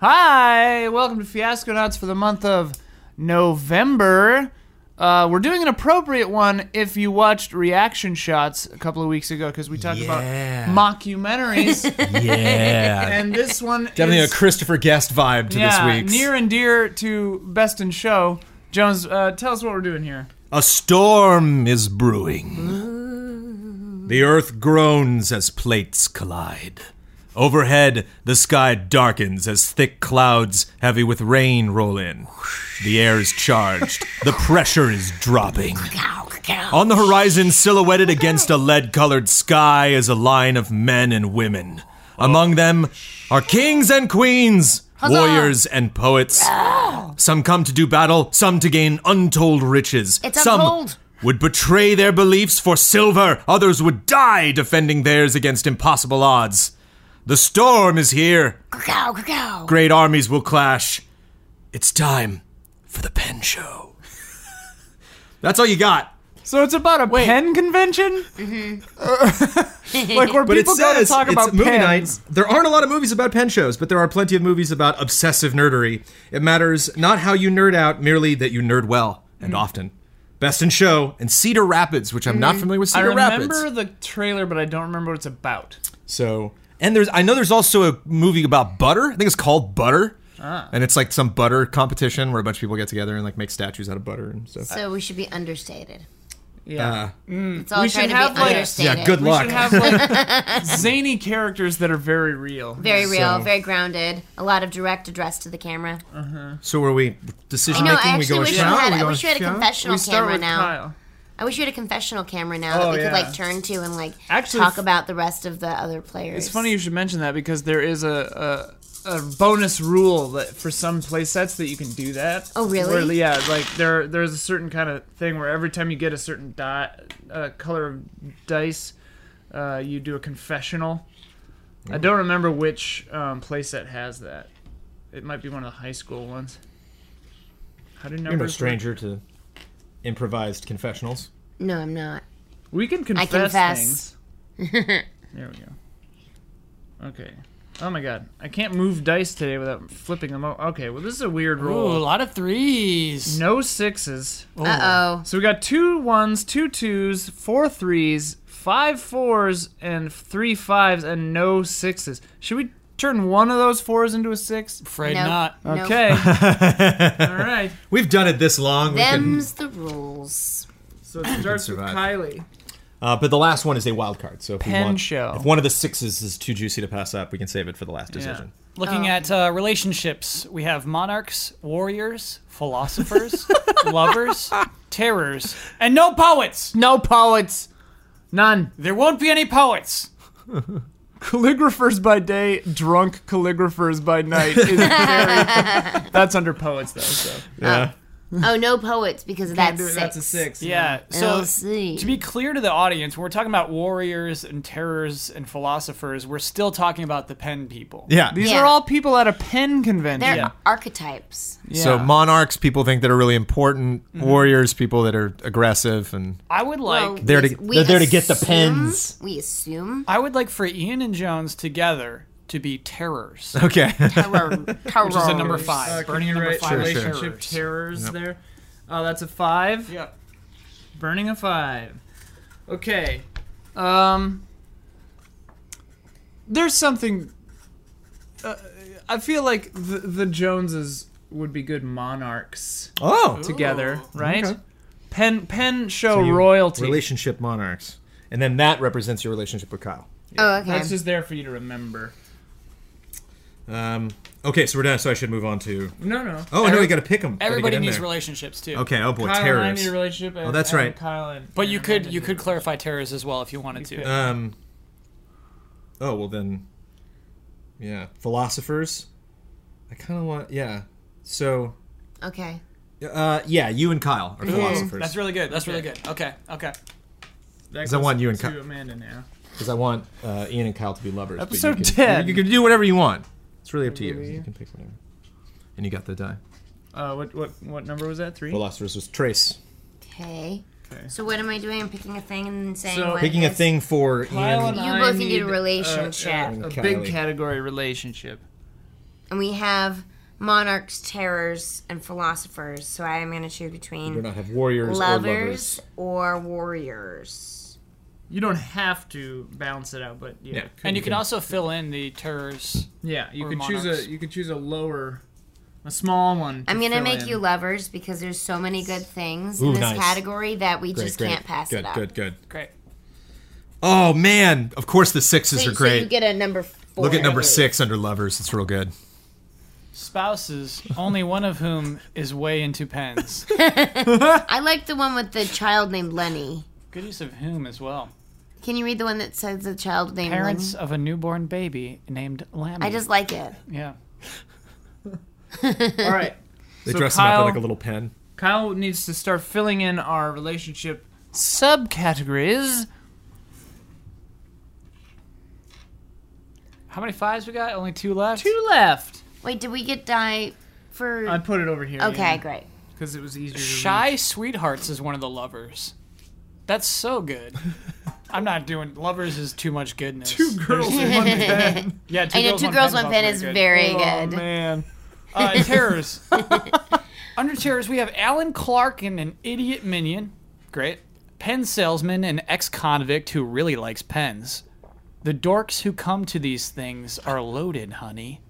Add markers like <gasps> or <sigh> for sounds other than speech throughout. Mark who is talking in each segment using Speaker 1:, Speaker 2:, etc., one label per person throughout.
Speaker 1: Hi, welcome to Fiasco Nuts for the month of November. Uh, we're doing an appropriate one if you watched Reaction Shots a couple of weeks ago because we talked <laughs>
Speaker 2: Yeah.
Speaker 1: about
Speaker 2: <laughs>
Speaker 1: mockumentaries,
Speaker 2: Yeah.
Speaker 1: and this one
Speaker 2: Definitely
Speaker 1: is,
Speaker 2: a Christopher Guest vibe to
Speaker 1: yeah,
Speaker 2: this week's.
Speaker 1: near and dear to Best in Show. Jones, uh, tell us what we're doing here.
Speaker 2: a storm is brewing. The earth groans as plates collide. Overhead, the sky darkens as thick clouds heavy with rain roll in. The air is charged. The pressure is dropping. On the horizon, silhouetted against a lead colored sky, is a line of men and women. Among them are kings and queens, warriors and poets. Some come to do battle, some to gain untold riches.
Speaker 3: It's
Speaker 2: some
Speaker 3: untold.
Speaker 2: would betray their beliefs for silver, others would die defending theirs against impossible odds. The storm is here.
Speaker 3: Go, go, go.
Speaker 2: Great armies will clash. It's time for the pen show. <laughs> That's all you got.
Speaker 1: So it's about a pen convention, Mm-hmm. like where
Speaker 2: But
Speaker 1: people
Speaker 2: it says
Speaker 1: go to talk
Speaker 2: it's
Speaker 1: about
Speaker 2: movie
Speaker 1: pens.
Speaker 2: nights. There aren't a lot of movies about pen shows, but there are plenty of movies about obsessive nerdery. It matters not how you nerd out, merely that you nerd well and often. Best in Show and Cedar Rapids, which I'm not familiar with
Speaker 1: I
Speaker 2: Cedar
Speaker 1: remember
Speaker 2: Rapids.
Speaker 1: the trailer, but I don't remember what it's about.
Speaker 2: So, and there's I know there's also a movie about butter. I think it's called Butter. And it's like some butter competition where a bunch of people get together and like make statues out of butter and stuff. Uh,
Speaker 3: So we should be understated.
Speaker 1: Yeah.
Speaker 3: Let's all
Speaker 1: We
Speaker 3: try
Speaker 1: should
Speaker 3: to
Speaker 1: have,
Speaker 3: be
Speaker 1: like-
Speaker 3: understated.
Speaker 2: yeah, good
Speaker 1: We
Speaker 2: luck.
Speaker 1: should have
Speaker 3: <laughs>
Speaker 1: like zany characters that are very real.
Speaker 3: Very real,
Speaker 2: So-
Speaker 3: very grounded. A lot of direct address to the camera.
Speaker 2: so are we decision
Speaker 3: no,
Speaker 2: making?
Speaker 3: I
Speaker 2: We go
Speaker 3: actually
Speaker 2: with
Speaker 3: wish we
Speaker 2: Sean?
Speaker 3: had.
Speaker 2: We
Speaker 3: I
Speaker 2: go
Speaker 3: wish
Speaker 2: with
Speaker 3: we had a
Speaker 2: Sean?
Speaker 3: confessional
Speaker 1: we start
Speaker 3: camera
Speaker 1: with
Speaker 3: now.
Speaker 1: Kyle.
Speaker 3: I wish we had a confessional camera now
Speaker 1: Oh,
Speaker 3: that we
Speaker 1: yeah.
Speaker 3: could like turn to and like
Speaker 1: Actually,
Speaker 3: talk
Speaker 1: f-
Speaker 3: about the rest of the other players.
Speaker 1: It's funny you should mention that because there is a, a a bonus rule that for some play sets that you can do that.
Speaker 3: Oh, really?
Speaker 1: Where, yeah, like there there's a certain kind of thing where every time you get a certain dot uh, color of dice, uh, you do a confessional. I don't remember which um, play set has that. It might be one of the high school ones. How do numbers?
Speaker 2: You're no
Speaker 1: work?
Speaker 2: stranger to improvised confessionals.
Speaker 3: No, I'm not.
Speaker 1: We can confess,
Speaker 3: confess.
Speaker 1: things. there we go. Okay. Oh my god. I can't move dice today without flipping them over. Okay, well, this is a weird
Speaker 4: Ooh, a
Speaker 1: roll.
Speaker 4: lot of threes.
Speaker 1: No sixes.
Speaker 3: Uh oh.
Speaker 1: So we got two ones, two twos, four threes, five fours, and three fives, and no sixes. Should we turn one of those fours into a six?
Speaker 4: Afraid
Speaker 3: Nope.
Speaker 4: not.
Speaker 3: Nope.
Speaker 1: Okay. All right.
Speaker 2: We've done it this long. we can-
Speaker 3: Them's
Speaker 2: <laughs>
Speaker 3: the rules.
Speaker 1: So it starts with
Speaker 2: survive.
Speaker 1: Kylie.
Speaker 2: uh, but the last one is a wild card. So if we
Speaker 1: Pen
Speaker 2: want,
Speaker 1: show.
Speaker 2: if one of the sixes is too juicy to pass up, we can save it for the last decision.
Speaker 3: Oh.
Speaker 4: Looking at uh, relationships, we have monarchs, warriors, philosophers, <laughs> lovers, terrors, and no poets.
Speaker 1: No poets. None.
Speaker 4: There won't be any poets.
Speaker 1: calligraphers by day, drunk calligraphers by night. Is very, <laughs> that's under poets though. So
Speaker 2: Yeah.
Speaker 3: Oh, no poets because of that Uh, six.
Speaker 4: Yeah. So
Speaker 3: LC.
Speaker 4: to be clear to the audience, when we're talking about warriors and terrors and philosophers, we're still talking about the pen people.
Speaker 2: yeah.
Speaker 1: These
Speaker 3: Yeah.
Speaker 1: are all people at a pen
Speaker 3: They're
Speaker 1: convention.
Speaker 3: archetypes.
Speaker 2: So monarchs, people think that are really important. Warriors, people that are aggressive, and
Speaker 4: I would like
Speaker 3: Well,
Speaker 2: There to-
Speaker 3: we
Speaker 2: they're there to get the
Speaker 3: assume-
Speaker 2: pens.
Speaker 3: We assume.
Speaker 4: I would like for Ian and Jones together to be terrors.
Speaker 2: okay.
Speaker 3: Which
Speaker 4: is a number five. Uh, Burning number
Speaker 2: relationship
Speaker 4: five
Speaker 1: relationship
Speaker 4: terrors.
Speaker 1: terrors there. Oh, that's a five.
Speaker 4: Yep.
Speaker 1: Burning a five. Okay. Um. There's something. Uh, I feel like the the Joneses would be good monarchs
Speaker 2: <laughs> oh,
Speaker 1: together,
Speaker 4: Ooh.
Speaker 1: right?
Speaker 2: Okay.
Speaker 1: Pen pen show
Speaker 2: you-
Speaker 1: royalty.
Speaker 2: relationship monarchs, and then that represents your relationship with Kyle.
Speaker 3: Oh, okay.
Speaker 1: That's just there for you to remember.
Speaker 2: Um, okay, so we're done. So I should move on to.
Speaker 1: No, no.
Speaker 2: Oh no, we got to pick them.
Speaker 4: Everybody needs relationships too.
Speaker 2: Okay. Oh boy,
Speaker 1: Kyle and I
Speaker 2: terrors.
Speaker 1: need a relationship. And,
Speaker 2: Oh, that's
Speaker 1: and
Speaker 2: right.
Speaker 1: Kyle and
Speaker 4: But you
Speaker 1: and
Speaker 4: could
Speaker 1: Amanda
Speaker 4: you
Speaker 1: do.
Speaker 4: could clarify terrors as well if you wanted to.
Speaker 2: Um. Oh well, then. Yeah, philosophers. I kind of want. Yeah. So.
Speaker 3: okay.
Speaker 2: Uh, yeah, you and Kyle
Speaker 1: Mm,
Speaker 2: are philosophers.
Speaker 4: That's really good. That's really good. Okay. Okay.
Speaker 1: That
Speaker 2: 'Cause I
Speaker 1: goes
Speaker 2: want you and
Speaker 1: to
Speaker 2: Ky-
Speaker 1: Amanda now.
Speaker 2: Because I want uh, Ian and Kyle to be lovers. but
Speaker 1: Episode
Speaker 2: you can,
Speaker 1: 10.
Speaker 2: You can do whatever you want. It's really up to you. You can pick whatever. And you got the die.
Speaker 1: Uh, what what what number was that? Three.
Speaker 2: Philosophers was trace.
Speaker 3: Okay.
Speaker 1: Okay.
Speaker 3: So what am I doing? I'm picking a thing and then saying
Speaker 1: So-
Speaker 3: what
Speaker 2: Picking a
Speaker 3: it is?
Speaker 2: thing for Ian.
Speaker 1: Kyle and
Speaker 3: You
Speaker 1: I
Speaker 3: both need a
Speaker 1: uh,
Speaker 3: relationship.
Speaker 1: A, a big
Speaker 2: Kylie.
Speaker 1: category relationship.
Speaker 3: and we have monarchs, terrors, and philosophers. So I'm going to choose
Speaker 2: Do
Speaker 3: between
Speaker 2: not have warriors or lovers.
Speaker 3: lovers or warriors.
Speaker 1: You don't have to balance it out, but yeah,
Speaker 2: Yeah,
Speaker 1: yeah.
Speaker 2: could
Speaker 5: And
Speaker 2: be
Speaker 5: you can
Speaker 2: good.
Speaker 5: also fill in the terrors.
Speaker 1: you
Speaker 5: Or
Speaker 1: could choose a
Speaker 5: monarchs.
Speaker 1: you could choose a lower, a small one.
Speaker 3: I'm going to
Speaker 1: fill
Speaker 3: make
Speaker 1: in.
Speaker 3: you lovers because there's so many good things
Speaker 2: Ooh,
Speaker 3: in this
Speaker 2: nice.
Speaker 3: category that we
Speaker 2: Great,
Speaker 3: just
Speaker 2: great.
Speaker 3: can't pass
Speaker 2: good,
Speaker 3: it up.
Speaker 2: Good, good,
Speaker 5: Great.
Speaker 2: Oh man, of course the sixes
Speaker 3: So,
Speaker 2: are
Speaker 3: so
Speaker 2: great.
Speaker 3: you get a number four.
Speaker 2: Look at number six under lovers. It's real good.
Speaker 5: Spouses, only one of whom is way
Speaker 2: <laughs>
Speaker 5: into pens.
Speaker 3: I like the one with the child named Lenny.
Speaker 5: Good use of whom as well.
Speaker 3: Can you read the one that says the child named
Speaker 5: Parents
Speaker 3: Lenny?
Speaker 5: of a newborn baby named Lammy.
Speaker 3: I just like it.
Speaker 5: yeah.
Speaker 1: All right,
Speaker 2: <laughs> They
Speaker 1: So
Speaker 2: dress them up
Speaker 1: Kyle-
Speaker 2: in like a little pen.
Speaker 1: <laughs> Kyle needs to start filling in our relationship subcategories.
Speaker 5: How many fives we got? Only two left.
Speaker 1: Two left.
Speaker 3: Wait, did we get die for?
Speaker 1: I put it over here.
Speaker 3: okay, great.
Speaker 1: Because it was easier. To read.
Speaker 5: Shy sweethearts is one of the lovers. That's so good. <laughs> I'm not doing lovers is too much goodness.
Speaker 1: Two girls in <laughs> one bed.
Speaker 5: Yeah, two
Speaker 3: I know
Speaker 5: girls,
Speaker 3: two
Speaker 5: one
Speaker 3: girls,
Speaker 5: pen
Speaker 3: one pen is
Speaker 5: also
Speaker 3: very
Speaker 5: Oh,
Speaker 3: good.
Speaker 5: man. Uh,
Speaker 3: <laughs>
Speaker 5: terrors. Under terrors, we have Alan Clark and an idiot minion. Great. Pen salesman and ex-convict who really likes pens. The dorks who come to these things are
Speaker 3: <laughs>
Speaker 5: loaded, honey.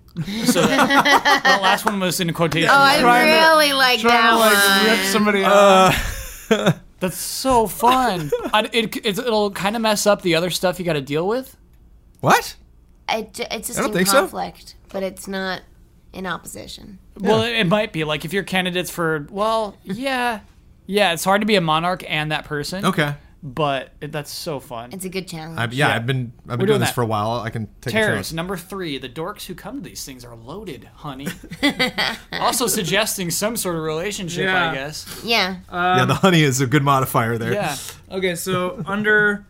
Speaker 5: So the last one was in quotation.
Speaker 3: Oh, I
Speaker 1: Trying to-
Speaker 3: really like that one.
Speaker 1: rip somebody
Speaker 2: Uh,
Speaker 5: That's so <laughs> fun. I, it, it's it'll kind of mess up the other stuff you got to deal with.
Speaker 2: What?
Speaker 3: It, ju- it's just
Speaker 2: I don't
Speaker 3: in
Speaker 2: think so.
Speaker 3: conflict, but it's not in opposition.
Speaker 5: Well, it, it might be like if you're candidates for well, yeah, yeah. It's hard to be a monarch and that person.
Speaker 2: Okay.
Speaker 5: but it, that's so fun.
Speaker 3: It's a good challenge.
Speaker 2: I, yeah, I've been I've been doing,
Speaker 5: doing
Speaker 2: this
Speaker 5: that.
Speaker 2: for a while. I can take
Speaker 5: Terrors
Speaker 2: a chance.
Speaker 5: number three: the dorks who come to these things are loaded,
Speaker 2: <laughs>
Speaker 5: honey. also suggesting some sort of relationship,
Speaker 1: Yeah.
Speaker 5: I guess.
Speaker 3: yeah.
Speaker 1: Uh,
Speaker 2: yeah, the honey is a good modifier there.
Speaker 5: Yeah,
Speaker 1: Okay, so under,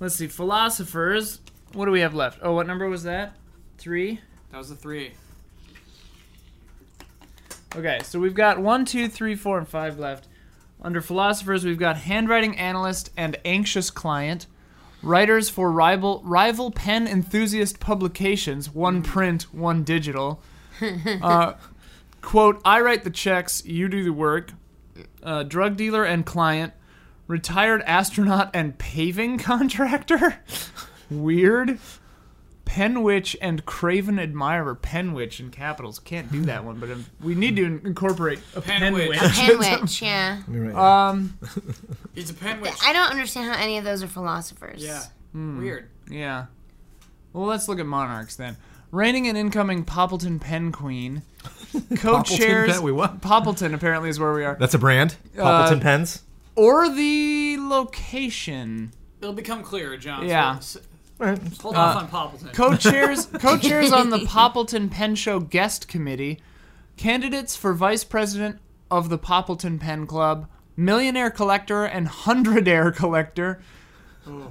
Speaker 1: let's see, philosophers. What do we have left? Oh, what number was that? Three.
Speaker 5: that was the three.
Speaker 1: Okay, so we've got one, two, three, four, and five left. Under philosophers, we've got handwriting analyst and anxious client, writers for rival rival pen enthusiast publications, one print, one digital. Uh, quote: I write the checks, you do the work. Uh, drug dealer and client, retired astronaut and paving <laughs> contractor. Weird. Penwitch and Craven Admirer. Penwitch in capitals. Can't do that one, but um, we need to in- incorporate a
Speaker 5: Penwitch.
Speaker 1: penwitch. <laughs>
Speaker 3: Penwitch, yeah.
Speaker 2: Let me write-
Speaker 1: Um,
Speaker 5: It's a pen
Speaker 3: I don't understand how any of those are philosophers.
Speaker 5: Yeah, weird.
Speaker 1: yeah. Well, let's look at monarchs then. Reigning and incoming Poppleton Pen
Speaker 2: <laughs>
Speaker 1: Queen. Co-chairs.
Speaker 2: Pen- wait, what?
Speaker 1: Poppleton apparently is where we are.
Speaker 2: That's a brand. Poppleton pens.
Speaker 1: Or the location.
Speaker 5: It'll become clearer, John.
Speaker 1: Yeah.
Speaker 5: So
Speaker 2: All right.
Speaker 5: hold off on Poppleton.
Speaker 2: <laughs>
Speaker 1: co-chairs co-chairs on the Poppleton Pen Show guest committee, candidates for vice president of the Poppleton Pen Club, millionaire collector and hundredaire collector,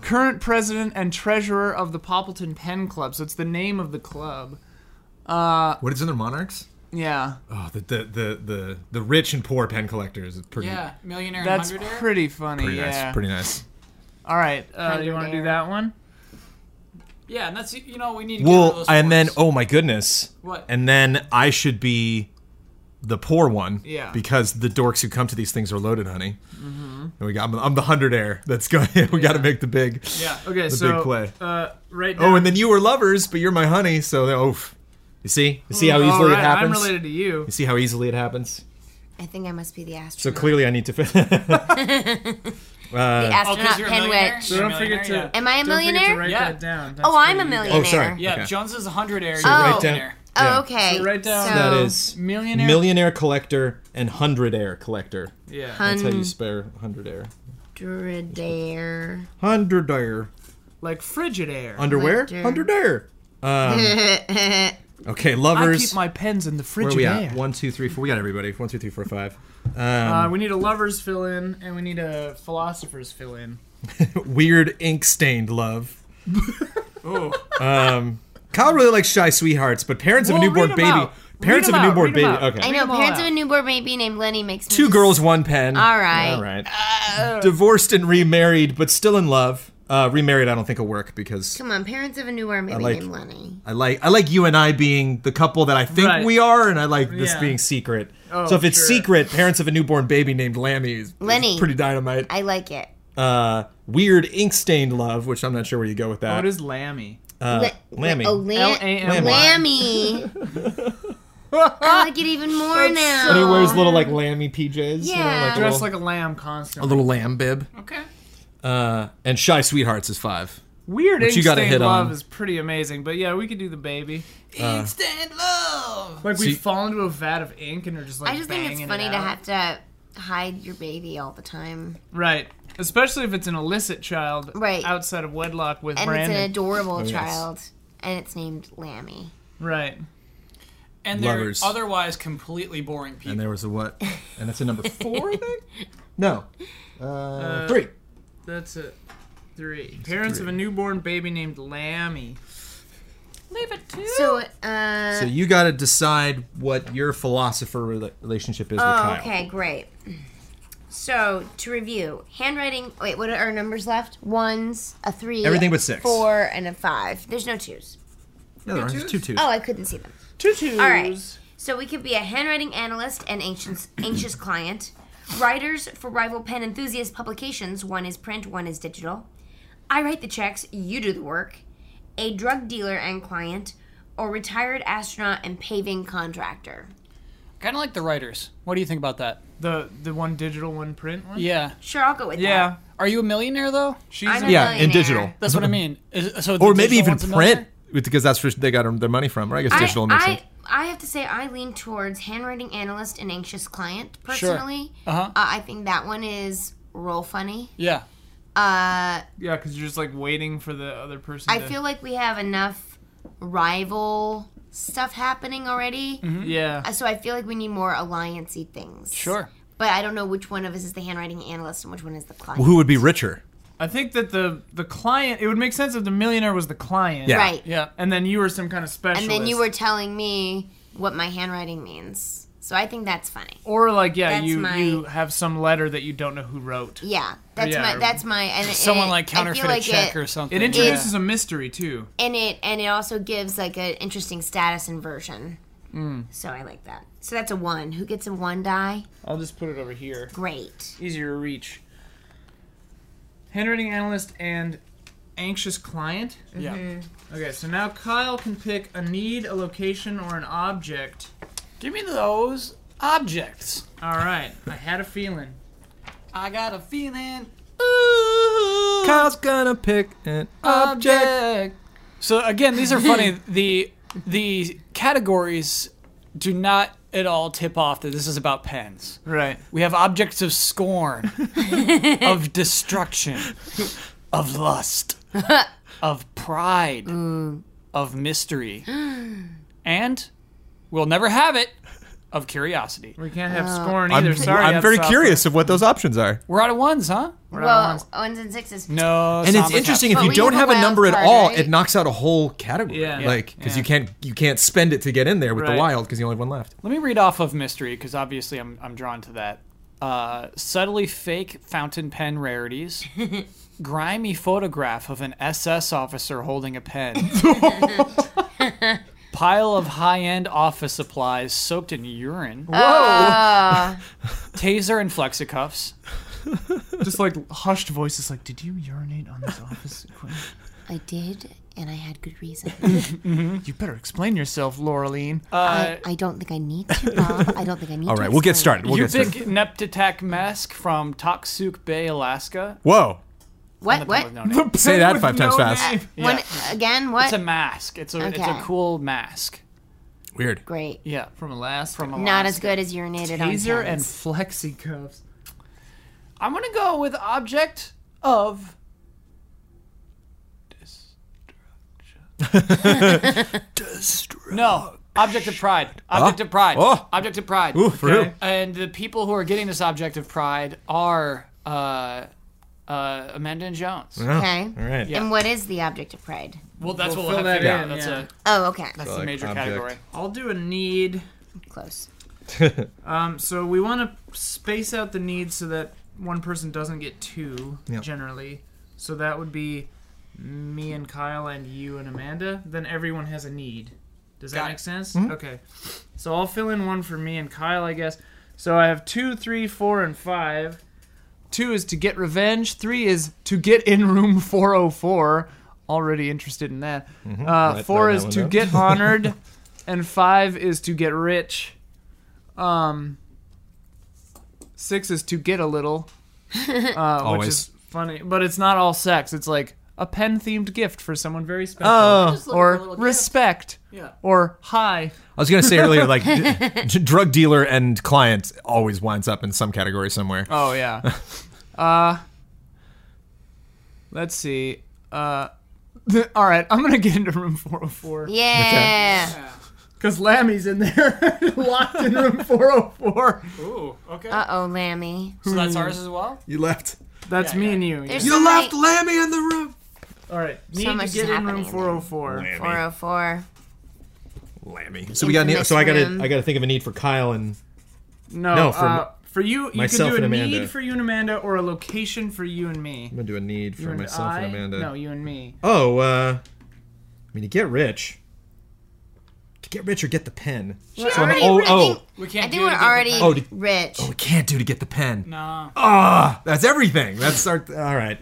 Speaker 1: current president and treasurer of the Poppleton Pen Club. So it's the name of the club.
Speaker 2: What is in their monarchs?
Speaker 1: Yeah,
Speaker 2: Oh, the the the the, the rich and poor pen collectors. It's Pretty,
Speaker 5: yeah, millionaire.
Speaker 1: that's
Speaker 5: and hundredaire.
Speaker 1: pretty funny.
Speaker 2: pretty
Speaker 1: yeah.
Speaker 2: nice. Pretty nice.
Speaker 1: All right, uh, you want to do
Speaker 3: Hundredaire.
Speaker 1: that one?
Speaker 5: Yeah, and that's you know we need. To get rid of
Speaker 2: Well,
Speaker 5: those
Speaker 2: and then
Speaker 5: forks.
Speaker 2: oh my goodness,
Speaker 5: What?
Speaker 2: and then I should be the poor one,
Speaker 1: Yeah.
Speaker 2: because the dorks who come to these things are loaded, honey. And we got I'm, I'm the hundred air that's going. <laughs> we got to make the big.
Speaker 5: yeah.
Speaker 1: Okay,
Speaker 2: The
Speaker 1: so
Speaker 2: big play.
Speaker 1: Uh, right now.
Speaker 2: Oh, and then you were lovers, but you're my honey. So they're- oh, you see, you see how
Speaker 1: All
Speaker 2: easily oh, it
Speaker 1: right,
Speaker 2: happens.
Speaker 1: Mm, I'm related to you.
Speaker 2: You see how easily it happens.
Speaker 3: I think I must be the
Speaker 2: So
Speaker 3: astronaut.
Speaker 2: clearly, I need to.
Speaker 1: Oh,
Speaker 3: the astronaut
Speaker 5: Oh, you're a millionaire?
Speaker 3: Penwitch.
Speaker 1: So don't forget to.
Speaker 5: Millionaire,
Speaker 3: Am I a
Speaker 1: don't forget to
Speaker 3: millionaire?
Speaker 1: write
Speaker 5: Yeah.
Speaker 1: that down. That's
Speaker 3: Oh, I'm a
Speaker 1: where you
Speaker 3: millionaire.
Speaker 1: go.
Speaker 2: Oh, sorry.
Speaker 5: Yeah,
Speaker 2: Okay.
Speaker 5: Jones is a hundred air.
Speaker 3: Oh.
Speaker 2: right down.
Speaker 5: millionaire.
Speaker 2: Yeah.
Speaker 3: Oh, okay.
Speaker 1: So write down-
Speaker 2: <laughs>
Speaker 3: So <laughs>
Speaker 2: that is
Speaker 1: Millionaire-
Speaker 2: millionaire collector, and hundred air collector.
Speaker 1: Yeah.
Speaker 2: That's how you spare hundred air.
Speaker 3: Hundredaire.
Speaker 2: Hundred air.
Speaker 1: like Frigidaire.
Speaker 2: Underwear?
Speaker 3: Collector.
Speaker 2: Underwear.
Speaker 3: <laughs>
Speaker 2: Um, okay, lovers.
Speaker 1: I keep my pens in the
Speaker 2: where are we at?
Speaker 1: Frigidaire.
Speaker 2: One, two, three, four. We got everybody. One, two, three, four, five.
Speaker 1: Uh,
Speaker 2: Um,
Speaker 1: we need a lovers fill in, and we need a philosophers fill in.
Speaker 2: weird ink
Speaker 1: <laughs>
Speaker 2: stained love.
Speaker 1: Oh.
Speaker 2: Um, Kyle really likes shy sweethearts, but parents of a
Speaker 1: Well,
Speaker 2: newborn
Speaker 1: read 'em
Speaker 2: baby.
Speaker 1: out.
Speaker 2: Parents
Speaker 1: Read
Speaker 2: of a
Speaker 1: 'em out,
Speaker 2: newborn
Speaker 1: read 'em
Speaker 2: baby.
Speaker 1: out.
Speaker 2: Okay.
Speaker 3: I know.
Speaker 1: them all
Speaker 3: Parents
Speaker 1: out.
Speaker 3: of a newborn baby named Lenny makes me
Speaker 2: Two
Speaker 3: just-
Speaker 2: girls, one pen.
Speaker 3: All right.
Speaker 2: All right. Divorced and remarried, but still in love. Uh, Uh, remarried, I don't think will work because
Speaker 3: Come on, parents of a new maybe
Speaker 2: like-
Speaker 3: named Lenny.
Speaker 2: I like I like you and I being the couple that I think
Speaker 1: Right.
Speaker 2: we are, and I like this
Speaker 1: Yeah.
Speaker 2: being secret.
Speaker 1: Oh,
Speaker 2: so if it's
Speaker 1: sure.
Speaker 2: secret, parents of a newborn baby named Lammy is, is
Speaker 3: Lenny.
Speaker 2: pretty dynamite.
Speaker 3: I like it.
Speaker 2: uh, weird ink stained love, which I'm not sure where you go with that.
Speaker 1: Oh, What is Lammy?
Speaker 2: uh, Lammy?
Speaker 3: Oh, Lam-
Speaker 1: L-A-M-Y.
Speaker 3: Lammy.
Speaker 2: <laughs>
Speaker 3: I like it even more now.
Speaker 2: and he wears little like lammy PJs. you know,
Speaker 3: Yeah.
Speaker 2: like a
Speaker 1: Dressed
Speaker 2: little-
Speaker 1: like a lamb
Speaker 2: a
Speaker 1: constantly.
Speaker 2: little lamb bib.
Speaker 1: Okay.
Speaker 2: Uh, and shy sweethearts is five.
Speaker 1: Weird
Speaker 2: What you gotta
Speaker 1: Instinct
Speaker 2: hit
Speaker 1: Love
Speaker 2: on.
Speaker 1: is pretty amazing, but yeah, we could do the baby.
Speaker 2: Uh,
Speaker 5: Instant love.
Speaker 1: Like
Speaker 2: So
Speaker 1: we
Speaker 2: you-
Speaker 1: fall into a vat of ink and are just like.
Speaker 3: I just think it's
Speaker 1: banging it
Speaker 3: funny to
Speaker 1: out.
Speaker 3: have to hide your baby all the time.
Speaker 1: Right, especially if it's an illicit child.
Speaker 3: Right.
Speaker 1: Outside of wedlock with
Speaker 3: And
Speaker 1: Brandon.
Speaker 3: it's an adorable
Speaker 2: Oh, yes.
Speaker 3: child. And it's named Lammy.
Speaker 1: right.
Speaker 5: And they're
Speaker 2: Lovers.
Speaker 5: otherwise completely boring people.
Speaker 2: And there was a
Speaker 3: <laughs>
Speaker 2: what? And that's a number four, I think. No, uh, three.
Speaker 1: That's it. Three. Parents of a newborn baby named Lammy.
Speaker 5: Leave it to.
Speaker 3: So, uh.
Speaker 2: So you got to decide what your philosopher rela- relationship is with
Speaker 3: oh,
Speaker 2: Kyle.
Speaker 3: okay, great. So, to review handwriting. Wait, what are our numbers left? Ones, a three,
Speaker 2: Everything but six.
Speaker 3: four, and a five. There's no twos.
Speaker 2: No, there are two twos.
Speaker 3: Oh, I couldn't see them.
Speaker 1: Two twos.
Speaker 3: All right. So we could be a handwriting analyst and anxious, anxious client. Writers for rival pen enthusiast publications. One is print, one is digital. I write the checks, you do the work. A drug dealer and client, or retired astronaut and paving contractor.
Speaker 5: Kind of like the writers. What do you think about that?
Speaker 1: The the one digital, one print one.
Speaker 5: Yeah.
Speaker 3: Sure, I'll go with
Speaker 1: Yeah.
Speaker 3: that.
Speaker 5: Are you a millionaire though?
Speaker 1: She's
Speaker 3: I'm
Speaker 1: a-
Speaker 3: a
Speaker 2: Yeah, in
Speaker 3: millionaire.
Speaker 2: digital. <laughs>
Speaker 5: That's what I mean. Is, so the
Speaker 2: or maybe
Speaker 5: digital
Speaker 2: even
Speaker 5: one's a
Speaker 2: print
Speaker 5: millionaire?
Speaker 2: because that's where they got their money from, right? I guess
Speaker 3: I,
Speaker 2: digital makes
Speaker 3: I,
Speaker 2: sense.
Speaker 3: I have to say I lean towards handwriting analyst and anxious client personally.
Speaker 5: Uh-huh.
Speaker 3: Uh, I think that one is roll funny.
Speaker 5: Yeah.
Speaker 3: Uh,
Speaker 1: yeah, because you're just like waiting for the other person.
Speaker 3: I
Speaker 1: to,
Speaker 3: feel like we have enough rival stuff happening already.
Speaker 5: Mm-hmm.
Speaker 1: Yeah.
Speaker 3: Uh, So I feel like we need more alliancey things.
Speaker 5: Sure.
Speaker 3: But I don't know which one of us is the handwriting analyst and which one is the client.
Speaker 2: Well, who would be richer?
Speaker 1: I think that the the client. It would make sense if the millionaire was the client.
Speaker 2: Yeah.
Speaker 3: Right.
Speaker 5: Yeah.
Speaker 1: And then you were some kind of specialist.
Speaker 3: And then you were telling me what my handwriting means. So I think that's funny.
Speaker 1: Or like yeah,
Speaker 3: That's
Speaker 1: you
Speaker 3: my-
Speaker 1: you have some letter that you don't know who wrote.
Speaker 3: Yeah. That's
Speaker 1: Yeah.
Speaker 3: my that's my
Speaker 5: <laughs>
Speaker 3: and it-
Speaker 5: Someone
Speaker 3: and it-
Speaker 5: like
Speaker 3: I feel
Speaker 5: counterfeit
Speaker 3: like
Speaker 5: a
Speaker 3: it,
Speaker 5: check or something.
Speaker 1: It introduces a mystery too.
Speaker 3: and it and it also gives like an interesting status inversion.
Speaker 5: Hmm.
Speaker 3: So I like that. So that's a one. Who gets a one die?
Speaker 1: I'll just put it over here.
Speaker 3: Great.
Speaker 1: Easier to reach. Handwriting analyst and anxious client.
Speaker 5: Yeah.
Speaker 3: Mm-hmm.
Speaker 1: Okay, so now Kyle can pick a need, a location, or an object.
Speaker 5: Give me those objects.
Speaker 1: All right, I had a feeling.
Speaker 5: I got a feeling.
Speaker 2: Kyle's gonna pick an
Speaker 5: object. So again, these are
Speaker 2: <laughs>
Speaker 5: funny. the the categories do not at all tip off that this is about pens.
Speaker 1: Right.
Speaker 5: We have objects of scorn,
Speaker 2: <laughs>
Speaker 5: of destruction, of
Speaker 2: <laughs>
Speaker 5: lust, of pride,
Speaker 2: Mm.
Speaker 5: of mystery, and we'll never have it of curiosity.
Speaker 1: We can't have scorn
Speaker 2: I'm,
Speaker 1: either. Sorry.
Speaker 2: I'm very
Speaker 1: Upsoft.
Speaker 2: curious of what those options are.
Speaker 5: We're out of ones, huh?
Speaker 1: We're out of
Speaker 3: Well,
Speaker 1: ones.
Speaker 3: ones and sixes.
Speaker 5: No.
Speaker 2: And it's
Speaker 5: somber
Speaker 2: interesting if
Speaker 5: caps.
Speaker 3: But
Speaker 2: you
Speaker 3: we
Speaker 2: don't have
Speaker 3: have a
Speaker 2: a
Speaker 3: wild
Speaker 2: number at
Speaker 3: card,
Speaker 2: all,
Speaker 3: right?
Speaker 2: it knocks out a whole category.
Speaker 1: Yeah. Yeah.
Speaker 2: Like because you
Speaker 5: Yeah.
Speaker 2: can't you can't spend it to get in there with
Speaker 1: Right.
Speaker 2: the wild because you only have one left.
Speaker 5: Let me read off of mystery because obviously I'm I'm drawn to that. Uh, subtly fake fountain pen
Speaker 3: <laughs>
Speaker 5: rarities, grimy photograph of an SS officer holding a
Speaker 3: <laughs>
Speaker 5: pen, pile of high-end office supplies soaked in urine,
Speaker 3: Uh,
Speaker 5: taser and flexicuffs,
Speaker 1: Just like hushed voices, like, "Did you urinate on this office equipment?
Speaker 3: I did, and I had good reason.
Speaker 1: You better explain yourself, Laureline."
Speaker 5: uh,
Speaker 3: I, I don't think I need to, Bob. I don't think I need to.
Speaker 2: All right, we'll get
Speaker 3: explain.
Speaker 2: started. We'll get started.
Speaker 5: Ubik Neptatech mask from Toksuk Bay, Alaska.
Speaker 2: Whoa,
Speaker 3: What? What?
Speaker 5: No name.
Speaker 2: say that five times fast.
Speaker 3: One, Again? What?
Speaker 5: It's a mask. It's a it's a
Speaker 3: Okay.
Speaker 5: cool mask.
Speaker 2: Weird.
Speaker 3: Great.
Speaker 5: Yeah,
Speaker 1: From Alaska. From
Speaker 3: Not as good as urinated on.
Speaker 1: Taser and <laughs>
Speaker 3: pens.
Speaker 1: flexi cuffs.
Speaker 5: I'm gonna go with object of.
Speaker 2: <laughs>
Speaker 5: Destruction. no, object of pride. Object
Speaker 2: Huh?
Speaker 5: of pride.
Speaker 2: Oh.
Speaker 5: Object of pride.
Speaker 2: Ooh, for
Speaker 1: Okay.
Speaker 2: real.
Speaker 5: And the people who are getting this object of pride are uh, uh, Amanda and Jones.
Speaker 3: Okay.
Speaker 2: Oh, All right.
Speaker 5: Yeah.
Speaker 3: And what is the object of pride?
Speaker 5: Well, that's
Speaker 1: We'll
Speaker 5: what we'll
Speaker 1: fill
Speaker 5: have to
Speaker 1: that
Speaker 5: figure
Speaker 1: in,
Speaker 5: out. That's
Speaker 1: yeah.
Speaker 5: a
Speaker 3: Oh, okay.
Speaker 5: that's the
Speaker 2: Like
Speaker 5: major
Speaker 2: object.
Speaker 5: category.
Speaker 1: I'll do a need.
Speaker 3: Close.
Speaker 1: Um, so we want to space out the needs so that one person doesn't get two
Speaker 2: Yeah.
Speaker 1: generally. So that would be me and Kyle and you and Amanda. Then everyone has a need. Does that
Speaker 4: Got
Speaker 1: make
Speaker 4: it.
Speaker 1: sense?
Speaker 2: Mm-hmm.
Speaker 1: Okay. So I'll fill in one for me and Kyle, I guess. So I have two, three, four, and five. Two is to get revenge. Three is to get in room <laughs> 404. Already interested in that. Uh,
Speaker 2: Write-
Speaker 1: four
Speaker 2: write
Speaker 1: is
Speaker 2: Mm-hmm. that
Speaker 1: to
Speaker 2: one down. <laughs>
Speaker 1: get honored, and five is to get rich. Um, six is to get a little, uh, which
Speaker 2: Always.
Speaker 1: is funny, but it's not all sex. It's like a pen themed gift for someone very special,
Speaker 2: Oh,
Speaker 6: Just looking for a
Speaker 1: or
Speaker 6: little gift.
Speaker 1: respect,
Speaker 4: Yeah.
Speaker 1: or hi.
Speaker 2: I was gonna say earlier, like d- d- drug dealer and client always winds up in some category somewhere.
Speaker 1: Oh yeah. uh, let's see. Uh, <laughs> all right, I'm gonna get into room 404.
Speaker 3: Yeah.
Speaker 1: Because Lammy's in there, <laughs> locked in <laughs> room 404.
Speaker 4: Ooh. Okay.
Speaker 3: Uh oh, Lammy.
Speaker 4: so that's ours as well.
Speaker 2: You left.
Speaker 1: That's
Speaker 4: Yeah,
Speaker 1: me
Speaker 4: yeah.
Speaker 1: and you.
Speaker 3: There's
Speaker 1: yeah.
Speaker 3: so many-
Speaker 2: Lammy in the room.
Speaker 1: All right, need
Speaker 3: much
Speaker 1: to
Speaker 3: is
Speaker 1: get in
Speaker 3: happening in
Speaker 1: room
Speaker 3: there.
Speaker 1: 404.
Speaker 3: 404.
Speaker 2: Lammy. So we got.
Speaker 3: Into
Speaker 2: Need,
Speaker 3: next
Speaker 2: so I got.
Speaker 3: room.
Speaker 2: I got to think of a need for Kyle and.
Speaker 1: No,
Speaker 2: No, for
Speaker 1: uh, for you, you can
Speaker 2: myself
Speaker 1: do a
Speaker 2: and Amanda.
Speaker 1: need for you and Amanda, or a location for you and me.
Speaker 2: I'm gonna do a need for
Speaker 1: You and
Speaker 2: myself
Speaker 1: I?
Speaker 2: and Amanda.
Speaker 1: No, you and me.
Speaker 2: Oh, uh, I mean, to get rich, to get rich or get the pen.
Speaker 3: We're
Speaker 2: So I'm-
Speaker 3: already,
Speaker 2: oh,
Speaker 3: I think,
Speaker 2: oh.
Speaker 4: We
Speaker 3: I
Speaker 4: can't.
Speaker 3: think
Speaker 4: do
Speaker 3: we're
Speaker 4: it again.
Speaker 3: already
Speaker 2: Oh, did-
Speaker 3: rich.
Speaker 2: Oh, we can't do to get the pen.
Speaker 4: Nah.
Speaker 2: Ah, that's everything. That's our. All right.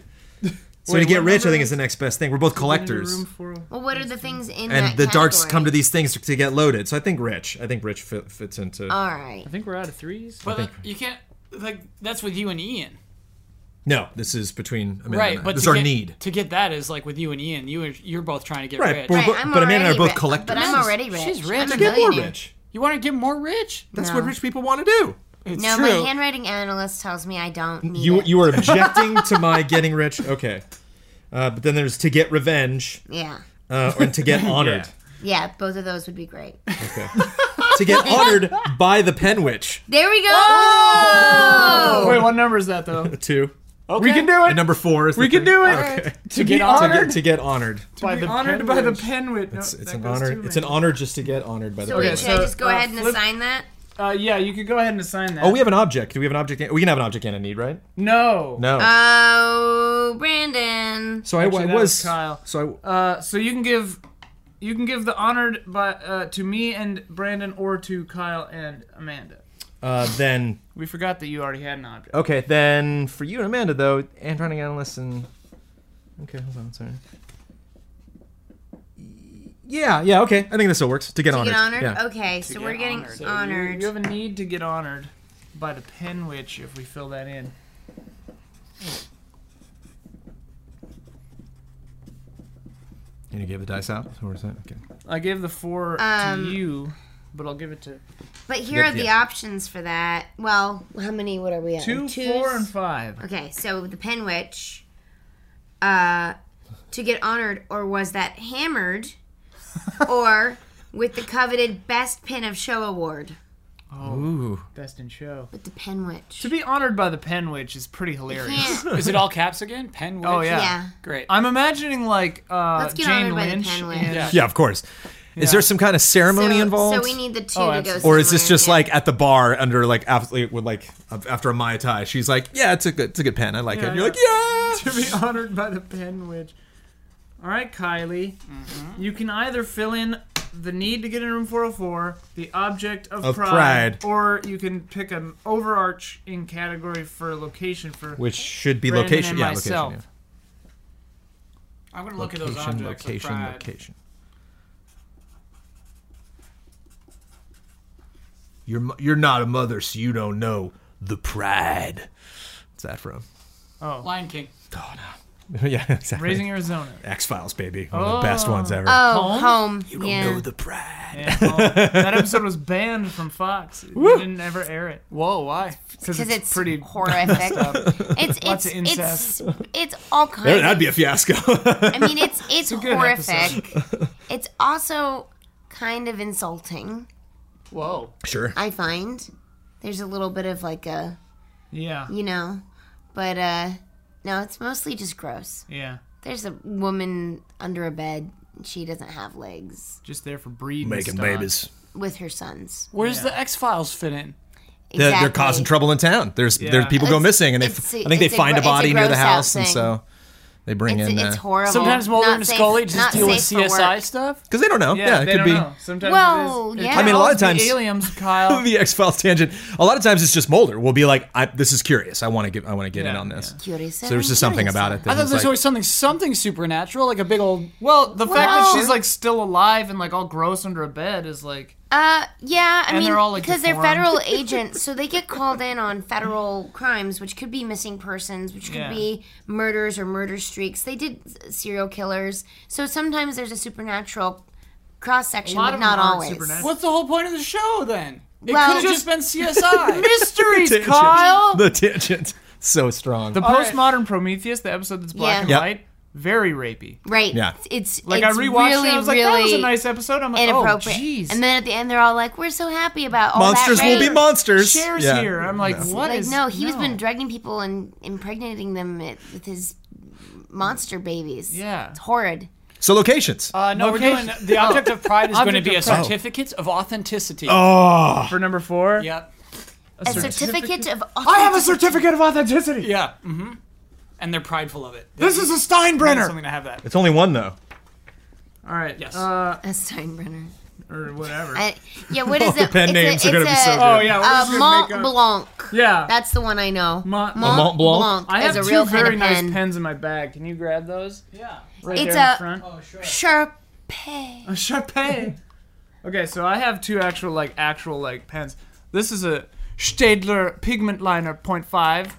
Speaker 2: So
Speaker 1: Wait,
Speaker 2: to get
Speaker 1: what
Speaker 2: rich, I
Speaker 1: number
Speaker 2: think is the next best thing. We're both
Speaker 1: Into room
Speaker 2: collectors,
Speaker 1: 404.
Speaker 3: Well, what are the things in
Speaker 2: and
Speaker 3: that
Speaker 2: the darks come to
Speaker 3: category?
Speaker 2: these things to get loaded. So I think rich. I think rich fit, fits into.
Speaker 3: All right.
Speaker 1: I think we're out of threes.
Speaker 4: But like, you can't. Like that's with you and Ian,
Speaker 2: no, this is between Amanda.
Speaker 4: right?
Speaker 2: and I.
Speaker 4: But
Speaker 2: this is
Speaker 4: to
Speaker 2: our
Speaker 4: get-
Speaker 2: need.
Speaker 4: to get that is like with you and Ian. You and- you're both trying to get
Speaker 2: Right,
Speaker 4: rich.
Speaker 2: but-
Speaker 3: Right, I'm
Speaker 2: but Amanda and I are
Speaker 3: already
Speaker 2: both
Speaker 3: ri-
Speaker 2: collectors.
Speaker 3: But I'm already rich.
Speaker 4: She's rich.
Speaker 3: I'm a
Speaker 4: To
Speaker 2: Get more
Speaker 3: millionaire.
Speaker 2: rich.
Speaker 4: You want to get
Speaker 2: <laughs>
Speaker 4: more rich?
Speaker 2: That's
Speaker 3: No.
Speaker 2: what rich people want to do.
Speaker 4: It's
Speaker 3: No,
Speaker 4: true.
Speaker 3: my handwriting analyst tells me I don't need
Speaker 2: You
Speaker 3: it.
Speaker 2: you are objecting <laughs> to my getting rich. Okay. Uh, but then there's to get revenge
Speaker 3: yeah.
Speaker 2: uh, and to get honored.
Speaker 3: Yeah, both of those would be great.
Speaker 2: Okay. to get honored by the pen witch.
Speaker 3: There we go.
Speaker 1: Wait, what number is that
Speaker 2: <laughs>
Speaker 1: though?
Speaker 2: Two.
Speaker 4: okay.
Speaker 1: We can do
Speaker 2: And
Speaker 1: it.
Speaker 2: number four is
Speaker 1: We
Speaker 2: the
Speaker 1: can do it. To
Speaker 4: get
Speaker 1: be
Speaker 4: on-
Speaker 2: To
Speaker 1: honored
Speaker 2: get, to get honored.
Speaker 1: by the honored
Speaker 4: pen
Speaker 1: by the
Speaker 4: witch.
Speaker 1: penwit. No,
Speaker 2: It's, it's
Speaker 1: that
Speaker 2: an
Speaker 1: goes
Speaker 2: honor.
Speaker 1: to
Speaker 2: It's
Speaker 1: me.
Speaker 2: an honor just to get honored by the
Speaker 3: So
Speaker 2: pen
Speaker 3: wait,
Speaker 2: witch.
Speaker 3: should I
Speaker 1: so,
Speaker 3: just go
Speaker 1: uh,
Speaker 3: ahead and
Speaker 1: flip-
Speaker 3: assign that?
Speaker 1: Uh, yeah, you could go ahead and assign that.
Speaker 2: Oh, we have an object. Do we have an object? and- We can have an object and a need, right? Uh,
Speaker 1: no.
Speaker 2: No.
Speaker 3: Oh, Brandon.
Speaker 2: so I,
Speaker 1: actually,
Speaker 2: I
Speaker 1: that
Speaker 2: was.
Speaker 1: was Kyle.
Speaker 2: So I,
Speaker 1: Uh, so you can give, you can give the honored by uh, to me and Brandon or to Kyle and Amanda.
Speaker 2: uh, then
Speaker 1: We forgot that you already had an object.
Speaker 2: okay. Then for you and Amanda though, and running analyst and okay, hold on, sorry. Yeah, yeah, okay. I think this still works. To get
Speaker 3: You
Speaker 2: honored.
Speaker 3: get Oh. honored?
Speaker 2: Yeah.
Speaker 3: Okay, so we're
Speaker 4: get
Speaker 3: getting
Speaker 4: honored.
Speaker 3: honored.
Speaker 4: So
Speaker 1: You, you have a need to get honored by the pen witch if we fill that in.
Speaker 2: Can you give the dice out? Or is that okay?
Speaker 1: I gave the four
Speaker 3: Um,
Speaker 1: to you, but I'll give it to
Speaker 3: but here are
Speaker 2: Yep,
Speaker 3: the
Speaker 2: yeah.
Speaker 3: options for that. Well, how many? What are we at?
Speaker 1: two,
Speaker 3: Twos?
Speaker 1: four, and five.
Speaker 3: Okay, so the pen witch, uh, to get honored, or was that hammered,
Speaker 1: <laughs>
Speaker 3: or with the coveted best pin of show award?
Speaker 1: Oh.
Speaker 2: Ooh.
Speaker 1: Best in show.
Speaker 3: With the pen witch.
Speaker 1: To be honored by the pen witch is pretty hilarious.
Speaker 3: <laughs> Can't-
Speaker 4: Is it all caps again? Pen.
Speaker 1: Oh
Speaker 4: witch?
Speaker 1: yeah.
Speaker 3: yeah.
Speaker 4: Great.
Speaker 1: I'm imagining like uh,
Speaker 3: Let's get
Speaker 1: Jane
Speaker 3: honored by the
Speaker 1: Lynch.
Speaker 3: pen
Speaker 1: in-
Speaker 3: witch.
Speaker 4: Yeah.
Speaker 2: Yeah, of course. Is there some kind of ceremony
Speaker 3: so,
Speaker 2: involved?
Speaker 3: So we need the two
Speaker 1: Oh,
Speaker 3: to go.
Speaker 1: absolutely.
Speaker 2: or is this
Speaker 3: somewhere,
Speaker 2: just
Speaker 3: yeah.
Speaker 2: like at the bar under like after with like after a mai tai? She's like, yeah, it's a good, it's a good pen. I like it.
Speaker 1: Yeah,
Speaker 2: And you're like, yeah.
Speaker 1: <laughs> to be honored by the pen witch. All right, Kylie, you can either fill in the need to get in room 404, the object of,
Speaker 2: Of
Speaker 1: pride,
Speaker 2: pride.
Speaker 1: or you can pick an overarching category for location for
Speaker 2: Which should be
Speaker 1: Brandon
Speaker 2: location.
Speaker 1: and
Speaker 2: Yeah,
Speaker 1: myself.
Speaker 2: location.
Speaker 4: I'm gonna
Speaker 2: Yeah.
Speaker 4: look at those
Speaker 2: Location,
Speaker 4: objects. of
Speaker 2: location,
Speaker 4: pride.
Speaker 2: location. You're mo- you're not a mother, so you don't know the pride. What's that from?
Speaker 4: Lion King.
Speaker 2: <laughs> yeah, exactly.
Speaker 1: Raising <laughs> Arizona.
Speaker 2: X Files, baby. One of the best ones ever.
Speaker 3: Oh,
Speaker 1: Home?
Speaker 3: home.
Speaker 2: you don't
Speaker 3: yeah.
Speaker 2: know the pride.
Speaker 1: Yeah, well, that episode was banned from Fox. They didn't ever air it
Speaker 4: Whoa, why?
Speaker 1: because
Speaker 3: Because
Speaker 1: it's,
Speaker 3: it's,
Speaker 1: pretty.
Speaker 3: horrific. <laughs> it's it's
Speaker 1: of
Speaker 3: it's
Speaker 1: incest.
Speaker 3: it's all
Speaker 2: <laughs>
Speaker 3: kinds.
Speaker 2: There- That'd be a fiasco. <laughs>
Speaker 3: I
Speaker 1: <laughs>
Speaker 3: mean, it's it's
Speaker 1: good
Speaker 3: horrific. <laughs> it's also kind of insulting.
Speaker 4: Whoa.
Speaker 2: sure.
Speaker 3: I find there's a little bit of like a
Speaker 1: Yeah,
Speaker 3: you know, but uh no, it's mostly just gross.
Speaker 1: yeah,
Speaker 3: There's a woman under a bed. She doesn't have legs
Speaker 1: just there for breeding.
Speaker 2: Making
Speaker 1: stock.
Speaker 2: babies.
Speaker 3: with her sons.
Speaker 4: Where's the X Files fit in?
Speaker 2: They're, they're
Speaker 3: Exactly.
Speaker 2: causing trouble in town. There's
Speaker 1: Yeah.
Speaker 2: there people go
Speaker 3: It's-
Speaker 2: missing, and they,
Speaker 3: it's-
Speaker 2: f- I think they
Speaker 3: it's a
Speaker 2: find a
Speaker 3: gro- it's a
Speaker 2: body near the
Speaker 3: gross-out
Speaker 2: house, and
Speaker 3: thing.
Speaker 2: so They bring
Speaker 3: It's,
Speaker 2: in uh,
Speaker 3: it's
Speaker 2: because
Speaker 3: horrible.
Speaker 4: Sometimes Mulder
Speaker 3: Not
Speaker 4: and
Speaker 3: safe-
Speaker 4: Scully just
Speaker 3: not
Speaker 4: deal with
Speaker 3: safe for work.
Speaker 4: CSI stuff.
Speaker 2: they don't know. Yeah, it
Speaker 1: they
Speaker 2: could
Speaker 1: don't
Speaker 2: be.
Speaker 1: know. Sometimes
Speaker 3: Well,
Speaker 1: it is.
Speaker 3: yeah.
Speaker 2: I mean, a lot of
Speaker 1: It's
Speaker 2: times
Speaker 1: the aliens,
Speaker 2: <laughs>
Speaker 1: Kyle.
Speaker 2: the X Files tangent. A lot of times it's just Mulder will be like, I, "This is curious. I want to get. I want to get in
Speaker 1: Yeah,
Speaker 2: on this."
Speaker 3: Curious.
Speaker 2: So there's just something
Speaker 3: curious.
Speaker 2: about it.
Speaker 4: I
Speaker 2: That
Speaker 4: thought
Speaker 2: is
Speaker 4: there's
Speaker 2: like,
Speaker 4: always something something supernatural, like a big old.
Speaker 1: well, the fact that
Speaker 3: Well-
Speaker 1: she's like still alive and like all gross under a bed is like
Speaker 3: Uh, yeah, I
Speaker 1: And
Speaker 3: mean,
Speaker 1: they're all, like,
Speaker 3: because they're
Speaker 1: deformed. <laughs>
Speaker 3: federal agents, so they get called in on federal crimes, which could be missing persons, which could
Speaker 1: Yeah.
Speaker 3: be murders or murder streaks. They did s- serial killers, so sometimes there's a supernatural cross section,
Speaker 1: A lot
Speaker 3: but
Speaker 1: of
Speaker 3: not
Speaker 1: them aren't
Speaker 3: always.
Speaker 1: supernatural.
Speaker 4: What's the whole point of the show then? It
Speaker 3: Well-
Speaker 4: could have just been
Speaker 3: <laughs>
Speaker 4: CSI.
Speaker 2: <laughs>
Speaker 1: mysteries,
Speaker 2: tangent.
Speaker 1: Kyle.
Speaker 2: The tangent so strong.
Speaker 1: The
Speaker 4: All right.
Speaker 1: postmodern Prometheus, the episode that's black
Speaker 3: Yeah.
Speaker 1: and
Speaker 2: Yep.
Speaker 1: white, very rapey.
Speaker 3: Right?
Speaker 2: Yeah.
Speaker 3: It's it's
Speaker 1: Like
Speaker 3: it's
Speaker 1: I rewatched
Speaker 3: really,
Speaker 1: it, I was like,
Speaker 3: really
Speaker 1: that was a nice episode. I'm like, oh,
Speaker 3: inappropriate.
Speaker 1: jeez.
Speaker 3: and then at the end, they're all like, "We're so happy about all
Speaker 2: monsters
Speaker 3: that."
Speaker 2: will be
Speaker 3: rape."
Speaker 2: monsters.
Speaker 1: shares
Speaker 2: Yeah.
Speaker 1: here. I'm like, what is
Speaker 3: Like no, he was been drugging people and impregnating them with with his monster babies.
Speaker 1: Yeah.
Speaker 3: it's horrid.
Speaker 2: So locations.
Speaker 4: Uh, <laughs> no,
Speaker 1: Location-
Speaker 4: we're doing
Speaker 3: <laughs> Oh.
Speaker 4: the object of pride is going
Speaker 1: Oh.
Speaker 4: to
Speaker 1: Object
Speaker 4: be a
Speaker 1: of pride.
Speaker 4: certificate of authenticity.
Speaker 2: oh,
Speaker 1: for number four.
Speaker 4: Yep.
Speaker 3: A certificate, of
Speaker 1: I have a certificate of authenticity.
Speaker 4: Yeah. Mm-hmm. And they're prideful of it. They
Speaker 1: This is a
Speaker 4: need
Speaker 1: Steinbrenner.
Speaker 4: something to have that.
Speaker 2: it's only one though.
Speaker 1: All right.
Speaker 4: Yes.
Speaker 1: Uh,
Speaker 3: a Steinbrenner.
Speaker 1: or whatever.
Speaker 3: I,
Speaker 2: <laughs>
Speaker 3: yeah, what is it?
Speaker 2: Oh, pen
Speaker 3: it's
Speaker 2: names
Speaker 3: a,
Speaker 2: are gonna
Speaker 3: it's
Speaker 2: be
Speaker 3: a,
Speaker 2: so good.
Speaker 1: oh yeah, we're
Speaker 3: uh,
Speaker 1: just gonna
Speaker 3: Mont
Speaker 1: make up-
Speaker 3: Blanc.
Speaker 1: Yeah.
Speaker 3: That's the one I know.
Speaker 1: Mont-
Speaker 2: Oh, Mont Blanc?
Speaker 1: I have
Speaker 3: is a
Speaker 1: two
Speaker 3: real kind
Speaker 1: very
Speaker 3: of
Speaker 1: nice
Speaker 3: pen.
Speaker 1: pens in my bag. Can you grab those?
Speaker 4: Yeah.
Speaker 1: Right
Speaker 3: It's
Speaker 1: there in
Speaker 3: a-
Speaker 1: front. Oh.
Speaker 4: sure.
Speaker 1: <laughs>
Speaker 3: Sharpay.
Speaker 1: Sharpay. okay, so I have two actual like actual like pens. This is a Staedtler Pigment Liner 0.5,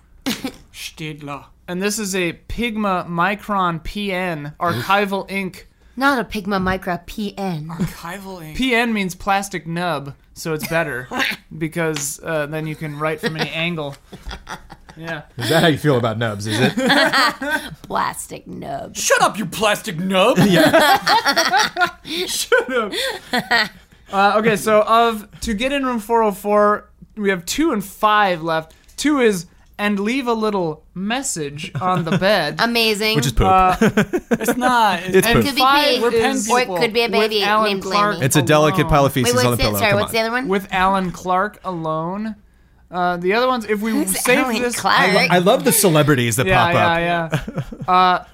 Speaker 4: Stidler.
Speaker 1: and this is a Pigma Micron PN archival ink.
Speaker 3: Not a Pigma Micra
Speaker 1: <laughs>
Speaker 3: PN.
Speaker 4: Archival ink.
Speaker 1: PN means plastic nub, so it's better because uh, then you can write from any angle. Yeah.
Speaker 2: Is that how you feel about nubs? Is it?
Speaker 3: Plastic nub.
Speaker 4: Shut up, you
Speaker 1: <laughs>
Speaker 4: plastic nub.
Speaker 1: Uh, okay, so of to get in room 404, we have two and five left. Two is and leave a little message on the bed.
Speaker 3: Amazing.
Speaker 2: Which is poop.
Speaker 1: Uh,
Speaker 4: It's not.
Speaker 2: <laughs>
Speaker 4: It's,
Speaker 2: It's
Speaker 3: it
Speaker 2: poop.
Speaker 3: could be
Speaker 1: Five
Speaker 3: pig,
Speaker 1: we're pen
Speaker 3: or it
Speaker 1: people
Speaker 3: could be a
Speaker 1: with
Speaker 3: baby
Speaker 1: Alan
Speaker 3: named
Speaker 1: Clark.
Speaker 3: Blamey.
Speaker 2: It's a delicate
Speaker 1: Alone.
Speaker 2: pile of feces
Speaker 3: Wait,
Speaker 2: on a
Speaker 3: what's
Speaker 2: pillow.
Speaker 3: it? Sorry,
Speaker 2: Come
Speaker 3: what's
Speaker 2: on.
Speaker 3: the other one?
Speaker 1: with Alan Clark alone. Uh, the other ones, if we
Speaker 3: It's
Speaker 1: save
Speaker 3: Alan
Speaker 1: this,
Speaker 3: Clark.
Speaker 2: I love the celebrities that
Speaker 1: yeah,
Speaker 2: pop up.
Speaker 1: yeah, yeah.
Speaker 2: <laughs>
Speaker 1: uh,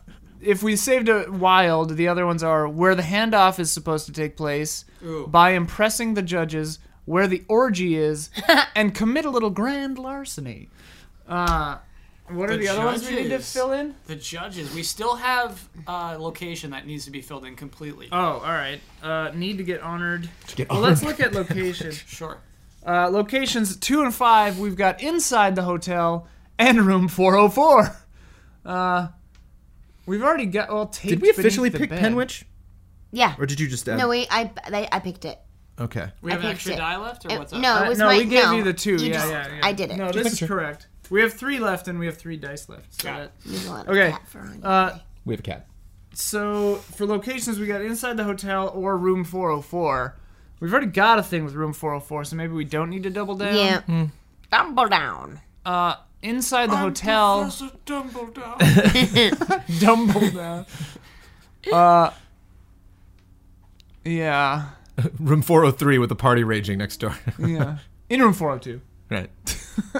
Speaker 1: if we saved it wild, the other ones are where the handoff is supposed to take place
Speaker 4: Ooh.
Speaker 1: by impressing the judges, where the orgy
Speaker 3: <laughs>
Speaker 1: is, and commit a little grand larceny. Uh, what are
Speaker 4: The
Speaker 1: the other ones we need to
Speaker 4: judges.
Speaker 1: fill in?
Speaker 4: the judges. We still have a location that needs to be filled in completely.
Speaker 1: Oh, all right. Uh, need to get <laughs> honored.
Speaker 2: Get
Speaker 1: Well, let's look at location.
Speaker 4: sure.
Speaker 1: Uh, locations two and five. We've got inside the hotel and room 404. Uh, we've already got well. Taped
Speaker 2: Did we officially pick
Speaker 1: Penwich?
Speaker 2: Penwich,
Speaker 3: yeah.
Speaker 2: or did you just? Add?
Speaker 3: No, wait, I, I, I picked it.
Speaker 2: Okay.
Speaker 4: We have an
Speaker 3: picked
Speaker 4: extra
Speaker 3: it.
Speaker 4: die left, or
Speaker 3: It-
Speaker 4: what's up?
Speaker 3: no,
Speaker 1: Uh,
Speaker 3: it was
Speaker 1: no,
Speaker 3: my
Speaker 1: we gave
Speaker 3: no.
Speaker 1: you the two. yeah,
Speaker 3: You just-
Speaker 1: yeah, yeah.
Speaker 3: I did it.
Speaker 1: No, this is correct. We have three left, and we have three dice left. So,
Speaker 4: Got it.
Speaker 3: You want a
Speaker 1: Okay.
Speaker 3: cat for on you.
Speaker 1: uh,
Speaker 2: We have a cat.
Speaker 1: so for locations, we got inside the hotel or room 404. We've already got a thing with room 404, so maybe we don't need to double down.
Speaker 3: yeah. Tumble down.
Speaker 1: Uh, inside the <laughs> hotel.
Speaker 4: Dumbledore.
Speaker 1: Dumble down. Uh, yeah.
Speaker 2: Room 403 with the party raging next
Speaker 1: <laughs>
Speaker 2: door. <laughs>
Speaker 1: Yeah. In room 402.
Speaker 2: right.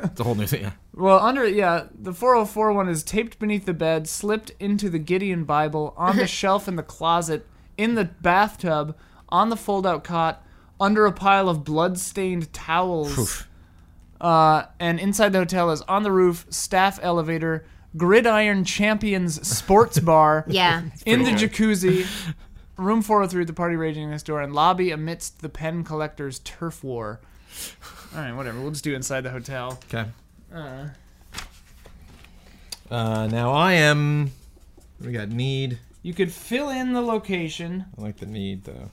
Speaker 2: It's a whole new thing. Yeah.
Speaker 1: Well, under, yeah, the 404 one is taped beneath the bed, slipped into the Gideon Bible, on
Speaker 2: <laughs>
Speaker 1: the shelf in the closet, in the bathtub, on the fold out cot, under a pile of blood stained towels. Uh, and inside the hotel is on the roof, staff elevator, gridiron champions
Speaker 2: <laughs>
Speaker 1: sports bar,
Speaker 3: Yeah.
Speaker 1: in the jacuzzi, room 403 at the party raging next door, and lobby amidst the pen collector's turf war. All right, whatever. We'll just do inside the hotel.
Speaker 2: Okay. Uh, now I am. We got need.
Speaker 1: You could fill in the location.
Speaker 2: I like the need though.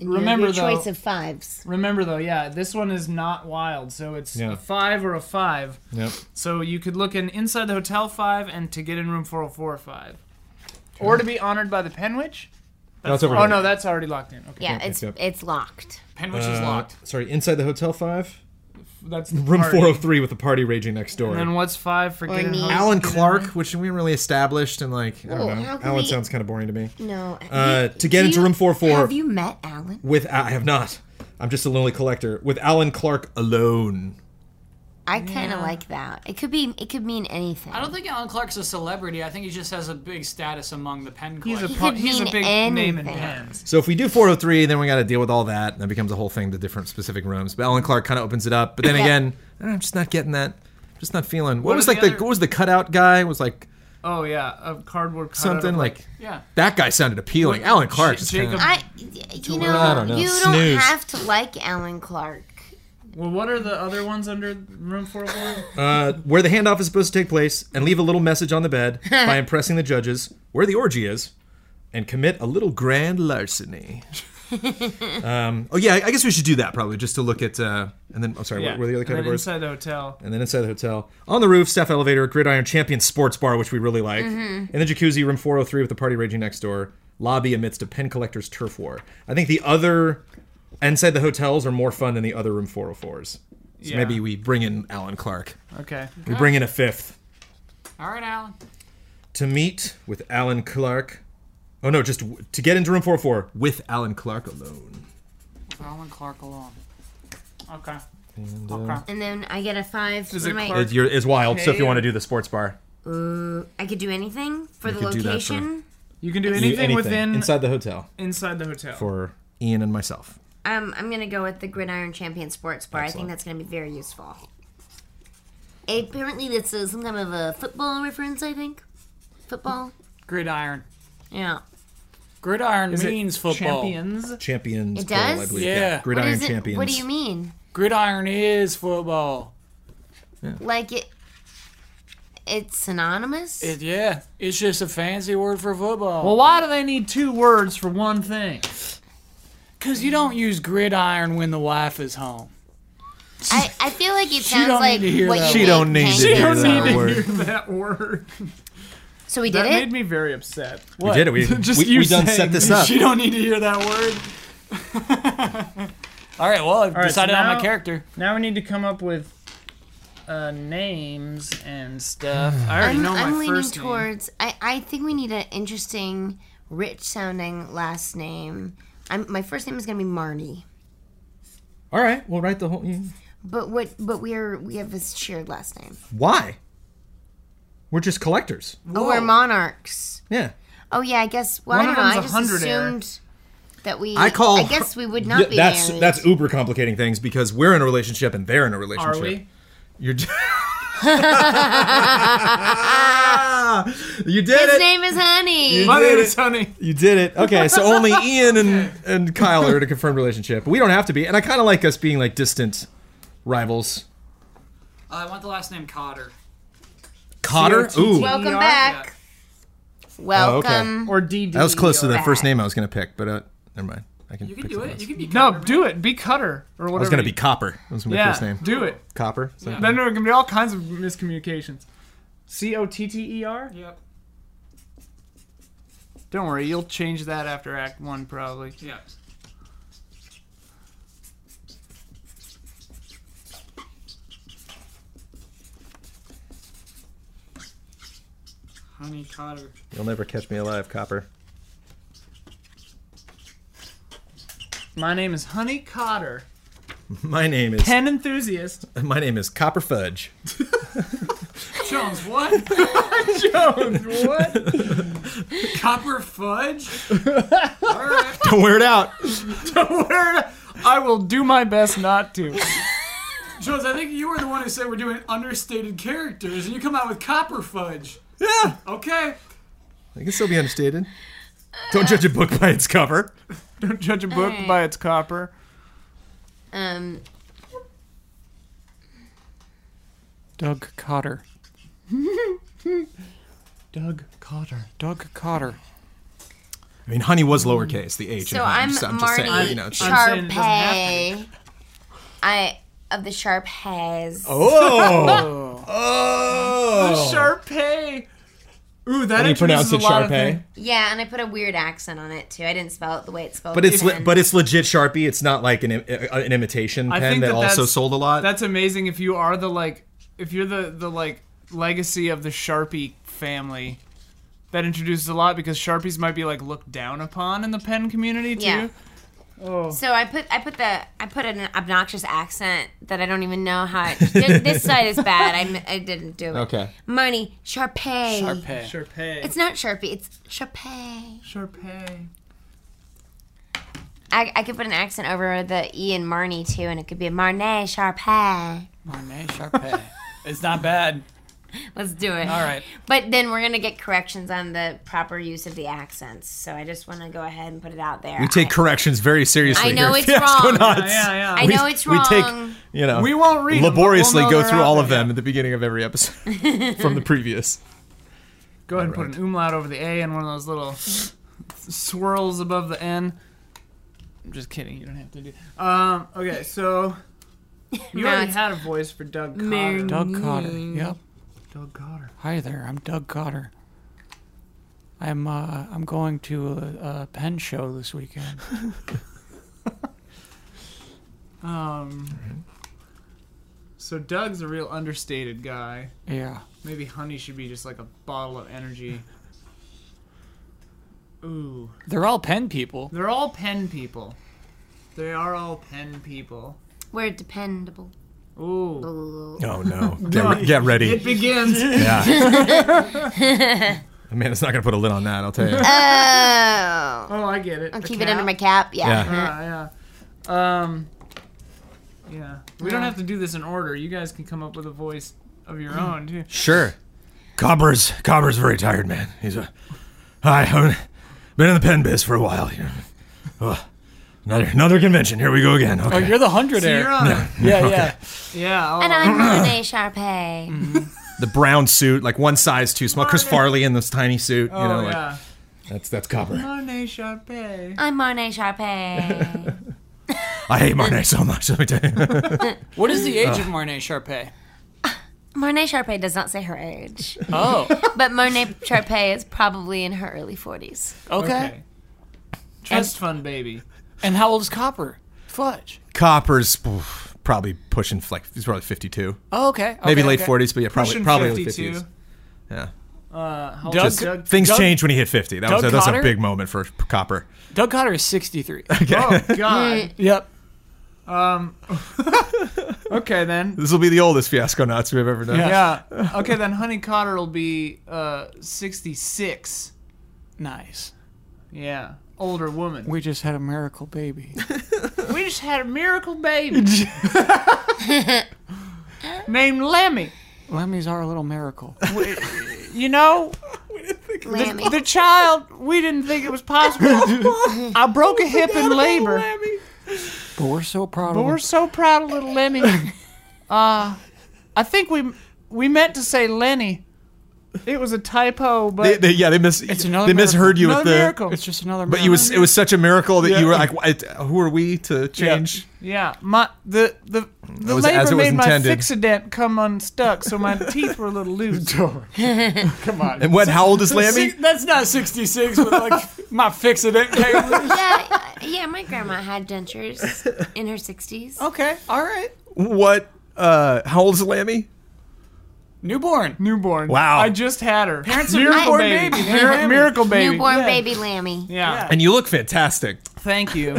Speaker 3: And your-
Speaker 1: <laughs> Remember,
Speaker 3: your choice
Speaker 1: though-
Speaker 3: of fives.
Speaker 1: Remember though, yeah, this one is not wild, so it's
Speaker 2: Yeah.
Speaker 1: a five or a five.
Speaker 2: Yep.
Speaker 1: So you could look in inside the hotel five and to get in room 404 five. Or to be honored by the Penwitch?
Speaker 2: That's over
Speaker 1: Oh no, that's already locked in. Okay.
Speaker 3: Yeah,
Speaker 2: Yep,
Speaker 3: it's
Speaker 2: yep,
Speaker 3: it's locked.
Speaker 4: Penwich is locked.
Speaker 2: Uh, Sorry, inside the hotel five.
Speaker 1: That's the
Speaker 2: Room
Speaker 1: party.
Speaker 2: 403 with the party raging next door.
Speaker 1: And then what's five for getting
Speaker 3: me.
Speaker 1: home?
Speaker 2: Alan Clark, which we haven't really established, and like I don't
Speaker 3: Whoa,
Speaker 2: know.
Speaker 3: how can
Speaker 2: Alan
Speaker 3: we-
Speaker 2: sounds kind of boring to me.
Speaker 3: No.
Speaker 2: Uh,
Speaker 3: you-
Speaker 2: to get
Speaker 3: do
Speaker 2: into
Speaker 3: you-
Speaker 2: room 404.
Speaker 3: Have you met Alan?
Speaker 2: With I have not. I'm just a lonely collector. With Alan Clark alone.
Speaker 3: I kind of like that. It could be. It could mean anything.
Speaker 4: I don't think Alan Clark's a celebrity. I think he just has a big status among the pen
Speaker 1: He's a
Speaker 4: collectors.
Speaker 3: He
Speaker 1: pu-
Speaker 3: could
Speaker 1: he's a
Speaker 3: mean
Speaker 1: big name in
Speaker 3: anything.
Speaker 1: pens.
Speaker 2: So if we do 403, then we got to deal with all that. And that becomes a whole thing, the different specific rooms. But Alan Clark kind of opens it up. But then again, I don't know, I'm just not getting that. Just not feeling. What,
Speaker 1: are
Speaker 2: was
Speaker 1: the
Speaker 2: like the,
Speaker 1: other-
Speaker 2: what was the cutout guy? It was like
Speaker 1: Oh yeah, a cardboard cutout of,
Speaker 2: something like
Speaker 4: <laughs> Yeah.
Speaker 2: that guy sounded appealing. Alan Clark.
Speaker 1: J-
Speaker 2: just kinda-
Speaker 1: Jacob-
Speaker 3: I, you know,
Speaker 2: where- I don't know,
Speaker 3: you don't
Speaker 2: snooze.
Speaker 3: have to like Alan Clark.
Speaker 1: Well, what are the other ones under room 401?
Speaker 2: uh, where the handoff is supposed to take place, and leave a little message on
Speaker 1: <laughs>
Speaker 2: the bed by impressing the judges. Where the orgy is, and commit a little
Speaker 1: <laughs>
Speaker 2: grand larceny. um, oh yeah, I guess we should do that probably just to look at. Uh, and then I'm sorry, where, where are the other
Speaker 1: And then
Speaker 2: categories?
Speaker 1: Inside the hotel.
Speaker 2: and then inside the hotel, on the roof, staff elevator, gridiron champion sports bar, which we really like,
Speaker 1: Mm-hmm.
Speaker 2: and the jacuzzi, room 403 with the party raging next door, lobby amidst a pen collector's turf war. I think the other inside the hotels are more fun than the other room 404s. So
Speaker 1: Yeah.
Speaker 2: maybe we bring in Alan Clark.
Speaker 1: Okay.
Speaker 2: We bring in a fifth
Speaker 4: All right, Alan.
Speaker 2: to meet with Alan Clark. Oh no, just w- to get into room 404 with Alan Clark alone.
Speaker 4: Alan Clark alone.
Speaker 1: Okay.
Speaker 3: And then I get a five.
Speaker 1: Is
Speaker 3: What
Speaker 1: it
Speaker 3: am I-
Speaker 1: Clark?
Speaker 2: It, you're, it's wild. So if you
Speaker 1: Okay.
Speaker 2: want to do the sports bar,
Speaker 3: Ooh, I could do anything for the
Speaker 2: could do that for-
Speaker 3: location.
Speaker 1: You can do
Speaker 2: you-
Speaker 1: anything, within inside,
Speaker 2: inside the hotel
Speaker 1: the hotel.
Speaker 2: for Ian and myself.
Speaker 3: Um, I'm gonna go with the Gridiron Champion Sports Bar. I
Speaker 2: Excellent.
Speaker 3: think that's gonna be very useful. Apparently, that's uh some kind of a football reference. I think football.
Speaker 4: Gridiron.
Speaker 3: Yeah.
Speaker 4: Gridiron
Speaker 1: Is it
Speaker 4: means football.
Speaker 1: Champions.
Speaker 2: Champions.
Speaker 3: It
Speaker 2: plural,
Speaker 3: does?
Speaker 2: I believe.
Speaker 4: Yeah. What is
Speaker 2: Gridiron
Speaker 3: what is
Speaker 2: champions.
Speaker 3: It, what do you mean?
Speaker 4: Gridiron is football.
Speaker 3: Like it? It's synonymous.
Speaker 4: It, yeah. It's just a fancy word for football.
Speaker 1: Well, why do they need two words for one thing?
Speaker 4: Because you don't use gridiron when the wife is home.
Speaker 3: I, I feel like
Speaker 1: <laughs>
Speaker 3: it sounds
Speaker 4: don't need
Speaker 3: like
Speaker 4: to hear
Speaker 3: what
Speaker 4: that
Speaker 3: you
Speaker 4: She
Speaker 3: make
Speaker 2: don't need
Speaker 3: pancakes.
Speaker 2: to hear
Speaker 1: don't
Speaker 2: that
Speaker 1: need to
Speaker 2: word.
Speaker 1: hear <laughs> that word.
Speaker 3: So we
Speaker 1: <laughs>
Speaker 3: did
Speaker 1: That
Speaker 3: it.
Speaker 1: made me very upset.
Speaker 2: We did it.
Speaker 4: <laughs>
Speaker 2: We
Speaker 1: Just
Speaker 2: we,
Speaker 1: you
Speaker 2: we done set
Speaker 1: saying
Speaker 2: this up.
Speaker 4: She don't need to hear that word. <laughs> All right, well, I've
Speaker 1: right,
Speaker 4: decided
Speaker 1: so
Speaker 4: on
Speaker 1: now-
Speaker 4: my
Speaker 1: <sighs>
Speaker 4: character.
Speaker 1: Now we need to come up with uh, names and stuff. I already
Speaker 3: I'm,
Speaker 1: know
Speaker 3: I'm
Speaker 1: my
Speaker 3: leaning
Speaker 1: first name.
Speaker 3: towards. I, I think we need an interesting, rich sounding last name. I'm, my first name is gonna be Marty,
Speaker 2: All right, we'll write the whole. yeah.
Speaker 3: but what? But we're we have a shared last name.
Speaker 2: Why? We're just collectors.
Speaker 3: Oh, we're monarchs.
Speaker 2: Yeah.
Speaker 3: Oh yeah, I guess. Well,
Speaker 1: One
Speaker 3: I
Speaker 1: of
Speaker 3: don't know. I
Speaker 1: them's a
Speaker 3: just
Speaker 1: hundred heir.
Speaker 3: assumed that we.
Speaker 2: I call.
Speaker 3: I guess we would not
Speaker 2: Yeah,
Speaker 3: be
Speaker 2: That's
Speaker 3: married.
Speaker 2: that's uber complicating things because we're in a relationship and they're in a relationship.
Speaker 1: Are we?
Speaker 2: You're.
Speaker 3: <laughs>
Speaker 2: j- you did
Speaker 3: His
Speaker 2: it.
Speaker 3: name is Honey.
Speaker 1: My
Speaker 2: did
Speaker 1: name
Speaker 2: it.
Speaker 1: is Honey.
Speaker 2: You did it. Okay, so
Speaker 3: <laughs>
Speaker 2: only Ian and and Kyle are in a confirmed relationship. We don't have to be, and I kind of like us being like distant rivals.
Speaker 4: Oh, I want the last name Cotter.
Speaker 2: Cotter.
Speaker 1: C-O-T-T.
Speaker 2: Ooh,
Speaker 1: Well-
Speaker 3: Welcome
Speaker 1: ER?
Speaker 3: back.
Speaker 2: Oh,
Speaker 3: Welcome.
Speaker 1: Or DD.
Speaker 2: that was close to the
Speaker 3: Back.
Speaker 2: first name I was gonna pick, but uh, never mind. I can.
Speaker 4: You can
Speaker 2: pick
Speaker 4: do
Speaker 2: something
Speaker 4: it.
Speaker 2: else.
Speaker 4: You can be
Speaker 1: No,
Speaker 4: Cotter.
Speaker 1: do it. Be Cutter or whatever.
Speaker 2: I was gonna
Speaker 1: you-
Speaker 2: be Copper. That was my
Speaker 1: Yeah,
Speaker 2: first name.
Speaker 1: do it.
Speaker 2: Copper. Is that-
Speaker 1: Then there are gonna be all kinds of miscommunications. C O T T E R.
Speaker 4: Yep.
Speaker 1: Don't worry, you'll change that after Act One, probably.
Speaker 4: Yeah. Honey Cotter.
Speaker 2: You'll never catch me alive, Copper.
Speaker 1: My name is Honey Cotter,
Speaker 2: My name is
Speaker 1: pen enthusiast.
Speaker 2: my name is Copper Fudge.
Speaker 4: Jones, what?
Speaker 1: Jones, what?
Speaker 4: Copper fudge? All right.
Speaker 2: Don't wear it out.
Speaker 1: Where- I will do my best not to.
Speaker 4: Jones, I think you were the one who said we're doing understated characters, and you come out with copper fudge.
Speaker 2: Yeah,
Speaker 4: Okay.
Speaker 2: I can still be understated. Don't judge a book by its cover.
Speaker 1: Don't judge a book by its copper.
Speaker 3: Um.
Speaker 4: Doug Cotter.
Speaker 1: Doug Cotter.
Speaker 4: Doug Cotter.
Speaker 2: I mean, honey was lowercase, the H. in
Speaker 3: So
Speaker 2: honey,
Speaker 3: I'm,
Speaker 2: so
Speaker 3: Marty
Speaker 2: it's-
Speaker 1: I'm saying it doesn't
Speaker 3: Sharpay. I of the Sharpays.
Speaker 2: Oh. <laughs> oh.
Speaker 1: Sharpay. Ooh, that
Speaker 2: And you
Speaker 1: introduces
Speaker 2: pronounce
Speaker 1: a
Speaker 2: it
Speaker 1: lot of
Speaker 2: Sharpay.
Speaker 1: thing.
Speaker 3: Yeah, and I put a weird accent on it too. I didn't spell it the way it's spelled.
Speaker 2: But it's le-
Speaker 3: again.
Speaker 2: but it's legit Sharpie. It's not like an im- uh, an imitation
Speaker 1: I
Speaker 2: pen
Speaker 1: think
Speaker 2: that,
Speaker 1: that
Speaker 2: also
Speaker 1: that's-
Speaker 2: sold a lot.
Speaker 1: That's amazing. If you are the like, if you're the the like legacy of the Sharpie family, that introduces a lot because Sharpies might be like looked down upon in the pen community too.
Speaker 3: Yeah.
Speaker 1: Oh,
Speaker 3: So I put I put the I put an obnoxious accent that I don't even know how. I, th- this side is bad. I, I didn't do it.
Speaker 7: Okay.
Speaker 3: Money Sharpay.
Speaker 5: Sharpay.
Speaker 1: Sharpay.
Speaker 3: It's not Sharpie. It's Sharpay.
Speaker 1: Sharpay.
Speaker 3: I, I could put an accent over the E and Marnie too, and it could be Marnay Sharpay.
Speaker 5: Marnay Sharpay. It's not bad.
Speaker 3: Let's do it.
Speaker 5: All right.
Speaker 3: But then we're gonna get corrections on the proper use of the accents. So I just want to go ahead and put it out there.
Speaker 2: We take
Speaker 3: I,
Speaker 2: corrections very seriously. <laughs>
Speaker 3: I know
Speaker 2: here
Speaker 3: it's
Speaker 2: at
Speaker 3: wrong.
Speaker 2: Fiasconauts.
Speaker 1: Yeah, yeah.
Speaker 3: I
Speaker 1: We-
Speaker 3: know it's
Speaker 2: We
Speaker 3: wrong.
Speaker 2: take, you know,
Speaker 5: We won't read 'em, but we'll
Speaker 2: laboriously
Speaker 5: know
Speaker 2: go
Speaker 5: they're
Speaker 2: through
Speaker 5: out
Speaker 2: all
Speaker 5: there.
Speaker 2: of them at the beginning of every
Speaker 3: <laughs>
Speaker 2: episode from the previous.
Speaker 1: Go ahead and put an umlaut over the A and one of those little swirls above the N. I'm just kidding. You don't have to do. Um. Okay. So you
Speaker 3: Now
Speaker 1: already
Speaker 3: it's-
Speaker 1: had a voice for Doug Cotter.
Speaker 3: Mary.
Speaker 5: Doug Cotter. Yep.
Speaker 1: Doug Cotter.
Speaker 5: Hi there. I'm Doug Cotter. I'm uh, I'm going to a, a pen show this weekend.
Speaker 1: Um. So Doug's a real understated guy.
Speaker 5: Yeah.
Speaker 1: Maybe honey should be just like a bottle of energy. Ooh.
Speaker 5: They're all pen people.
Speaker 1: They're all pen people. They are all pen people.
Speaker 3: We're dependable.
Speaker 1: Ooh.
Speaker 2: Oh no! Get, get ready.
Speaker 1: It begins. <laughs>
Speaker 2: <laughs> Yeah. Man, it's not gonna put a lid on that. I'll tell
Speaker 1: <laughs>
Speaker 2: you.
Speaker 3: Oh.
Speaker 1: Oh, I get it.
Speaker 3: I'll
Speaker 1: The
Speaker 3: keep it
Speaker 1: cat.
Speaker 3: under my cap.
Speaker 2: Yeah.
Speaker 1: Yeah, Ah, yeah. Um, yeah. We don't have to do this in order. You guys can come up with a voice of your own too.
Speaker 2: Sure. Cobber's Cobber's a very tired man. He's a I haven't been in the pen biz for a while. You know. Ugh. another another convention. Here we go again. Okay.
Speaker 5: Oh, you're the hundred
Speaker 1: So
Speaker 5: air.
Speaker 1: you're on. Yeah.
Speaker 5: yeah, yeah.
Speaker 1: <laughs> yeah oh, <coughs>
Speaker 3: And I'm Renee Sharpay.
Speaker 1: Mm.
Speaker 2: the brown suit, like one size too small. Chris Farley in this tiny suit. you know,
Speaker 1: oh,
Speaker 2: like,
Speaker 1: yeah.
Speaker 2: that's that's Cobber.
Speaker 1: Monet Sharpay.
Speaker 3: I'm Marnay Sharpay.
Speaker 2: I hate Marnay so much. Let me tell you. <laughs>
Speaker 5: What is the age of Marnay Sharpay?
Speaker 3: Marnay Sharpay does not say her age,
Speaker 5: Oh,
Speaker 3: but Marnay Sharpay is probably in her early 40s.
Speaker 5: okay.
Speaker 1: Okay. Trust fund baby.
Speaker 5: And how old is Copper? Fudge.
Speaker 2: Copper's oof, probably pushing like he's probably fifty-two,
Speaker 5: Oh, okay.
Speaker 2: maybe
Speaker 5: Okay,
Speaker 2: late
Speaker 5: okay.
Speaker 2: forties, but yeah, probably
Speaker 1: Pushing
Speaker 2: probably late
Speaker 1: 52.
Speaker 2: fifties. Yeah.
Speaker 1: Uh, how old
Speaker 5: Doug-
Speaker 1: is Doug?
Speaker 2: Things
Speaker 5: Doug-
Speaker 2: change when he hit fifty. That was
Speaker 5: Doug
Speaker 2: a, that's a
Speaker 5: Cotter?
Speaker 2: big moment for Copper.
Speaker 5: Doug Cotter is sixty-three.
Speaker 1: Oh God. Um,
Speaker 5: yep.
Speaker 1: <laughs> okay then.
Speaker 2: This will be the oldest fiasco nuts we've ever done.
Speaker 1: Yeah. Okay then. Honey Cotter will be uh 66.
Speaker 5: Nice.
Speaker 1: Yeah. Older woman.
Speaker 5: We just had a
Speaker 2: <laughs>
Speaker 5: miracle baby.
Speaker 1: We just had a miracle baby named Lemmy.
Speaker 5: <laughs> Lemmy's our little miracle.
Speaker 1: You know,
Speaker 3: Lammy.
Speaker 1: the child, we didn't think it was possible. I broke a hip in labor,
Speaker 5: But we're so proud
Speaker 1: but
Speaker 5: of
Speaker 1: we're
Speaker 5: him.
Speaker 1: so proud of little Lemmy. Uh, I think we we meant to say Lenny. It was a typo, but
Speaker 2: They, they, yeah, they mis
Speaker 5: It's
Speaker 2: they
Speaker 5: another
Speaker 2: misheard you with
Speaker 1: Another
Speaker 2: the.
Speaker 1: miracle.
Speaker 5: It's just another
Speaker 2: But
Speaker 5: miracle.
Speaker 2: you was it was such a miracle that you were
Speaker 5: Yeah.
Speaker 2: like, "Why- who are we to change?
Speaker 1: yeah, my the the the
Speaker 2: was
Speaker 1: labor
Speaker 2: as it was
Speaker 1: made my
Speaker 2: intended.
Speaker 1: fix a dent come unstuck, so my teeth were a
Speaker 5: <laughs>
Speaker 1: little loose.
Speaker 5: Come on.
Speaker 2: And what? How old
Speaker 1: <laughs>
Speaker 2: is
Speaker 5: Si-
Speaker 2: Lammy?
Speaker 5: that's not 66 with like my fix it <laughs> it
Speaker 3: yeah, yeah, my grandma had dentures
Speaker 1: <laughs>
Speaker 3: in her 60s.
Speaker 5: okay all right
Speaker 2: What? Uh, how old is Lammy?
Speaker 5: newborn
Speaker 1: Newborn.
Speaker 2: Wow.
Speaker 1: I just had her.
Speaker 5: of
Speaker 1: miracle
Speaker 5: newborn
Speaker 1: baby.
Speaker 5: baby,
Speaker 1: Mir-
Speaker 5: Lemmy.
Speaker 1: miracle baby.
Speaker 3: Newborn
Speaker 1: Yeah.
Speaker 3: baby Lammy.
Speaker 1: yeah.
Speaker 2: And you look fantastic.
Speaker 1: Thank you.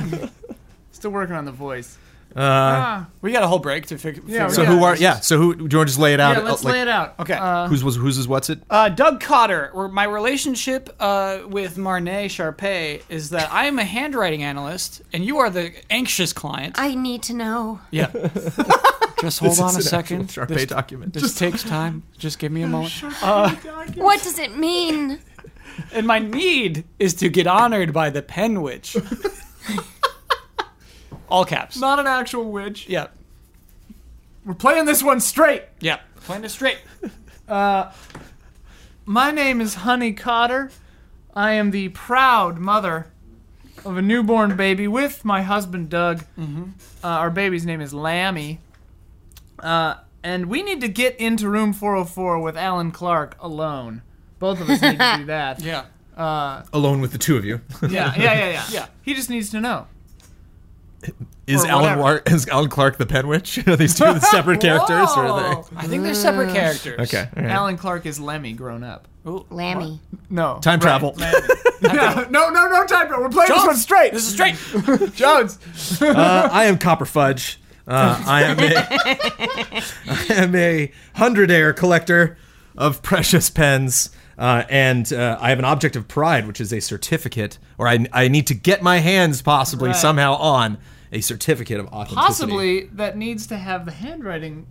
Speaker 1: Still working on the voice.
Speaker 2: Uh,
Speaker 1: Ah,
Speaker 5: we got a whole break to fix
Speaker 1: Yeah,
Speaker 2: so who are? Yeah. So who? Do you want to just lay it out?
Speaker 1: yeah, let's
Speaker 2: like,
Speaker 1: lay it out.
Speaker 5: okay
Speaker 1: Uh,
Speaker 2: Who's was whose is what's it?
Speaker 5: Uh, Doug Cotter, or my relationship uh, with Marnay Sharpay is that I am a handwriting analyst and you are the anxious client.
Speaker 3: I need to know.
Speaker 5: yeah. Just hold on a
Speaker 2: It's an actual
Speaker 5: second.
Speaker 2: Sharpay
Speaker 5: This,
Speaker 2: document.
Speaker 5: this takes time. Just give me <laughs> a moment.
Speaker 3: What does it mean?
Speaker 5: And my need is to get honored by the pen witch. All caps.
Speaker 1: not an actual witch.
Speaker 5: Yep.
Speaker 1: We're playing this one straight.
Speaker 5: Yep. Playing it straight.
Speaker 1: My name is Honey Cotter. I am the proud mother of a newborn baby with my husband Doug. Uh, our baby's name is Lammy. Uh, and we need to get into room 404 with Alan Clark alone. Both of us need to <laughs> do that.
Speaker 5: Yeah.
Speaker 2: Alone with the two
Speaker 1: <laughs>
Speaker 2: of you.
Speaker 1: yeah, yeah, yeah, yeah.
Speaker 5: Yeah.
Speaker 1: He just needs to know.
Speaker 2: is
Speaker 1: Or
Speaker 2: Alan
Speaker 1: whatever.
Speaker 2: War- is Alan Clark the pen witch? <laughs> Are these two separate characters or are
Speaker 1: <laughs> Whoa.
Speaker 2: they?
Speaker 5: I think they're separate characters.
Speaker 2: Okay. all right.
Speaker 1: Alan Clark is Lemmy grown up.
Speaker 3: Lammy.
Speaker 1: No.
Speaker 2: Time travel.
Speaker 1: <laughs> no, no, no, no time. We're playing this one straight.
Speaker 4: This is straight.
Speaker 1: Jones.
Speaker 2: Uh, I am Copper Fudge. Uh, I am a, <laughs> I am a hundredaire collector of precious pens, uh, and uh, I have an object of pride, which is a certificate, or I, I need to get my hands possibly
Speaker 1: Right.
Speaker 2: somehow on a certificate of authenticity.
Speaker 1: Possibly that needs to have the handwriting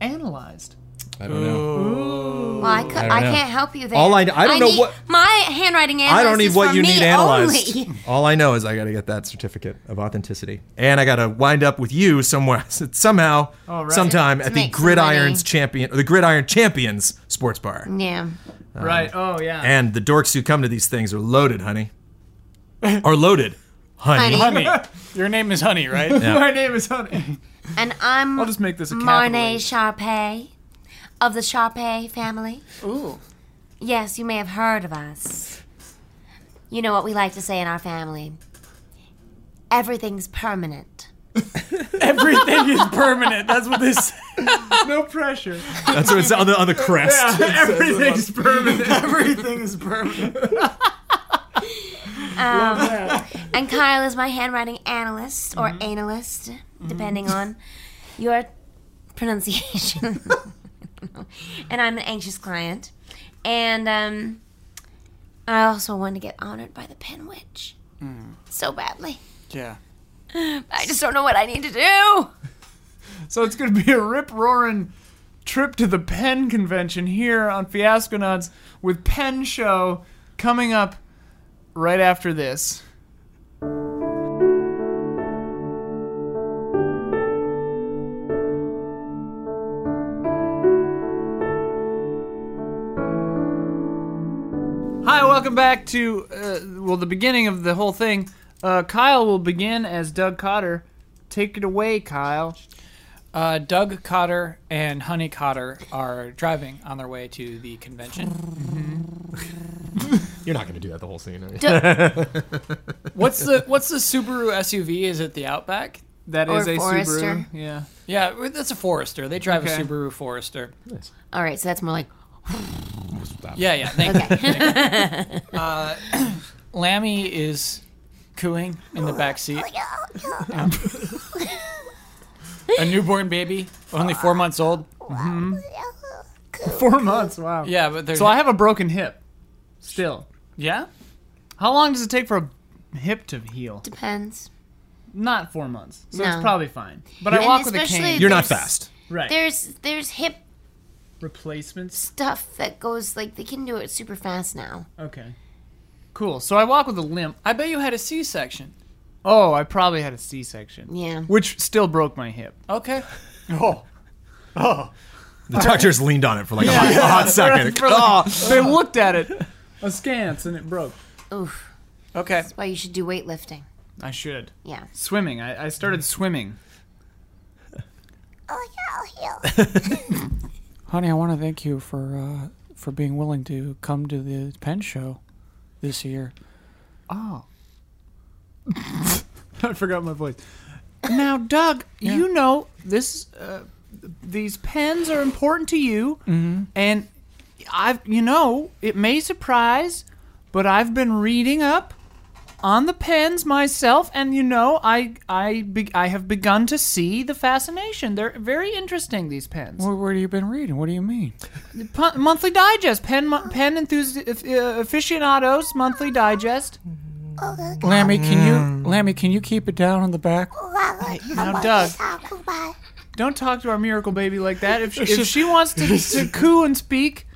Speaker 1: analyzed.
Speaker 2: I don't know.
Speaker 3: Well, I, cou-
Speaker 2: don't
Speaker 3: I
Speaker 2: know.
Speaker 3: can't help you there.
Speaker 2: All I- I don't know
Speaker 3: need-
Speaker 2: what-
Speaker 3: my handwriting analyst.
Speaker 2: I don't need
Speaker 3: is
Speaker 2: what
Speaker 3: for
Speaker 2: you
Speaker 3: me
Speaker 2: need analyzed.
Speaker 3: only.
Speaker 2: All I know is I got to get that certificate of authenticity, and I got to wind up with you somewhere, <laughs> somehow,
Speaker 1: All right.
Speaker 2: sometime
Speaker 3: To
Speaker 2: at the
Speaker 3: make some
Speaker 2: Gridirons
Speaker 3: money.
Speaker 2: Champion, the Gridiron Champions Sports Bar.
Speaker 3: <laughs> Yeah.
Speaker 1: right. Oh yeah.
Speaker 2: And the dorks who come to these things are loaded, honey. Are loaded, honey.
Speaker 3: Honey.
Speaker 4: <laughs> Honey. Your name is Honey, right?
Speaker 1: My name is Honey.
Speaker 3: And I'm
Speaker 1: I'll just make this a
Speaker 3: Marne
Speaker 1: capital.
Speaker 3: Sharpay of the Sharpay family.
Speaker 4: Ooh.
Speaker 3: Yes, you may have heard of us. You know what we like to say in our family. Everything's permanent.
Speaker 4: Everything is permanent. That's what this.
Speaker 1: No pressure.
Speaker 2: <laughs> That's what it's on the on the crest.
Speaker 1: Everything's permanent.
Speaker 4: Everything is permanent.
Speaker 3: Um, <laughs> And Kyle is my handwriting analyst or analyst, depending on your pronunciation. <laughs> and I'm an anxious client. And um, I also want to get honored by the Pen Witch so badly.
Speaker 4: Yeah.
Speaker 3: <sighs> I just don't know what I need to do.
Speaker 1: so it's gonna be a rip roaring trip to the Pen Convention here on Fiasconauts with Pen Show coming up right after this. Hi, welcome back to uh, well the beginning of the whole thing. Uh, Kyle will begin as Doug Cotter. Take it away, Kyle.
Speaker 4: Uh, Doug Cotter and Honey Cotter are driving on their way to the convention.
Speaker 2: Mm-hmm. <laughs> You're not gonna do that the whole scene. <laughs>
Speaker 4: What's the What's the Subaru SUV? Is it the Outback?
Speaker 1: That
Speaker 3: Or
Speaker 1: is a
Speaker 3: Forester.
Speaker 1: Subaru. <laughs> Yeah.
Speaker 4: Yeah, w- that's a Forester. They drive
Speaker 1: Okay.
Speaker 4: a Subaru Forester.
Speaker 3: All right, so that's more like <laughs>
Speaker 4: Yeah, yeah. Thank you. Thank you. Uh, <clears throat> Lammy is cooing in the back seat. A newborn baby, only four months old.
Speaker 1: Four months. Wow.
Speaker 4: Yeah, but they're
Speaker 1: So I have a broken hip. Still.
Speaker 4: yeah.
Speaker 1: How long does it take for a hip to heal?
Speaker 3: depends.
Speaker 1: Not four months. So it's
Speaker 3: No.
Speaker 1: probably fine. But I
Speaker 3: And
Speaker 1: walk with a
Speaker 3: especially
Speaker 1: cane.
Speaker 2: You're not
Speaker 3: there's-
Speaker 2: fast.
Speaker 1: Right.
Speaker 3: There's there's hip
Speaker 1: Replacements.
Speaker 3: stuff that goes like they can do it super fast now.
Speaker 1: Okay. Cool. So I walk with a limp.
Speaker 4: I bet you had a C-section.
Speaker 1: Oh, I probably had a C-section.
Speaker 3: Yeah.
Speaker 1: Which still broke my hip.
Speaker 4: Okay. Oh.
Speaker 2: The doctors leaned on it for like a, hot, a hot second.
Speaker 1: For like- <laughs> They looked at it askance and it broke.
Speaker 3: Oof.
Speaker 4: Okay.
Speaker 3: That's why you should do weightlifting.
Speaker 1: I should.
Speaker 3: Yeah.
Speaker 1: Swimming. I, I started swimming.
Speaker 3: <laughs> Oh yeah,
Speaker 4: Honey, I want to thank you for uh, for being willing to come to the Penn show this year.
Speaker 1: Oh. I forgot my voice. Now, <laughs> Doug, you know this. Uh, these pens are important to you, and I've, you know, it may surprise, but I've been reading up on the pens myself, and you know, I, I, be, I have begun to see the fascination. They're very interesting. These pens.
Speaker 4: What, what have you been reading? What do you mean?
Speaker 1: Pu- monthly digest. Pen, mon- pen enthusi- uh, aficionados. Monthly digest.
Speaker 4: Lammy, can you Lammy, can you keep it down on the back?
Speaker 1: Now, Doug, don't talk to our miracle baby like that. If she, if she wants to, <laughs> to coo and speak,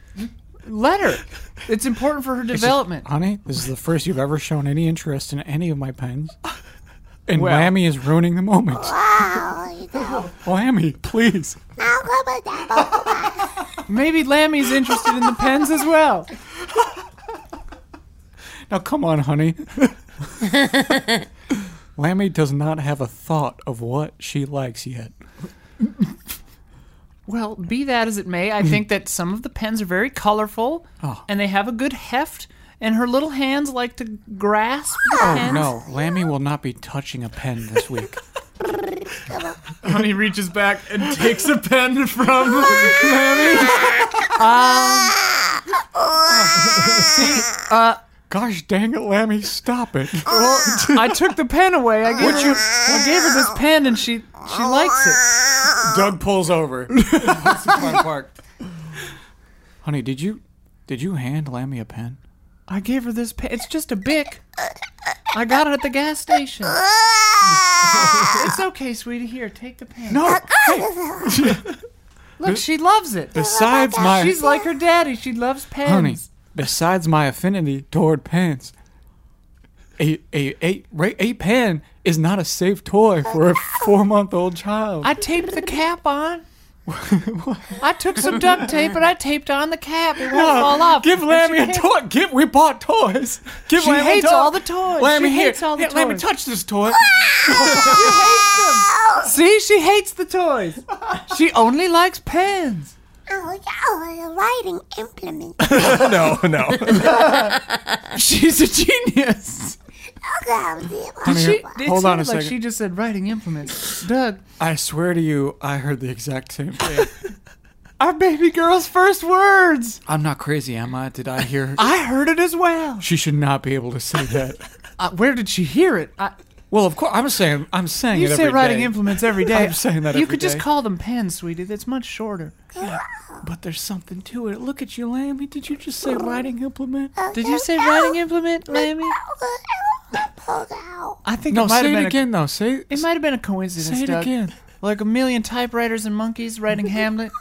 Speaker 1: let her. It's important for her development.
Speaker 4: Honey, this is the first you've ever shown any interest in any of my pens. And
Speaker 1: Well-
Speaker 4: Lammy is ruining the moment. Lammy, please.
Speaker 1: Maybe Lammy's interested in the pens as well.
Speaker 4: Now come on, honey. Lammy does not have a thought of what she likes yet.
Speaker 1: <laughs> Well, be that as it may, I think that some of the pens are <laughs> very colorful
Speaker 4: Oh.
Speaker 1: and they have a good heft. And her little hands like to grasp the
Speaker 4: Oh
Speaker 1: pens.
Speaker 4: no, Lammy will not be touching a pen this week.
Speaker 1: Honey reaches back and takes a pen from Lammy.
Speaker 4: <laughs> Gosh dang it, Lammy,
Speaker 1: <laughs>
Speaker 4: stop it.
Speaker 1: Oh, I took the pen away. I gave,
Speaker 4: Would you-
Speaker 1: I gave her this pen and she she likes it.
Speaker 4: Doug pulls over. That's the fun part. Honey, did you did you hand Lammy a pen?
Speaker 1: I gave her this pen. It's just a bic. I got it at the gas
Speaker 4: <laughs>
Speaker 1: station. It's okay, sweetie. Here, take the pen. <laughs>
Speaker 4: No.
Speaker 1: Look, she loves it.
Speaker 4: Besides my
Speaker 1: She's like her daddy. She loves pens.
Speaker 4: honey, besides my affinity toward pens, a a a ra- a pen is not a safe toy
Speaker 1: <laughs>
Speaker 4: for a four month old child.
Speaker 1: I taped the cap
Speaker 4: <laughs>
Speaker 1: on. I took some duct tape and I taped on the cap. It won't fall off.
Speaker 4: Give
Speaker 1: And
Speaker 4: Lammy
Speaker 1: she
Speaker 4: a
Speaker 1: can't-
Speaker 4: toy. Give we bought toys. Give
Speaker 1: She
Speaker 4: Lammy
Speaker 1: hates
Speaker 4: toy.
Speaker 1: all the toys.
Speaker 4: Lammy
Speaker 1: She
Speaker 4: here.
Speaker 1: hates all the
Speaker 4: Here, Lammy,
Speaker 1: toys. Ah!
Speaker 4: touch this toy.
Speaker 1: See, she hates the toys. She only likes pens.
Speaker 6: Oh, a writing implement.
Speaker 2: Oh, No, no.
Speaker 4: <laughs> She's a genius.
Speaker 1: Did she, it
Speaker 4: Hold on a
Speaker 1: sounded like
Speaker 4: second.
Speaker 1: She just said writing implements. Doug,
Speaker 4: I swear to you, I heard the exact same <laughs> thing.
Speaker 1: our baby girl's first words.
Speaker 4: I'm not crazy, am I? Did I hear?
Speaker 1: I heard it as well.
Speaker 4: she should not be able to say <laughs> that.
Speaker 1: Uh, where did she hear it? I,
Speaker 4: well, of course, I'm saying, I'm saying
Speaker 1: you
Speaker 4: it
Speaker 1: say
Speaker 4: every
Speaker 1: writing
Speaker 4: day.
Speaker 1: implements every day.
Speaker 4: <laughs> I'm saying that
Speaker 1: You
Speaker 4: every
Speaker 1: could just
Speaker 4: day.
Speaker 1: call them pens, sweetie. That's much shorter.
Speaker 4: but there's something to it. Look at you, Lammy. Did you just say writing implement?
Speaker 1: Did you say writing implement, Lammy? I think
Speaker 4: No,
Speaker 1: it might
Speaker 4: say
Speaker 1: have
Speaker 4: it
Speaker 1: been
Speaker 4: again, though. Say
Speaker 1: A, it might have been a coincidence.
Speaker 4: Say it
Speaker 1: Doug.
Speaker 4: again.
Speaker 1: Like a million typewriters and monkeys writing Hamlet.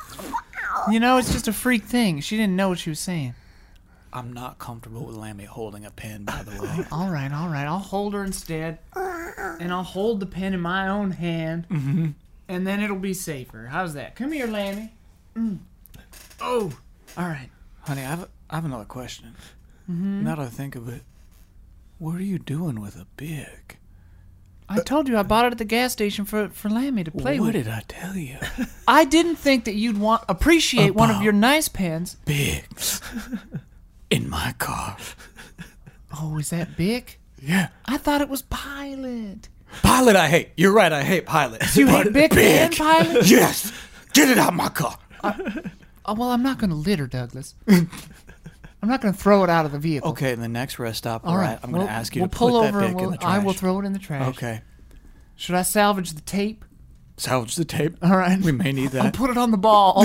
Speaker 1: You know, it's just a freak thing. She didn't know what she was saying.
Speaker 4: I'm not comfortable with Lammy holding a pen, by the <laughs> way.
Speaker 1: All right, all right. I'll hold her instead, and I'll hold the pen in my own hand,
Speaker 4: Mm-hmm.
Speaker 1: and then it'll be safer. How's that? Come here, Lammy. Mm. Oh, all right.
Speaker 4: Honey, I have, I have another question. Now that I think of it, what are you doing with a big?
Speaker 1: I told you I bought it at the gas station for for Lammy to play
Speaker 4: what
Speaker 1: with.
Speaker 4: did I tell you? <laughs>
Speaker 1: I didn't think that you'd want appreciate one of
Speaker 4: About-
Speaker 1: your nice pens.
Speaker 4: Bigs in my car.
Speaker 1: Oh, is that Bic?
Speaker 4: Yeah.
Speaker 1: I thought it was Pilot.
Speaker 4: Pilot, I hate. You're right, I hate pilots.
Speaker 1: You hate Bic and Pilot?
Speaker 4: Yes. Get it out of my car.
Speaker 1: Oh, well, I'm not going to litter,
Speaker 4: <laughs>
Speaker 1: Douglas. I'm not going to throw it out of the vehicle.
Speaker 4: Okay, the next rest stop.
Speaker 1: All
Speaker 4: All right, I'm going
Speaker 1: we'll-
Speaker 4: to ask you
Speaker 1: we'll
Speaker 4: to
Speaker 1: pull
Speaker 4: put
Speaker 1: over
Speaker 4: that
Speaker 1: and
Speaker 4: Bic
Speaker 1: we'll,
Speaker 4: in the trash.
Speaker 1: I will throw it in the trash.
Speaker 4: Okay.
Speaker 1: Should I salvage the tape?
Speaker 4: Salvage the tape.
Speaker 1: All right.
Speaker 4: We may need
Speaker 1: I'll
Speaker 4: that.
Speaker 1: put it on the <laughs> ball.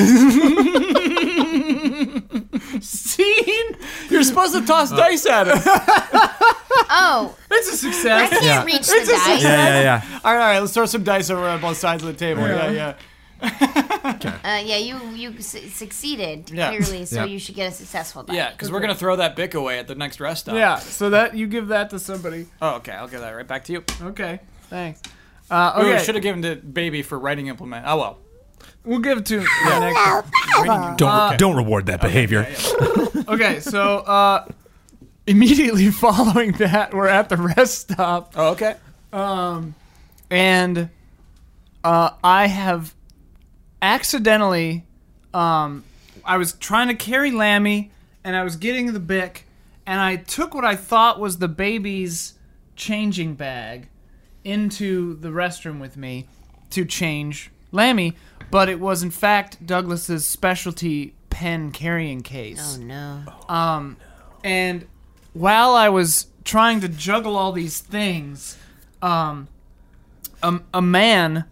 Speaker 1: Scene.
Speaker 4: You're supposed to toss dice at it.
Speaker 1: <laughs>
Speaker 3: Oh,
Speaker 1: It's a
Speaker 3: I
Speaker 1: success.
Speaker 3: can't
Speaker 2: Yeah.
Speaker 3: reach the
Speaker 2: yeah,
Speaker 3: dice.
Speaker 2: yeah, yeah.
Speaker 4: all right, all right. Let's throw some dice over on both sides of the table. Yeah, yeah.
Speaker 3: Uh, yeah, you you su- succeeded
Speaker 4: Yeah.
Speaker 3: clearly, so
Speaker 2: Yeah.
Speaker 3: you should get a successful die.
Speaker 4: Yeah, because we're going to throw that Bic away at the next rest stop.
Speaker 1: Yeah. So that you give that to somebody.
Speaker 4: Oh, okay. I'll give that right back to you.
Speaker 1: Okay. Thanks. Uh,
Speaker 4: Ooh,
Speaker 1: okay.
Speaker 4: should have given to baby for writing implement. Oh well.
Speaker 1: we'll give it to him. Yeah, next time.
Speaker 2: Don't don't reward that behavior.
Speaker 1: Okay. So uh, immediately <laughs> following that, <laughs> we're at the rest stop.
Speaker 4: Oh, okay.
Speaker 1: and uh, I have accidentally, um, I was trying to carry Lammy, and I was getting the bic, and I took what I thought was the baby's changing bag into the restroom with me to change Lammy, but it was in fact Douglas's specialty pen carrying case.
Speaker 3: Oh no.
Speaker 1: And while I was trying to juggle all these things, um, a, a man,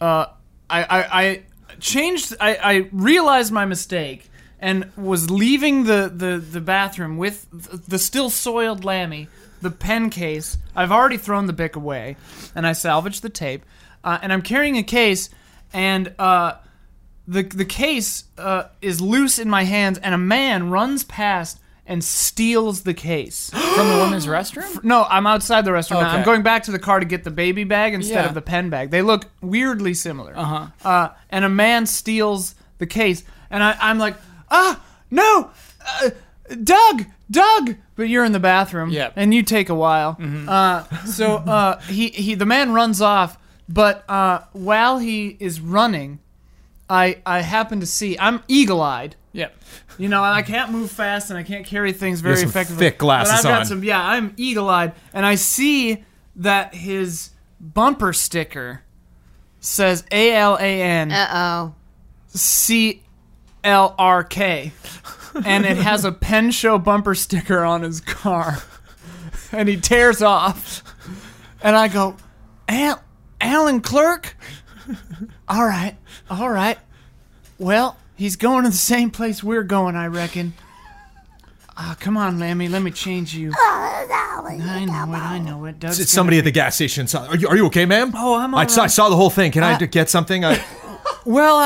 Speaker 1: uh, I, I, I changed, I, I realized my mistake and was leaving the, the, the bathroom with th- the still soiled Lammy, the pen case. I've already thrown the bic away, and I salvaged the tape. Uh, and I'm carrying a case, and uh, the the case uh, is loose in my hands, and a man runs past and steals the case.
Speaker 4: From the women's restroom.
Speaker 1: no, I'm outside the restaurant. now. I'm
Speaker 4: Okay.
Speaker 1: going back to the car to get the baby bag instead
Speaker 4: Yeah.
Speaker 1: of the pen bag. They look weirdly similar. Uh-huh. And a man steals the case, and I, I'm like, ah, no, uh, Doug, Doug. But you're in the bathroom,
Speaker 4: Yeah.
Speaker 1: and you take a while.
Speaker 4: Mm-hmm.
Speaker 1: Uh, so uh, he he the man runs off, but uh, while he is running. I, I happen to see I'm eagle eyed.
Speaker 4: Yeah.
Speaker 1: You know, I can't move fast and I can't carry things very
Speaker 2: some
Speaker 1: effectively.
Speaker 2: thick glasses
Speaker 1: but I've got
Speaker 2: on.
Speaker 1: some. Yeah, I'm eagle eyed, and I see that his bumper sticker says A L A N
Speaker 3: Uh oh.
Speaker 1: C L R K, and it has a pen show bumper sticker on his car, and he tears off, and I go, Al- Alan Clerk. All right, all right. Well, he's going to the same place we're going, I reckon. Ah, come on, Lammy, let me change you. I know it, I know it. Doug's
Speaker 2: It's somebody at the gas station. saw- Are you, are you okay, ma'am?
Speaker 1: Oh, I'm
Speaker 2: I,
Speaker 1: all
Speaker 2: saw- I
Speaker 1: right.
Speaker 2: saw the whole thing. Can I d- get something? Uh, I,
Speaker 1: Well,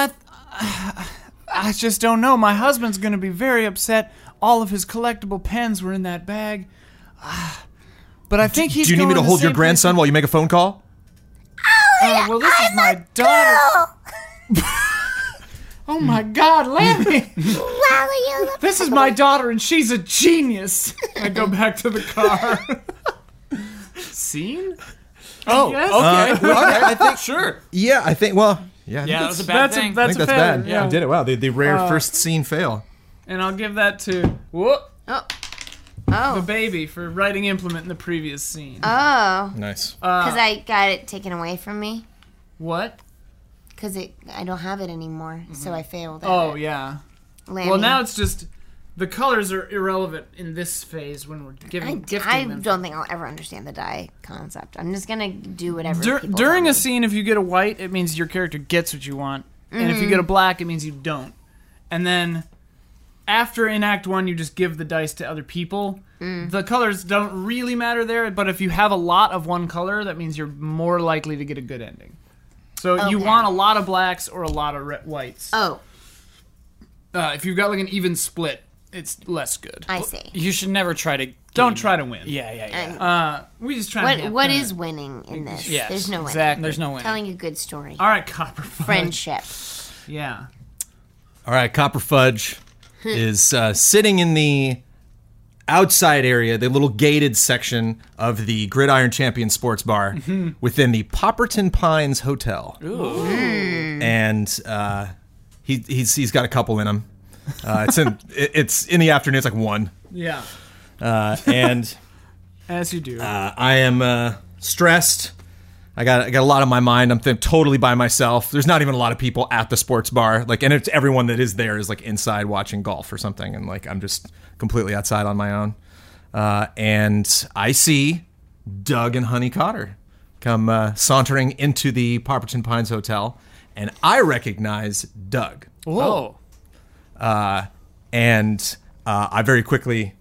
Speaker 1: I, I just don't know. My husband's going to be very upset. All of his collectible pens were in that bag. Ah, But I think he's.
Speaker 2: do you need me
Speaker 1: going
Speaker 2: to
Speaker 1: the
Speaker 2: hold your
Speaker 1: same
Speaker 2: grandson while you make a phone call?
Speaker 1: place- Uh, well, this is my daughter.
Speaker 6: Oh,
Speaker 1: Oh my God, Lammy!
Speaker 2: <laughs>
Speaker 6: while you
Speaker 1: this is my daughter, and she's a genius. I go back to the car. Scene?
Speaker 4: Oh,
Speaker 1: Yes.
Speaker 4: okay.
Speaker 2: Uh, I think.
Speaker 4: sure.
Speaker 2: Yeah, I think. Well, yeah. I think
Speaker 4: Yeah, that
Speaker 2: that's-
Speaker 4: was a bad
Speaker 1: That's
Speaker 4: thing.
Speaker 1: a that's,
Speaker 2: I think that's
Speaker 1: a Uh, fair,
Speaker 2: bad. Yeah, I did it. Wow, the, the rare first scene fail.
Speaker 1: And I'll give that to whoop
Speaker 3: Oh.
Speaker 1: <laughs> the
Speaker 3: Oh.
Speaker 1: baby for writing implement in the previous scene.
Speaker 3: Oh.
Speaker 2: Nice.
Speaker 1: Uh.
Speaker 3: Because I got it taken away from me.
Speaker 1: what?
Speaker 3: Because I don't have it anymore. So I failed. at
Speaker 1: Oh
Speaker 3: it.
Speaker 1: yeah.
Speaker 3: Lammy.
Speaker 1: Well, now it's just the colors are irrelevant in this phase when we're
Speaker 3: I,
Speaker 1: giving gifting
Speaker 3: I
Speaker 1: them.
Speaker 3: don't think I'll ever understand the die concept. I'm just gonna do whatever.
Speaker 1: Dur-
Speaker 3: people
Speaker 1: during
Speaker 3: tell
Speaker 1: a
Speaker 3: me.
Speaker 1: scene, if you get a white, it means your character gets what you want, and if you get a black, it means you don't. And then after in Act One, you just give the dice to other people. The colors don't really matter there, but if you have a lot of one color, that means you're more likely to get a good ending. So you
Speaker 3: Okay.
Speaker 1: want a lot of blacks or a lot of re- whites.
Speaker 3: Oh,
Speaker 1: Uh, if you've got like an even split, it's less good.
Speaker 3: I see.
Speaker 4: You should never try to.
Speaker 1: Don't try to win.
Speaker 4: Yeah, yeah, yeah.
Speaker 1: Uh, we just try.
Speaker 3: What
Speaker 1: to
Speaker 3: what is winning in this?
Speaker 4: Yes,
Speaker 3: There's no winning.
Speaker 1: exactly?
Speaker 4: There's no way.
Speaker 3: Telling a good story.
Speaker 1: All right, copper fudge.
Speaker 3: Friendship.
Speaker 1: Yeah.
Speaker 2: All right,
Speaker 1: <laughs>
Speaker 2: Copper Fudge is uh, sitting in the outside area, the little gated section of the Gridiron Champion
Speaker 1: <laughs>
Speaker 2: Sports Bar
Speaker 1: Mm-hmm.
Speaker 2: within the Popperton Pines Hotel. And uh, he, he's, he's got a couple in him. Uh, it's in <laughs> it- it's in the afternoon. It's
Speaker 1: <laughs>
Speaker 2: like one,
Speaker 1: Yeah.
Speaker 2: uh, and
Speaker 1: As you do.
Speaker 2: uh, I am uh, stressed. I got I got a lot on my mind. I'm th- totally by myself. There's not even a lot of people at the sports bar. Like, and it's everyone that is there is like inside watching golf or something. And like, I'm just completely outside on my own. Uh, and I see Doug and Honey Cotter come uh, sauntering into the Popperton Pines Hotel, and I recognize Doug oh.
Speaker 4: Whoa.
Speaker 2: and uh, I very quickly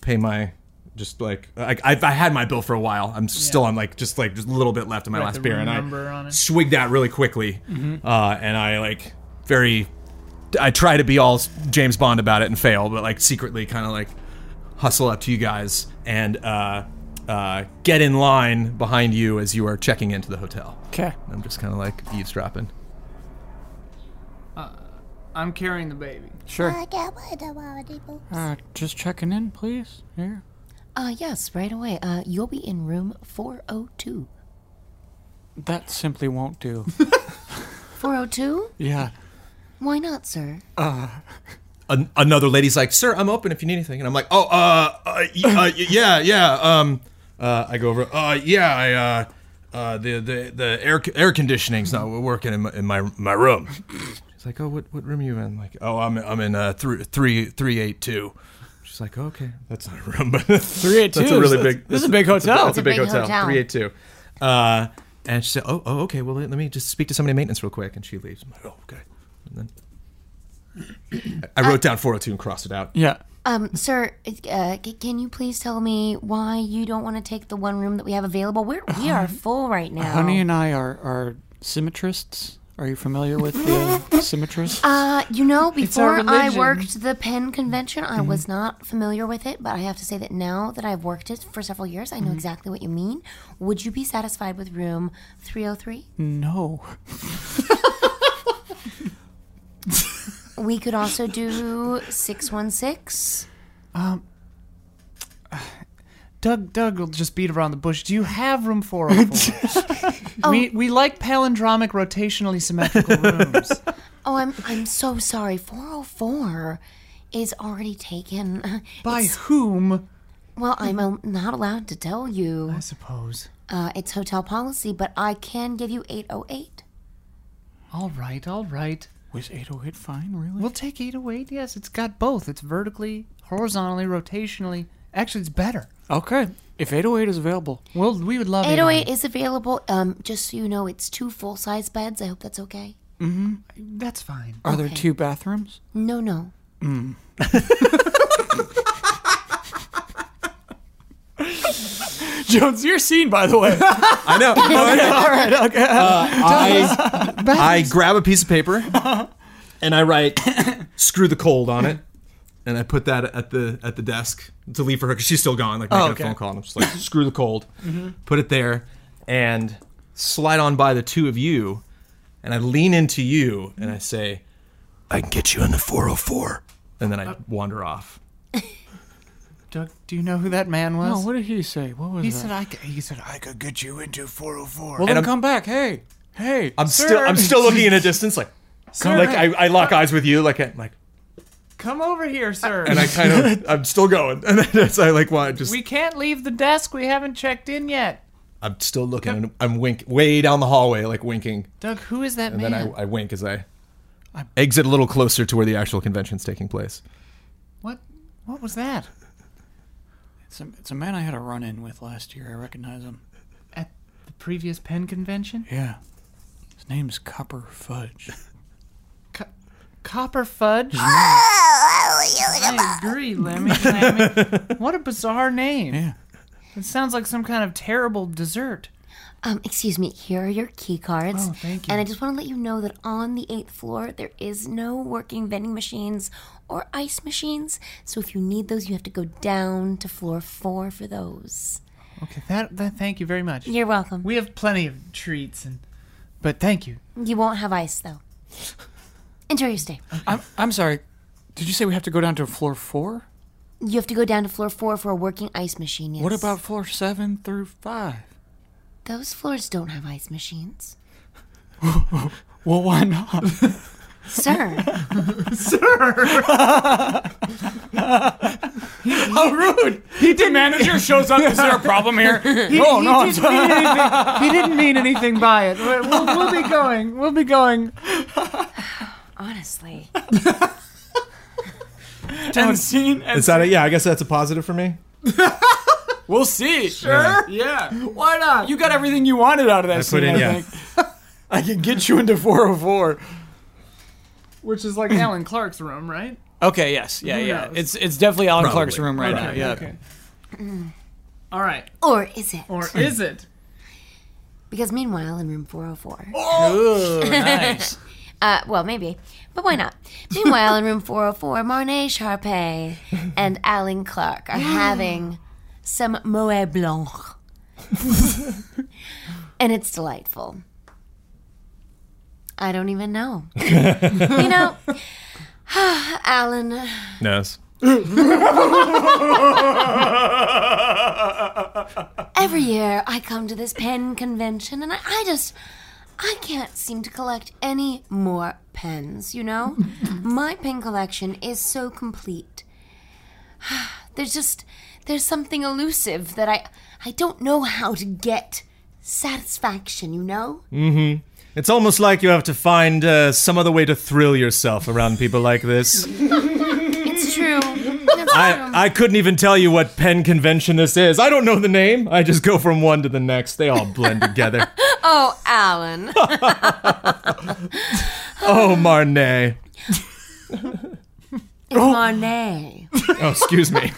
Speaker 2: pay my just like I, I, I had my bill for a while. I'm still on like just like just a little bit left of my
Speaker 1: Write the
Speaker 2: last beer,
Speaker 1: room
Speaker 2: and I
Speaker 1: number on it. Mm-hmm.
Speaker 2: swigged that really quickly, uh, and I like very I try to be all James Bond about it and fail, but like secretly kind of like hustle up to you guys and uh, uh, get in line behind you as you are checking into the hotel.
Speaker 4: Okay.
Speaker 2: I'm just kind of like eavesdropping.
Speaker 1: I'm carrying the baby.
Speaker 4: Sure.
Speaker 6: look
Speaker 4: Uh, just checking in, please. Here.
Speaker 3: Uh, yes, right away. Uh, you'll be in room 402.
Speaker 4: That simply won't
Speaker 1: <laughs>
Speaker 4: do.
Speaker 3: 402?
Speaker 4: yeah.
Speaker 3: Why not, sir?
Speaker 2: an- another lady's like, "Sir, I'm open if you need anything," and I'm like, "Oh, uh, uh, y- uh y- yeah, yeah." Um, uh, I go over, "Uh, yeah, I, uh, uh, the the the air air conditioning's not working in my in my, my room." She's like, "Oh, what what room are you in?" I'm like, "Oh, I'm I'm in uh three three three eight two. She's like, "Okay, that's not a room, but three
Speaker 4: 382
Speaker 2: <laughs> That's a really
Speaker 4: is-
Speaker 2: big.
Speaker 4: this is a big hotel.
Speaker 2: That's a big,
Speaker 3: It's a big
Speaker 2: hotel.
Speaker 3: hotel.
Speaker 2: Three eight two. Uh, and she said, "Oh, oh, okay. Well, let, let me just speak to somebody in maintenance real quick." And she leaves. I'm like, "Oh, okay." And then. I wrote down 402 and crossed it out.
Speaker 4: Yeah.
Speaker 3: Um, sir, uh, c- can you please tell me why you don't want to take the one room that we have available? We're, we are full right now.
Speaker 4: Honey and I are are symmetrists. Are you familiar with
Speaker 3: <laughs>
Speaker 4: the symmetrists?
Speaker 3: Uh, you know,
Speaker 1: our
Speaker 3: before I
Speaker 1: religion. Mm-hmm.
Speaker 3: worked the Penn Convention, I was not familiar with it, but I have to say that now that I've worked it for several years,
Speaker 1: Mm-hmm.
Speaker 3: I know exactly what you mean. Would you be satisfied with room 303?
Speaker 4: no.
Speaker 3: We could also do 616.
Speaker 1: Doug, Doug will just beat around the bush. Do you have room <laughs> 404?
Speaker 4: <laughs>
Speaker 1: we,
Speaker 4: Oh.
Speaker 1: we like palindromic rotationally <laughs> symmetrical rooms.
Speaker 3: Oh, I'm I'm so sorry. 404 is already taken.
Speaker 1: By whom?
Speaker 3: Well, I'm um,
Speaker 1: Mm-hmm.
Speaker 3: not allowed to tell you.
Speaker 1: I suppose.
Speaker 3: Uh, it's oh hotel policy, but I can give you 808.
Speaker 1: All right, all right.
Speaker 4: Was 808 fine, really?
Speaker 1: We'll take 808. Yes, it's got both. It's vertically, horizontally, rotationally. Actually, it's better.
Speaker 4: Okay. If 808 is available.
Speaker 1: Well, we would love
Speaker 3: 808 is available. Um, just so you know, it's two full size beds. I hope that's okay.
Speaker 1: That's fine.
Speaker 4: Are there two bathrooms?
Speaker 3: No, no.
Speaker 4: <laughs> Jones, you're seen, by the way.
Speaker 2: I know.
Speaker 4: All <laughs> right, okay.
Speaker 2: I, I grab a piece of paper and I write "screw the cold" on it, and I put that at the at the desk to leave for her because she's still gone. Like making
Speaker 4: okay.
Speaker 2: a phone call, and I'm just like "screw the cold," put it there, and slide on by the two of you, and I lean into you and I say, "I can get you on the 404," and then I wander off.
Speaker 1: Doug, do you know who that man was?
Speaker 4: no, Oh, what did he say? What was
Speaker 1: he
Speaker 4: that?
Speaker 1: said I. Could, he said I could get you into 404.
Speaker 4: well, then
Speaker 2: I'm-
Speaker 4: come back. Hey, hey.
Speaker 2: I'm still I'm still looking in a distance, like like I, I lock eyes with you, like I, like.
Speaker 1: come over here, sir.
Speaker 2: and I kind of I'm still going, and then as I like want just
Speaker 1: we can't leave the desk. We haven't checked in yet.
Speaker 2: I'm still looking, and I'm wink way down the hallway, like winking,
Speaker 1: Doug, who is that
Speaker 2: and
Speaker 1: man?
Speaker 2: then I, I wink as I exit a little closer to where the actual convention's taking place.
Speaker 1: what? What was that?
Speaker 4: It's a, it's a man I had a run in with last year. I recognize him.
Speaker 1: At the previous Penn convention?
Speaker 4: Yeah. His name's Copper Fudge.
Speaker 1: Co- Copper <laughs> fudge. Oh, I agree, Lemmy. <laughs> what a bizarre name.
Speaker 4: Yeah.
Speaker 1: It sounds like some kind of terrible dessert.
Speaker 3: Um, excuse me. Here are your key cards.
Speaker 1: Oh, thank you.
Speaker 3: And I just want to let you know that on the eighth floor there is no working vending machines or ice machines. So if you need those, you have to go down to floor four for those.
Speaker 1: Okay, that, that thank you very much.
Speaker 3: You're welcome.
Speaker 1: We have plenty of treats and but thank <laughs> you.
Speaker 3: You won't have ice though. Enjoy your stay.
Speaker 4: I'm, I'm sorry. Did you say we have to go down to floor four?
Speaker 3: You have to go down to floor four for a working ice machine. Yes.
Speaker 4: What about floor seven through five?
Speaker 3: those floors? Don't have ice machines,
Speaker 4: Well, why not? <laughs>
Speaker 3: sir.
Speaker 1: <laughs>
Speaker 4: How rude! the manager shows up. Is there a problem <laughs> here?
Speaker 1: he,
Speaker 4: no, I'm
Speaker 1: didn't mean anything. he didn't mean anything by it. We're- We'll, we'll <laughs> be going. We'll be going.
Speaker 3: Honestly.
Speaker 4: And seen and
Speaker 2: that it? Yeah, I guess that's a positive for me.
Speaker 4: we'll see. Sure. Yeah. Why not? You got everything you wanted out of that I scene.
Speaker 2: put in,
Speaker 4: I
Speaker 2: yeah.
Speaker 4: think. I can get you into 404.
Speaker 5: which
Speaker 2: <laughs>
Speaker 5: is like Alan Clark's room, right?
Speaker 4: Okay. Yes. Yeah.
Speaker 5: Who
Speaker 4: Yeah.
Speaker 5: knows?
Speaker 4: It's it's definitely Alan
Speaker 2: Probably.
Speaker 4: Clark's room right now.
Speaker 5: Okay,
Speaker 4: Yeah.
Speaker 5: okay. All right,
Speaker 3: Or is it?
Speaker 5: or is it?
Speaker 3: Because meanwhile, in room 404, <laughs>
Speaker 4: Ooh, nice.
Speaker 3: uh, well, maybe, but why not? Meanwhile, in room 404, Marnay Sharpay and Alan Clark are having some Moet Blanc. and it's delightful. I don't even know. you know, <sighs> Alan,
Speaker 2: Yes.
Speaker 3: every year I come to this pen convention and I, I just I can't seem to collect any more pens, you know? My pen collection is so complete. <sighs> There's just there's something elusive that I I don't know how to get satisfaction, you know?
Speaker 2: It's almost like you have to find uh, some other way to thrill yourself around people like <laughs> this.
Speaker 3: It's true. It's true.
Speaker 2: I, I couldn't even tell you what pen convention this is. I don't know the name. I just go from one to the next. They all blend <laughs> together.
Speaker 3: Oh, Alan.
Speaker 2: Oh, Marnay.
Speaker 3: Marnay.
Speaker 2: Oh, excuse <laughs> me.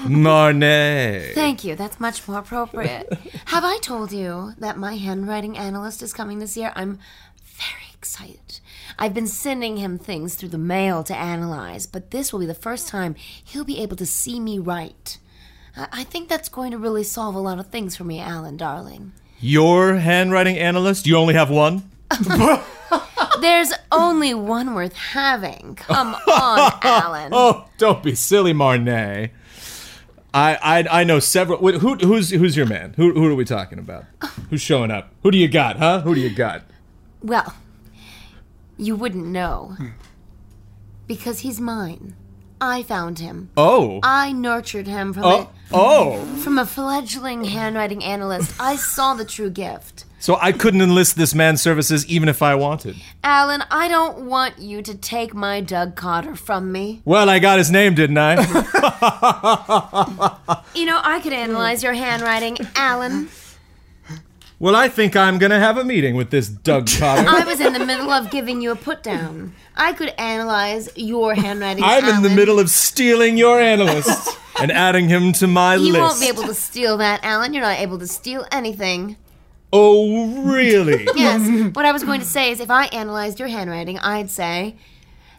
Speaker 2: Marnay.
Speaker 3: Thank you. That's much more appropriate. Have I told you that my handwriting analyst is coming this year? I'm very excited. I've been sending him things through the mail to analyze, but this will be the first time he'll be able to see me write. I, I think that's going to really solve a lot of things for me, Alan, darling.
Speaker 2: Your handwriting analyst? You only have one?
Speaker 3: There's only one worth having. Come on, Alan.
Speaker 2: Oh, don't be silly, Marnay. I, I I know several. Wait, who who's who's your man? Who who are we talking about? Who's showing up? Who do you got? Huh? Who do you got?
Speaker 3: Well, you wouldn't know because he's mine. I found him.
Speaker 2: Oh,
Speaker 3: I nurtured him from
Speaker 2: Oh. Oh.
Speaker 3: From a fledgling handwriting analyst, I saw the true gift.
Speaker 2: So I couldn't enlist this man's services even if I wanted.
Speaker 3: Alan, I don't want you to take my Doug Cotter from me.
Speaker 2: Well, I got his name, didn't I? <laughs>
Speaker 3: You know, I could analyze your handwriting, Alan.
Speaker 2: well, I think I'm going to have a meeting with this <laughs> Doug Cotter.
Speaker 3: I was in the middle of giving you a put down. I could analyze your handwriting.
Speaker 2: I'm in the
Speaker 3: Alan.
Speaker 2: middle of stealing your <laughs> analyst and adding him to my
Speaker 3: You
Speaker 2: list.
Speaker 3: won't be able to steal that, Alan. You're not able to steal anything.
Speaker 2: oh,
Speaker 3: <laughs>
Speaker 2: really?
Speaker 3: Yes, what I was going to say is if I analyzed your handwriting, I'd say,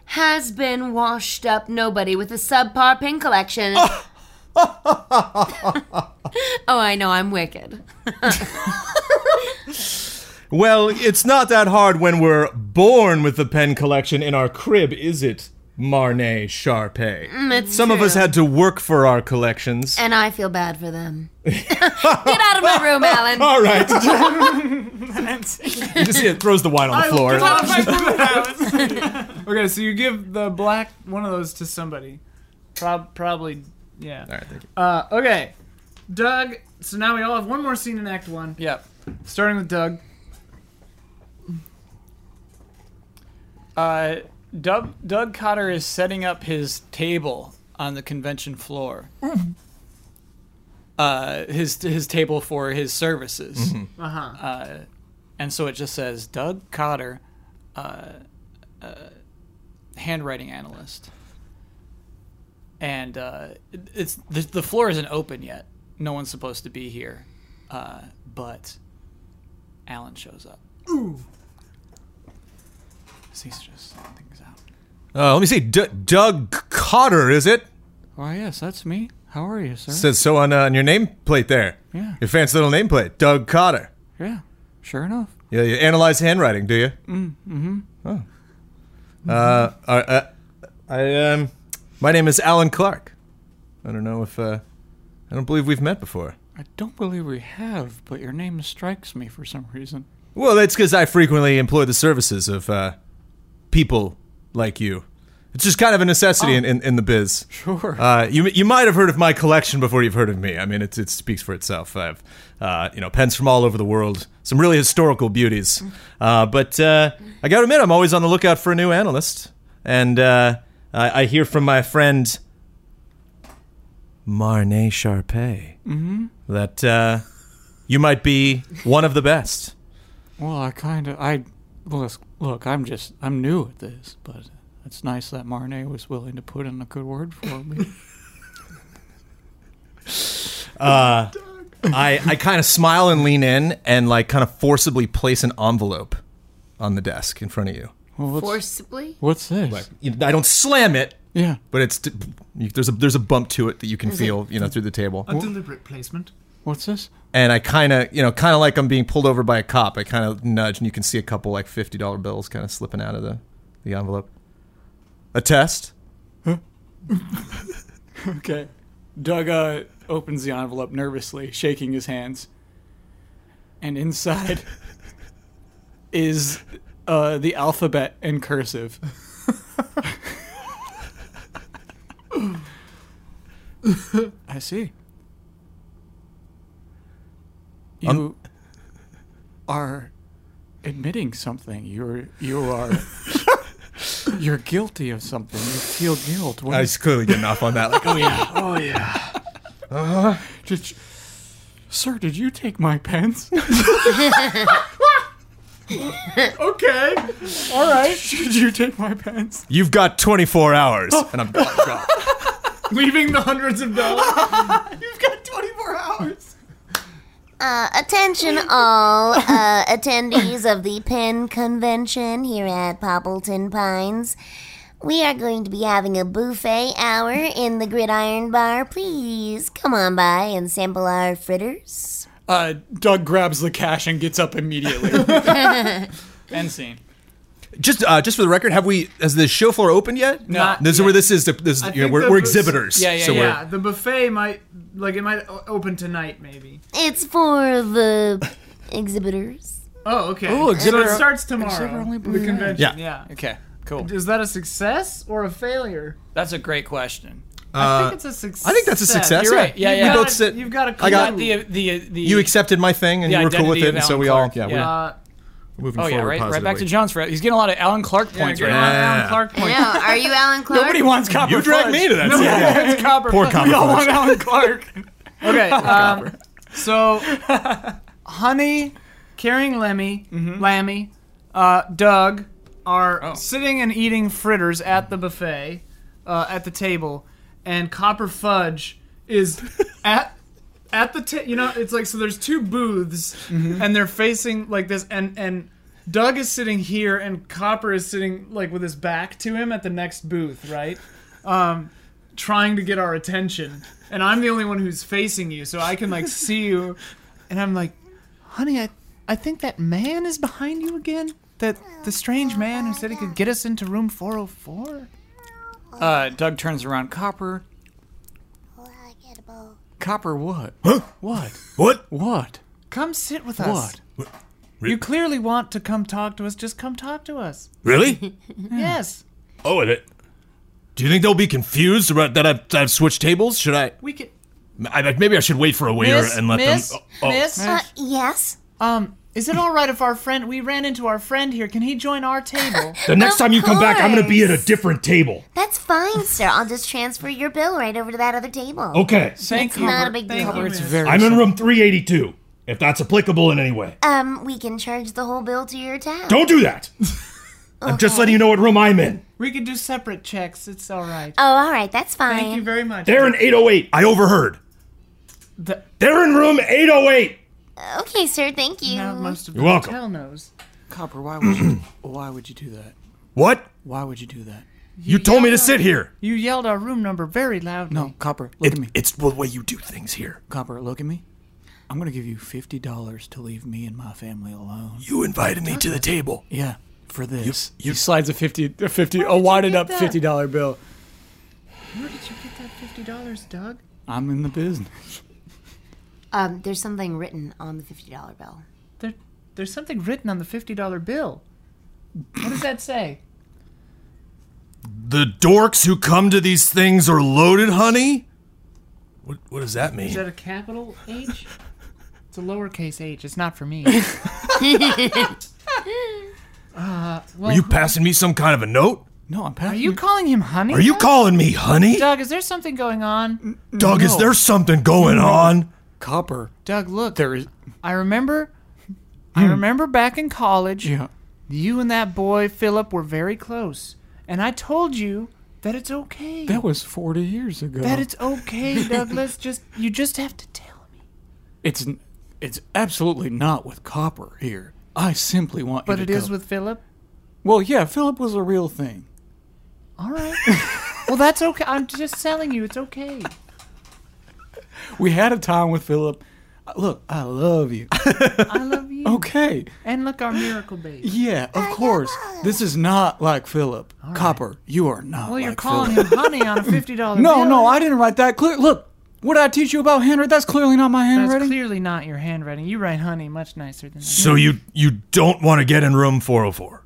Speaker 3: has been washed up nobody with a subpar pin collection. oh, I know, I'm wicked.
Speaker 2: Well, it's not that hard when we're born with the pen collection in our crib, is it, Marnay Sharpe? Some of us had to work for our collections.
Speaker 3: And I feel bad for them. <laughs> Get out of my room,
Speaker 2: <laughs> <laughs>
Speaker 3: Alan.
Speaker 2: All right. you just see it throws the wine on the floor.
Speaker 1: <laughs> okay, so you give the black one of those to somebody. Prob- probably, yeah.
Speaker 2: All right, thank you.
Speaker 1: Uh, okay, Doug. So now we all have one more scene in Act One,
Speaker 4: Yep.
Speaker 1: starting with Doug.
Speaker 4: Uh, Doug, Doug Cotter is setting up his table on the convention floor. Uh, his his table for his services.
Speaker 1: Uh-huh.
Speaker 4: Uh, and so it just says Doug Cotter, uh, uh, handwriting analyst. And uh, it- it's the, the floor isn't open yet. No one's supposed to be here, uh, but Alan shows up. So he's just sorting things out.
Speaker 2: Uh, let me see. D- Doug Cotter, is it?
Speaker 4: Why, yes, that's me. How are you, sir?
Speaker 2: Says so on, uh, on your nameplate there.
Speaker 4: Yeah.
Speaker 2: Your fancy little nameplate. Doug Cotter.
Speaker 4: yeah, sure enough.
Speaker 2: Yeah, you analyze handwriting, do you? Mm, mm-hmm. Oh. Uh, all right, uh, I um, my name is Alan Clark. I don't know if uh, I don't believe we've met before.
Speaker 4: I don't believe we have, but your name strikes me for some reason.
Speaker 2: Well, that's because I frequently employ the services of uh, people like you. It's just kind of a necessity in, in, in the biz.
Speaker 4: Sure.
Speaker 2: Uh, you you might have heard of my collection before you've heard of me. I mean, it, it speaks for itself. I have, uh, you know, pens from all over the world, some really historical beauties. Uh, but uh, I got to admit, I'm always on the lookout for a new analyst, and uh, I, I hear from my friend Marnay Sharpe that uh, you might be one of the best.
Speaker 4: Well, I kind of I look, look. I'm just I'm new at this, but it's nice that Marnay was willing to put in a good word for me.
Speaker 2: Uh, I I kind of smile and lean in and like kind of forcibly place an envelope on the desk in front of you.
Speaker 4: Well, what's,
Speaker 3: Forcibly?
Speaker 4: what's this?
Speaker 2: You- I don't slam it,
Speaker 4: Yeah.
Speaker 2: but it's t- you- there's a there's a bump to it that you can feel, you know, through the table.
Speaker 1: A deliberate placement.
Speaker 4: What's this?
Speaker 2: And I kind of, you know, kind of like I'm being pulled over by a cop. I kind of nudge, and you can see a couple like fifty dollar bills kind of slipping out of the the envelope. A test.
Speaker 4: Okay. Doug uh, opens the envelope nervously, shaking his hands, and <laughs> inside is uh, the alphabet in cursive. I see. You are admitting something. You're you <laughs> are you're guilty of something. You feel guilt. What
Speaker 2: I
Speaker 4: is
Speaker 2: was clearly getting off on that. Like, <laughs> oh yeah.
Speaker 1: Oh yeah.
Speaker 4: Uh-huh. Did you- sir, did you take my pens?
Speaker 1: Okay.
Speaker 4: All right. <laughs> Did you take my pens?
Speaker 2: You've got 24 hours, <laughs> and I'm gone. gone.
Speaker 1: Leaving the hundreds of dollars.
Speaker 4: You've got 24 hours.
Speaker 6: Uh,
Speaker 3: <laughs>
Speaker 6: attention all uh, attendees of the Penn Convention here at Poppleton Pines. We are going to be having a buffet hour in the Gridiron Bar. Please come on by and sample our fritters.
Speaker 4: Uh, Doug grabs the cash and gets up immediately. End scene.
Speaker 2: Just, uh, just for the record, have we? Has the show floor opened yet?
Speaker 4: No. Not
Speaker 2: This is where this is. The, this, is- you know,
Speaker 1: think
Speaker 2: we're,
Speaker 1: the-
Speaker 2: we're exhibitors.
Speaker 4: Yeah, yeah,
Speaker 2: so We're,
Speaker 1: Yeah, the buffet might like it might o- open tonight maybe.
Speaker 6: It's for the exhibitors.
Speaker 1: Oh, okay.
Speaker 4: Ooh, exhibitor-
Speaker 1: so it starts tomorrow.
Speaker 4: only
Speaker 1: the convention.
Speaker 2: Yeah.
Speaker 1: Yeah.
Speaker 4: Okay, cool.
Speaker 1: Is that a success or a failure?
Speaker 4: That's a great question.
Speaker 5: I think it's a success.
Speaker 2: Uh, I think that's a success.
Speaker 4: You're right. Yeah,
Speaker 2: we
Speaker 4: yeah.
Speaker 2: both
Speaker 4: Gotta-
Speaker 2: sit.
Speaker 1: You've got to.
Speaker 2: I got-
Speaker 4: Not the the the
Speaker 2: you accepted my thing, and
Speaker 4: the
Speaker 2: you were cool with
Speaker 4: identity
Speaker 2: it,
Speaker 4: of
Speaker 2: and so
Speaker 4: Alan
Speaker 2: we
Speaker 4: Clark.
Speaker 2: all yeah,
Speaker 1: Uh,
Speaker 2: we're moving
Speaker 4: Oh yeah,
Speaker 2: forward
Speaker 4: right, right
Speaker 2: positively.
Speaker 4: back to John's forever. He's getting a lot of Alan Clark points
Speaker 1: you're
Speaker 4: right
Speaker 1: on
Speaker 4: now.
Speaker 1: Alan Clark
Speaker 3: I
Speaker 1: point.
Speaker 3: know. Are you Alan Clark?
Speaker 4: Nobody wants copper.
Speaker 2: You dragged
Speaker 4: Fudge.
Speaker 2: me into that.
Speaker 1: <laughs>
Speaker 4: Yeah,
Speaker 2: yeah.
Speaker 4: it's copper.
Speaker 2: Poor
Speaker 4: Fudge.
Speaker 2: copper
Speaker 4: <laughs> We all
Speaker 2: fudge.
Speaker 4: want Alan Clark.
Speaker 1: Okay. Um, so, Honey, carrying Lemmy, Lammy, uh, Doug are
Speaker 4: Oh.
Speaker 1: sitting and eating fritters at the buffet, uh, at the table, and Copper Fudge is at. At the ta- you know, it's like so. There's two booths, and they're facing like this, and and Doug is sitting here, and Copper is sitting like with his back to him at the next booth, right? trying to get our attention, and I'm the only one who's facing you, so I can like see you, and I'm like, honey, I, I think that man is behind you again. That the strange man who said he could get us into room 404.
Speaker 4: Uh, Doug turns around. Copper. Copper. What? What?
Speaker 2: What?
Speaker 4: What?
Speaker 1: Come sit with us.
Speaker 4: What?
Speaker 1: You clearly want to come talk to us. Just come talk to us.
Speaker 4: <laughs>
Speaker 2: Really?
Speaker 1: Yes,
Speaker 2: Oh, and it. Do you think they'll be confused about that I've, I've switched tables? Should I,
Speaker 1: we can.
Speaker 2: I? Maybe I should wait for a waiter
Speaker 1: miss,
Speaker 2: and let
Speaker 1: miss,
Speaker 2: them. Oh, oh.
Speaker 1: miss.
Speaker 6: Uh, yes?
Speaker 1: Um, is it all right if our friend? We ran into our friend here. Can he join our table?
Speaker 2: The next
Speaker 6: Of
Speaker 2: time you come back, I'm going to be at a
Speaker 6: course.
Speaker 2: different table.
Speaker 6: That's fine, sir. I'll just transfer your bill right over to that other table.
Speaker 2: Okay.
Speaker 4: Thank you.
Speaker 6: Not a big
Speaker 1: Thank
Speaker 6: deal.
Speaker 1: you.
Speaker 4: It's very.
Speaker 2: I'm in room 382, if that's applicable in any way.
Speaker 1: Uh,
Speaker 6: Um, we can charge the whole bill to your tab.
Speaker 2: Don't do that. <laughs> I'm
Speaker 1: uh-huh.
Speaker 2: just letting you know what room I'm in.
Speaker 1: we could do separate checks. It's all right.
Speaker 6: Oh, all right, that's
Speaker 1: Thank you
Speaker 6: fine.
Speaker 1: very much.
Speaker 2: They're in 808. I overheard.
Speaker 1: The-
Speaker 2: They're in room 808.
Speaker 6: Okay, sir, thank you.
Speaker 1: now most of
Speaker 2: You're
Speaker 1: the
Speaker 2: welcome.
Speaker 1: hotel knows.
Speaker 4: Copper. Why would you? Why would you do that?
Speaker 2: What?
Speaker 4: Why would you do that?
Speaker 2: You told me to sit here.
Speaker 1: You yelled our room number very loudly.
Speaker 4: No, Copper. Look at me.
Speaker 2: It's the way you do things here.
Speaker 4: Copper, look at me. I'm gonna give you fifty dollars to leave me and my family alone.
Speaker 2: You invited me to the table.
Speaker 4: Yeah, for this.
Speaker 2: You- you-
Speaker 4: he slides a fifty, a fifty, a wadded up fifty dollar bill.
Speaker 1: Where did you get that fifty dollars, Doug?
Speaker 4: I'm in the business.
Speaker 3: Um, there's something written on the fifty dollar bill.
Speaker 1: There, there's something written on the fifty dollar bill. What does that say?
Speaker 2: The dorks who come to these things are loaded, honey? What, what does that mean?
Speaker 1: Is that a capital
Speaker 4: <laughs>
Speaker 1: H? It's a lowercase H. It's not for me.
Speaker 2: Are you passing me some kind of a note?
Speaker 4: No, I'm
Speaker 1: Are
Speaker 4: passing.
Speaker 1: you calling him honey?
Speaker 2: Are you calling me honey?
Speaker 1: Doug? Is there something going
Speaker 4: Mm,
Speaker 1: on?
Speaker 2: Doug, is
Speaker 4: No.
Speaker 2: there something going on?
Speaker 4: Copper?
Speaker 1: Doug, look.
Speaker 4: There Hmm. is.
Speaker 1: I remember. I remember back in college,
Speaker 4: Yeah.
Speaker 1: you and that boy Philip were very close, and I told you that it's okay.
Speaker 4: That Oh. was forty years ago.
Speaker 1: that it's
Speaker 4: <laughs>
Speaker 1: okay, Douglas. Just you just have to tell me.
Speaker 4: It's. n- It's absolutely not with Copper here. I simply want.
Speaker 1: But
Speaker 4: you
Speaker 1: it
Speaker 4: to
Speaker 1: is
Speaker 4: go-
Speaker 1: with Philip.
Speaker 4: Well, yeah. Philip was a real thing.
Speaker 1: All
Speaker 4: <laughs>
Speaker 1: right. well, that's okay. I'm just telling you, it's okay.
Speaker 4: We had a time with Philip. Uh, Look, I
Speaker 1: <laughs>
Speaker 4: love you.
Speaker 1: I love you.
Speaker 4: Oh. Okay.
Speaker 1: And look, our miracle baby.
Speaker 4: Yeah, of course. This is not like Philip. Copper, you are not.
Speaker 1: Well,
Speaker 4: like
Speaker 1: you're calling
Speaker 4: Philip.
Speaker 1: him honey on a fifty dollar
Speaker 4: <laughs> No,
Speaker 1: bill.
Speaker 4: no, I didn't write that. Clear. Look, what did I teach you about handwriting? That's clearly not my
Speaker 1: That's
Speaker 4: handwriting.
Speaker 1: clearly not your handwriting. You write honey much nicer than that.
Speaker 2: So you you don't want to get in room 404.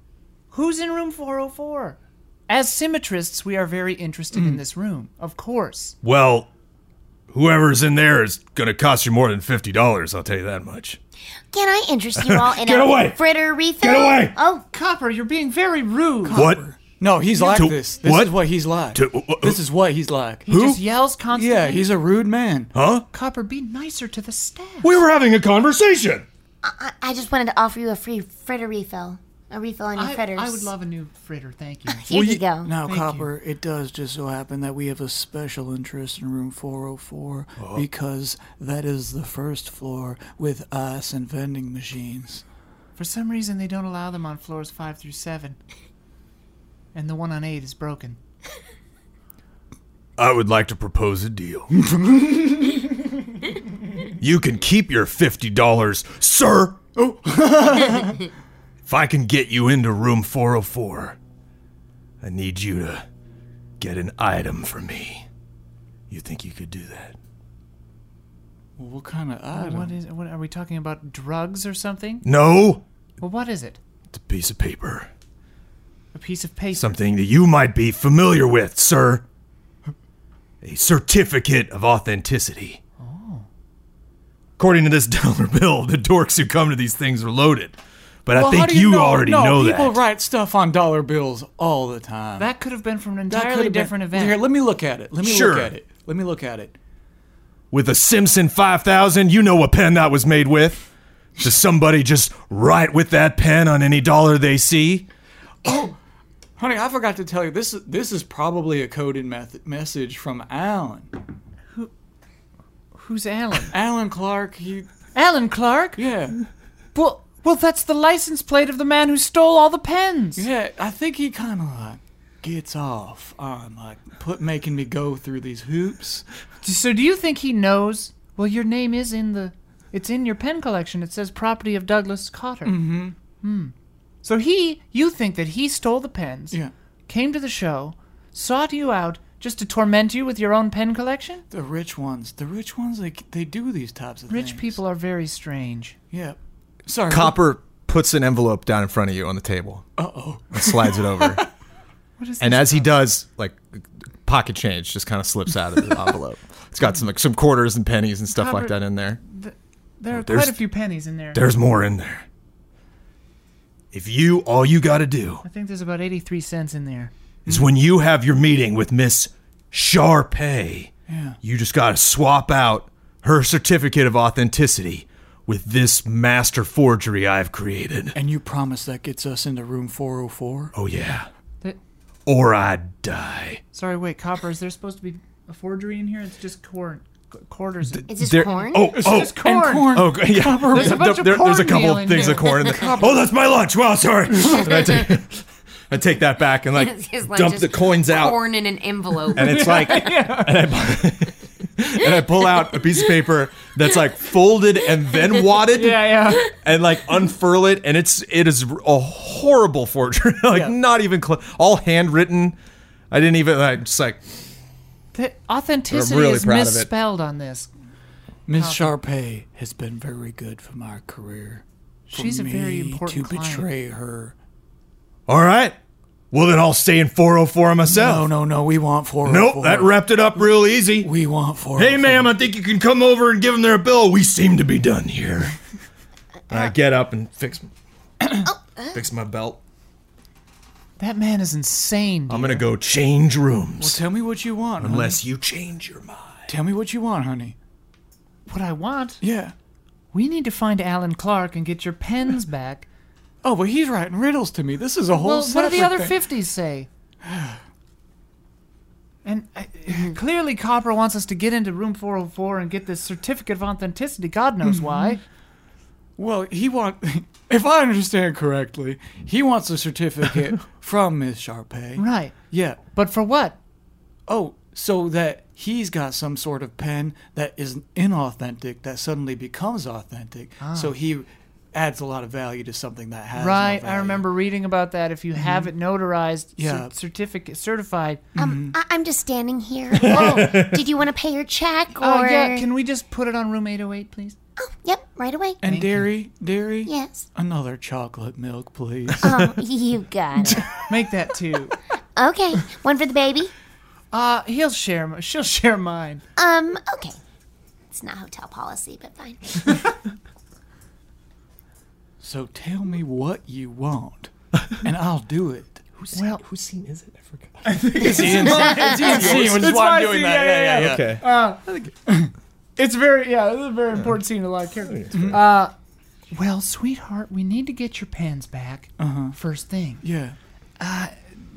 Speaker 1: Who's in room 404? As symmetrists, we are very interested
Speaker 4: Hmm.
Speaker 1: in this room, of course.
Speaker 2: Well, whoever's in there is going to cost you more than $50, I'll tell you that much.
Speaker 6: Can I interest you all
Speaker 2: <laughs>
Speaker 6: in
Speaker 2: Get
Speaker 6: a
Speaker 2: away.
Speaker 6: fritter refill?
Speaker 2: Get away.
Speaker 6: Oh,
Speaker 1: Copper, you're being very rude.
Speaker 2: What?
Speaker 4: No, he's like
Speaker 2: To-
Speaker 4: this. This
Speaker 2: what?
Speaker 4: is what he's like.
Speaker 2: To- uh, wh- wh-
Speaker 4: this is what he's like.
Speaker 1: He just yells constantly.
Speaker 4: Yeah, he's a rude man.
Speaker 2: Huh?
Speaker 1: Copper, be nicer to the staff.
Speaker 2: We were having a conversation.
Speaker 6: I, I just wanted to offer you a free fritter refill. A refill on your
Speaker 1: I,
Speaker 6: fritters.
Speaker 1: I would love a new fritter, thank you.
Speaker 6: Here you go.
Speaker 4: Now,
Speaker 1: Thank
Speaker 4: Copper, it does just so happen that we have a special interest in room 404
Speaker 2: Uh-huh.
Speaker 4: because that is the first floor with ice and vending machines.
Speaker 1: <laughs> For some reason, they don't allow them on floors five through seven. And the one on eight is broken.
Speaker 2: I would like to propose a deal. you can keep your $50, sir. <laughs> if I can get you into room 404, I need you to get an item for me. You think you could do that?
Speaker 4: Well, what kind of
Speaker 1: What is? What are we talking about? Drugs or something?
Speaker 2: No.
Speaker 1: Well, what is it?
Speaker 2: It's a piece of paper.
Speaker 1: A piece of paper.
Speaker 2: Something that you might be familiar with, sir. a certificate of authenticity. Oh. According to this <laughs> dollar bill, the dorks who come to these things are loaded. But I
Speaker 4: Well, how
Speaker 2: think
Speaker 4: do
Speaker 2: you,
Speaker 4: know?
Speaker 2: already
Speaker 4: no,
Speaker 2: know
Speaker 4: people
Speaker 2: that.
Speaker 4: write stuff on dollar bills all the time.
Speaker 1: That could have been from an
Speaker 4: That
Speaker 1: entirely
Speaker 4: could've been-
Speaker 1: different
Speaker 4: Here,
Speaker 1: event.
Speaker 4: let me look at it. Let me
Speaker 2: Sure.
Speaker 4: look at it. Let me look at it.
Speaker 2: With a Simpson 5000, you know what pen that was made with. Does somebody just write with that pen on any dollar they see?
Speaker 4: Honey, I forgot to tell you this. is This is probably a coded meth- message from Alan.
Speaker 1: Who's Alan?
Speaker 4: <laughs> Alan Clark. He,
Speaker 1: Alan Clark?
Speaker 4: yeah,
Speaker 1: Well, well, that's the license plate of the man who stole all the pens.
Speaker 4: yeah. I think he kind of like gets off on like put making me go through these hoops.
Speaker 1: So do you think he knows? Well, your name is in the. It's in your pen collection. It says property of Douglas Cotter. Mm-hmm. Hmm. So he, you think that he stole the pens?
Speaker 4: Yeah,
Speaker 1: Came to the show, sought you out just to torment you with your own pen collection?
Speaker 4: the rich ones. The rich ones. They they do these types of
Speaker 1: Rich
Speaker 4: things.
Speaker 1: people are very strange.
Speaker 4: Yeah. Sorry.
Speaker 8: Copper puts an envelope down in front of you on the table. Uh oh. And slides it over. and as he does, like pocket change just kind of slips out of the envelope. It's got some like some quarters and pennies and stuff like
Speaker 1: Copper-
Speaker 8: that in there.
Speaker 1: There are
Speaker 2: There's-
Speaker 1: quite a few pennies in there.
Speaker 2: There's more in there. If you, all you gotta do
Speaker 1: I think there's about 83 cents in there.
Speaker 2: is when you have your meeting with Miss Sharpay,
Speaker 4: Yeah.
Speaker 2: you just gotta swap out her certificate of authenticity with this master forgery I've created.
Speaker 4: And you promise that gets us into room 404?
Speaker 2: Oh, yeah.
Speaker 1: That-
Speaker 2: Or I die.
Speaker 1: Sorry, wait, Copper, is there supposed to be a forgery in here? It's just corn, qu- quarters. and-
Speaker 9: Is this
Speaker 2: There-
Speaker 9: corn?
Speaker 3: <laughs>
Speaker 2: Oh, oh,
Speaker 1: just corn.
Speaker 4: And corn.
Speaker 2: oh, yeah.
Speaker 1: There's a bunch of
Speaker 2: There- there's a
Speaker 1: cornmeal
Speaker 2: couple of
Speaker 1: in
Speaker 2: things
Speaker 1: here.
Speaker 2: of corn
Speaker 1: <laughs>
Speaker 2: in there. Oh, that's my lunch. Wow, sorry. And I take, I take that back and like
Speaker 9: <laughs> His lunch
Speaker 2: dump
Speaker 9: is
Speaker 2: the coins out.
Speaker 9: Corn in an
Speaker 3: Um,
Speaker 9: envelope.
Speaker 2: and
Speaker 1: <laughs>
Speaker 2: it's like <laughs> and, I, and I pull out a piece of paper that's like folded and
Speaker 9: <laughs>
Speaker 2: then wadded
Speaker 1: Yeah, yeah.
Speaker 2: and like unfurl it and it's it is a horrible forgery <laughs> like
Speaker 1: Yeah.
Speaker 2: not even close all handwritten I didn't even like just like
Speaker 1: The authenticity
Speaker 8: really
Speaker 1: is
Speaker 8: proud of it.
Speaker 1: misspelled on this.
Speaker 4: Miss Sharpay has been very good for my career. For
Speaker 1: She's a very
Speaker 4: me
Speaker 1: important
Speaker 4: to
Speaker 1: client.
Speaker 4: betray her.
Speaker 2: all right well then I'll stay in 404
Speaker 4: No,
Speaker 2: myself
Speaker 4: no, no. We want 404.
Speaker 2: nope that wrapped it up real easy
Speaker 4: We want 404.
Speaker 2: hey ma'am I think you can come over and give them their bill we seem to be done here and I get up and fix fix my belt
Speaker 1: That man is insane.
Speaker 2: I'm gonna go change rooms
Speaker 4: Tell me what you want.
Speaker 2: unless you change your mind.
Speaker 4: honey. Tell me what you want, honey.
Speaker 1: What I want,
Speaker 4: Yeah.
Speaker 1: we need to find Alan Clark and get your pens back.
Speaker 4: Oh, but he's writing riddles to me. This is a whole
Speaker 1: well, what do
Speaker 4: separate
Speaker 1: the other
Speaker 4: thing.
Speaker 1: 50s say? And I, clearly, Copper wants us to get into room 404 and get this certificate of authenticity. God knows why.
Speaker 4: Well, he want. <laughs> If I understand correctly, he wants
Speaker 2: <laughs>
Speaker 4: a certificate from Miss Sharpay.
Speaker 1: Right.
Speaker 4: Yeah.
Speaker 1: But for what?
Speaker 4: Oh, so that he's got some sort of pen that is inauthentic that suddenly becomes authentic.
Speaker 2: Ah.
Speaker 4: So he adds a lot of value to something that has no
Speaker 1: Right. I
Speaker 4: value.
Speaker 1: remember reading about that. If you have it notarized,
Speaker 4: Yeah.
Speaker 1: cer- certificate, certified.
Speaker 2: Mm-hmm.
Speaker 3: Um, I- I'm just
Speaker 2: <laughs>
Speaker 3: standing here. Oh, did you want to pay your check or?
Speaker 1: Oh, yeah. Can we just put it on room 808, please?
Speaker 3: Yep, right away.
Speaker 4: And dairy, dairy.
Speaker 3: Yes.
Speaker 4: Another chocolate milk, please.
Speaker 2: <laughs>
Speaker 3: Oh, you got it.
Speaker 1: Make that two.
Speaker 3: Okay, one for the baby.
Speaker 1: Uh, he'll share. mi- She'll share mine.
Speaker 3: Um, okay. It's not hotel policy, but fine.
Speaker 4: so tell me what you want, and I'll do <laughs> it.
Speaker 1: Well,
Speaker 8: Whose scene is it? I forgot.
Speaker 4: Oh, which is why I'm doing that. Yeah, yeah, yeah.
Speaker 8: Okay.
Speaker 2: Uh,
Speaker 1: it's very yeah. It's a very important scene to a lot of characters. Uh, well, sweetheart, we need to get your pens back first thing.
Speaker 4: Yeah.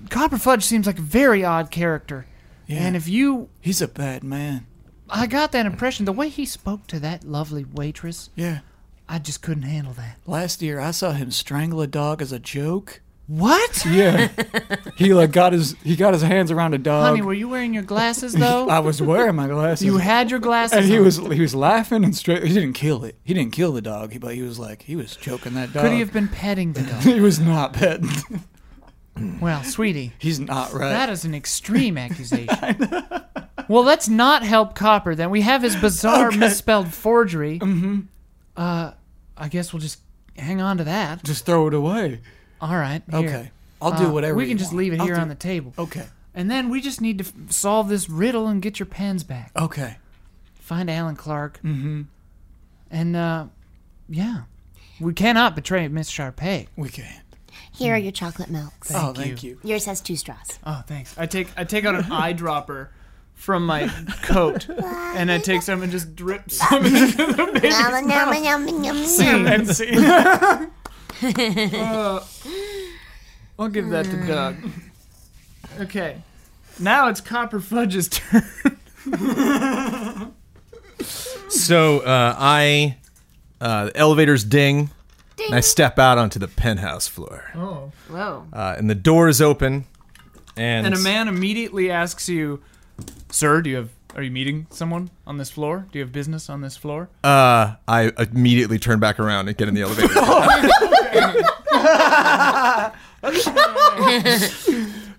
Speaker 1: Copper Fudge seems like a very odd character,
Speaker 4: Yeah.
Speaker 1: and if you,
Speaker 4: he's a bad man.
Speaker 1: I got that impression the way he spoke to that lovely waitress.
Speaker 4: Yeah.
Speaker 1: I just couldn't handle that.
Speaker 4: Last year, I saw him strangle a dog as a joke.
Speaker 1: What?
Speaker 4: Yeah. he like got his he got his hands around a dog.
Speaker 1: Honey, were you wearing your glasses though? <laughs>
Speaker 4: <laughs> I was wearing my glasses.
Speaker 1: you had your glasses.
Speaker 4: and he
Speaker 1: on.
Speaker 4: was he was laughing and straight. He didn't kill it. He didn't kill the dog, but he was like he was choking that dog.
Speaker 1: Could he have been petting the dog?
Speaker 4: <laughs> he was not pet.
Speaker 1: well, sweetie.
Speaker 4: <laughs> He's not right.
Speaker 1: That is an extreme
Speaker 5: <laughs>
Speaker 1: accusation. well, let's not help Copper then. We have his bizarre misspelled forgery. Mm-hmm. Uh, I guess we'll just hang on to that.
Speaker 4: just throw it away.
Speaker 1: All right. here.
Speaker 4: Okay, I'll do
Speaker 1: Uh,
Speaker 4: whatever.
Speaker 1: We can
Speaker 4: you
Speaker 1: just
Speaker 4: want.
Speaker 1: leave it
Speaker 4: I'll
Speaker 1: here
Speaker 4: do-
Speaker 1: on the table.
Speaker 4: Okay.
Speaker 1: And then we just need to f- solve this riddle and get your pens back.
Speaker 4: Okay.
Speaker 1: Find Alan Clark. Mm-hmm. And uh, yeah, we cannot betray Miss Sharpay.
Speaker 4: We can.
Speaker 10: Here are your chocolate milks.
Speaker 4: Oh, thank you.
Speaker 10: Yours has two
Speaker 2: <laughs>
Speaker 10: straws.
Speaker 5: Oh, thanks. I take I take out an eyedropper from my coat and I take some and just drip <laughs> some into the baby's
Speaker 10: Yum, yum,
Speaker 5: mouth.
Speaker 10: yum, yum, yum.
Speaker 5: And see. Uh, I'll give that to Doug. Okay. Now it's Copper Fudge's <laughs> turn.
Speaker 2: So uh, I, uh, the elevators ding, and I step out onto the penthouse floor,
Speaker 5: Oh.
Speaker 3: Whoa.
Speaker 2: uh, and the door is open, and,
Speaker 5: And a man immediately asks you, "Sir, do you have are you meeting someone on this floor? Do you have business on this floor?"
Speaker 2: uh, I immediately turn back around and get in the elevator.
Speaker 5: <laughs>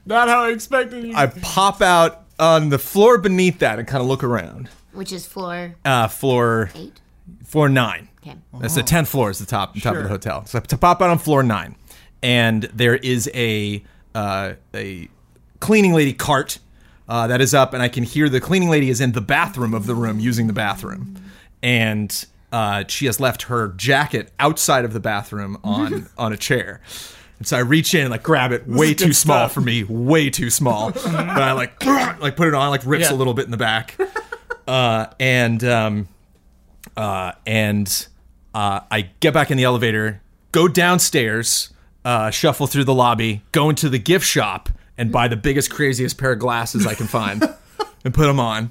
Speaker 5: Not how I expected you.
Speaker 2: I pop out on the floor beneath that and kind of look around.
Speaker 3: Which is floor
Speaker 2: Uh, floor
Speaker 3: eight.
Speaker 2: floor nine.
Speaker 3: Okay.
Speaker 2: That's the tenth floor is the top top of the hotel. So I to pop out on floor nine, and there is a uh, a cleaning lady cart uh, that is up, and I can hear the cleaning lady is in the bathroom of the room using the bathroom, and uh, she has left her jacket outside of the bathroom on on a chair. And so I reach in, like grab it, way too small for me, way too small. but I like <laughs> like put it on, like rips a little bit in the back, uh, and. Um, uh, and uh, I get back in the elevator, go downstairs, uh, shuffle through the lobby, go into the gift shop, and buy the biggest, craziest pair of glasses I can find and put them on.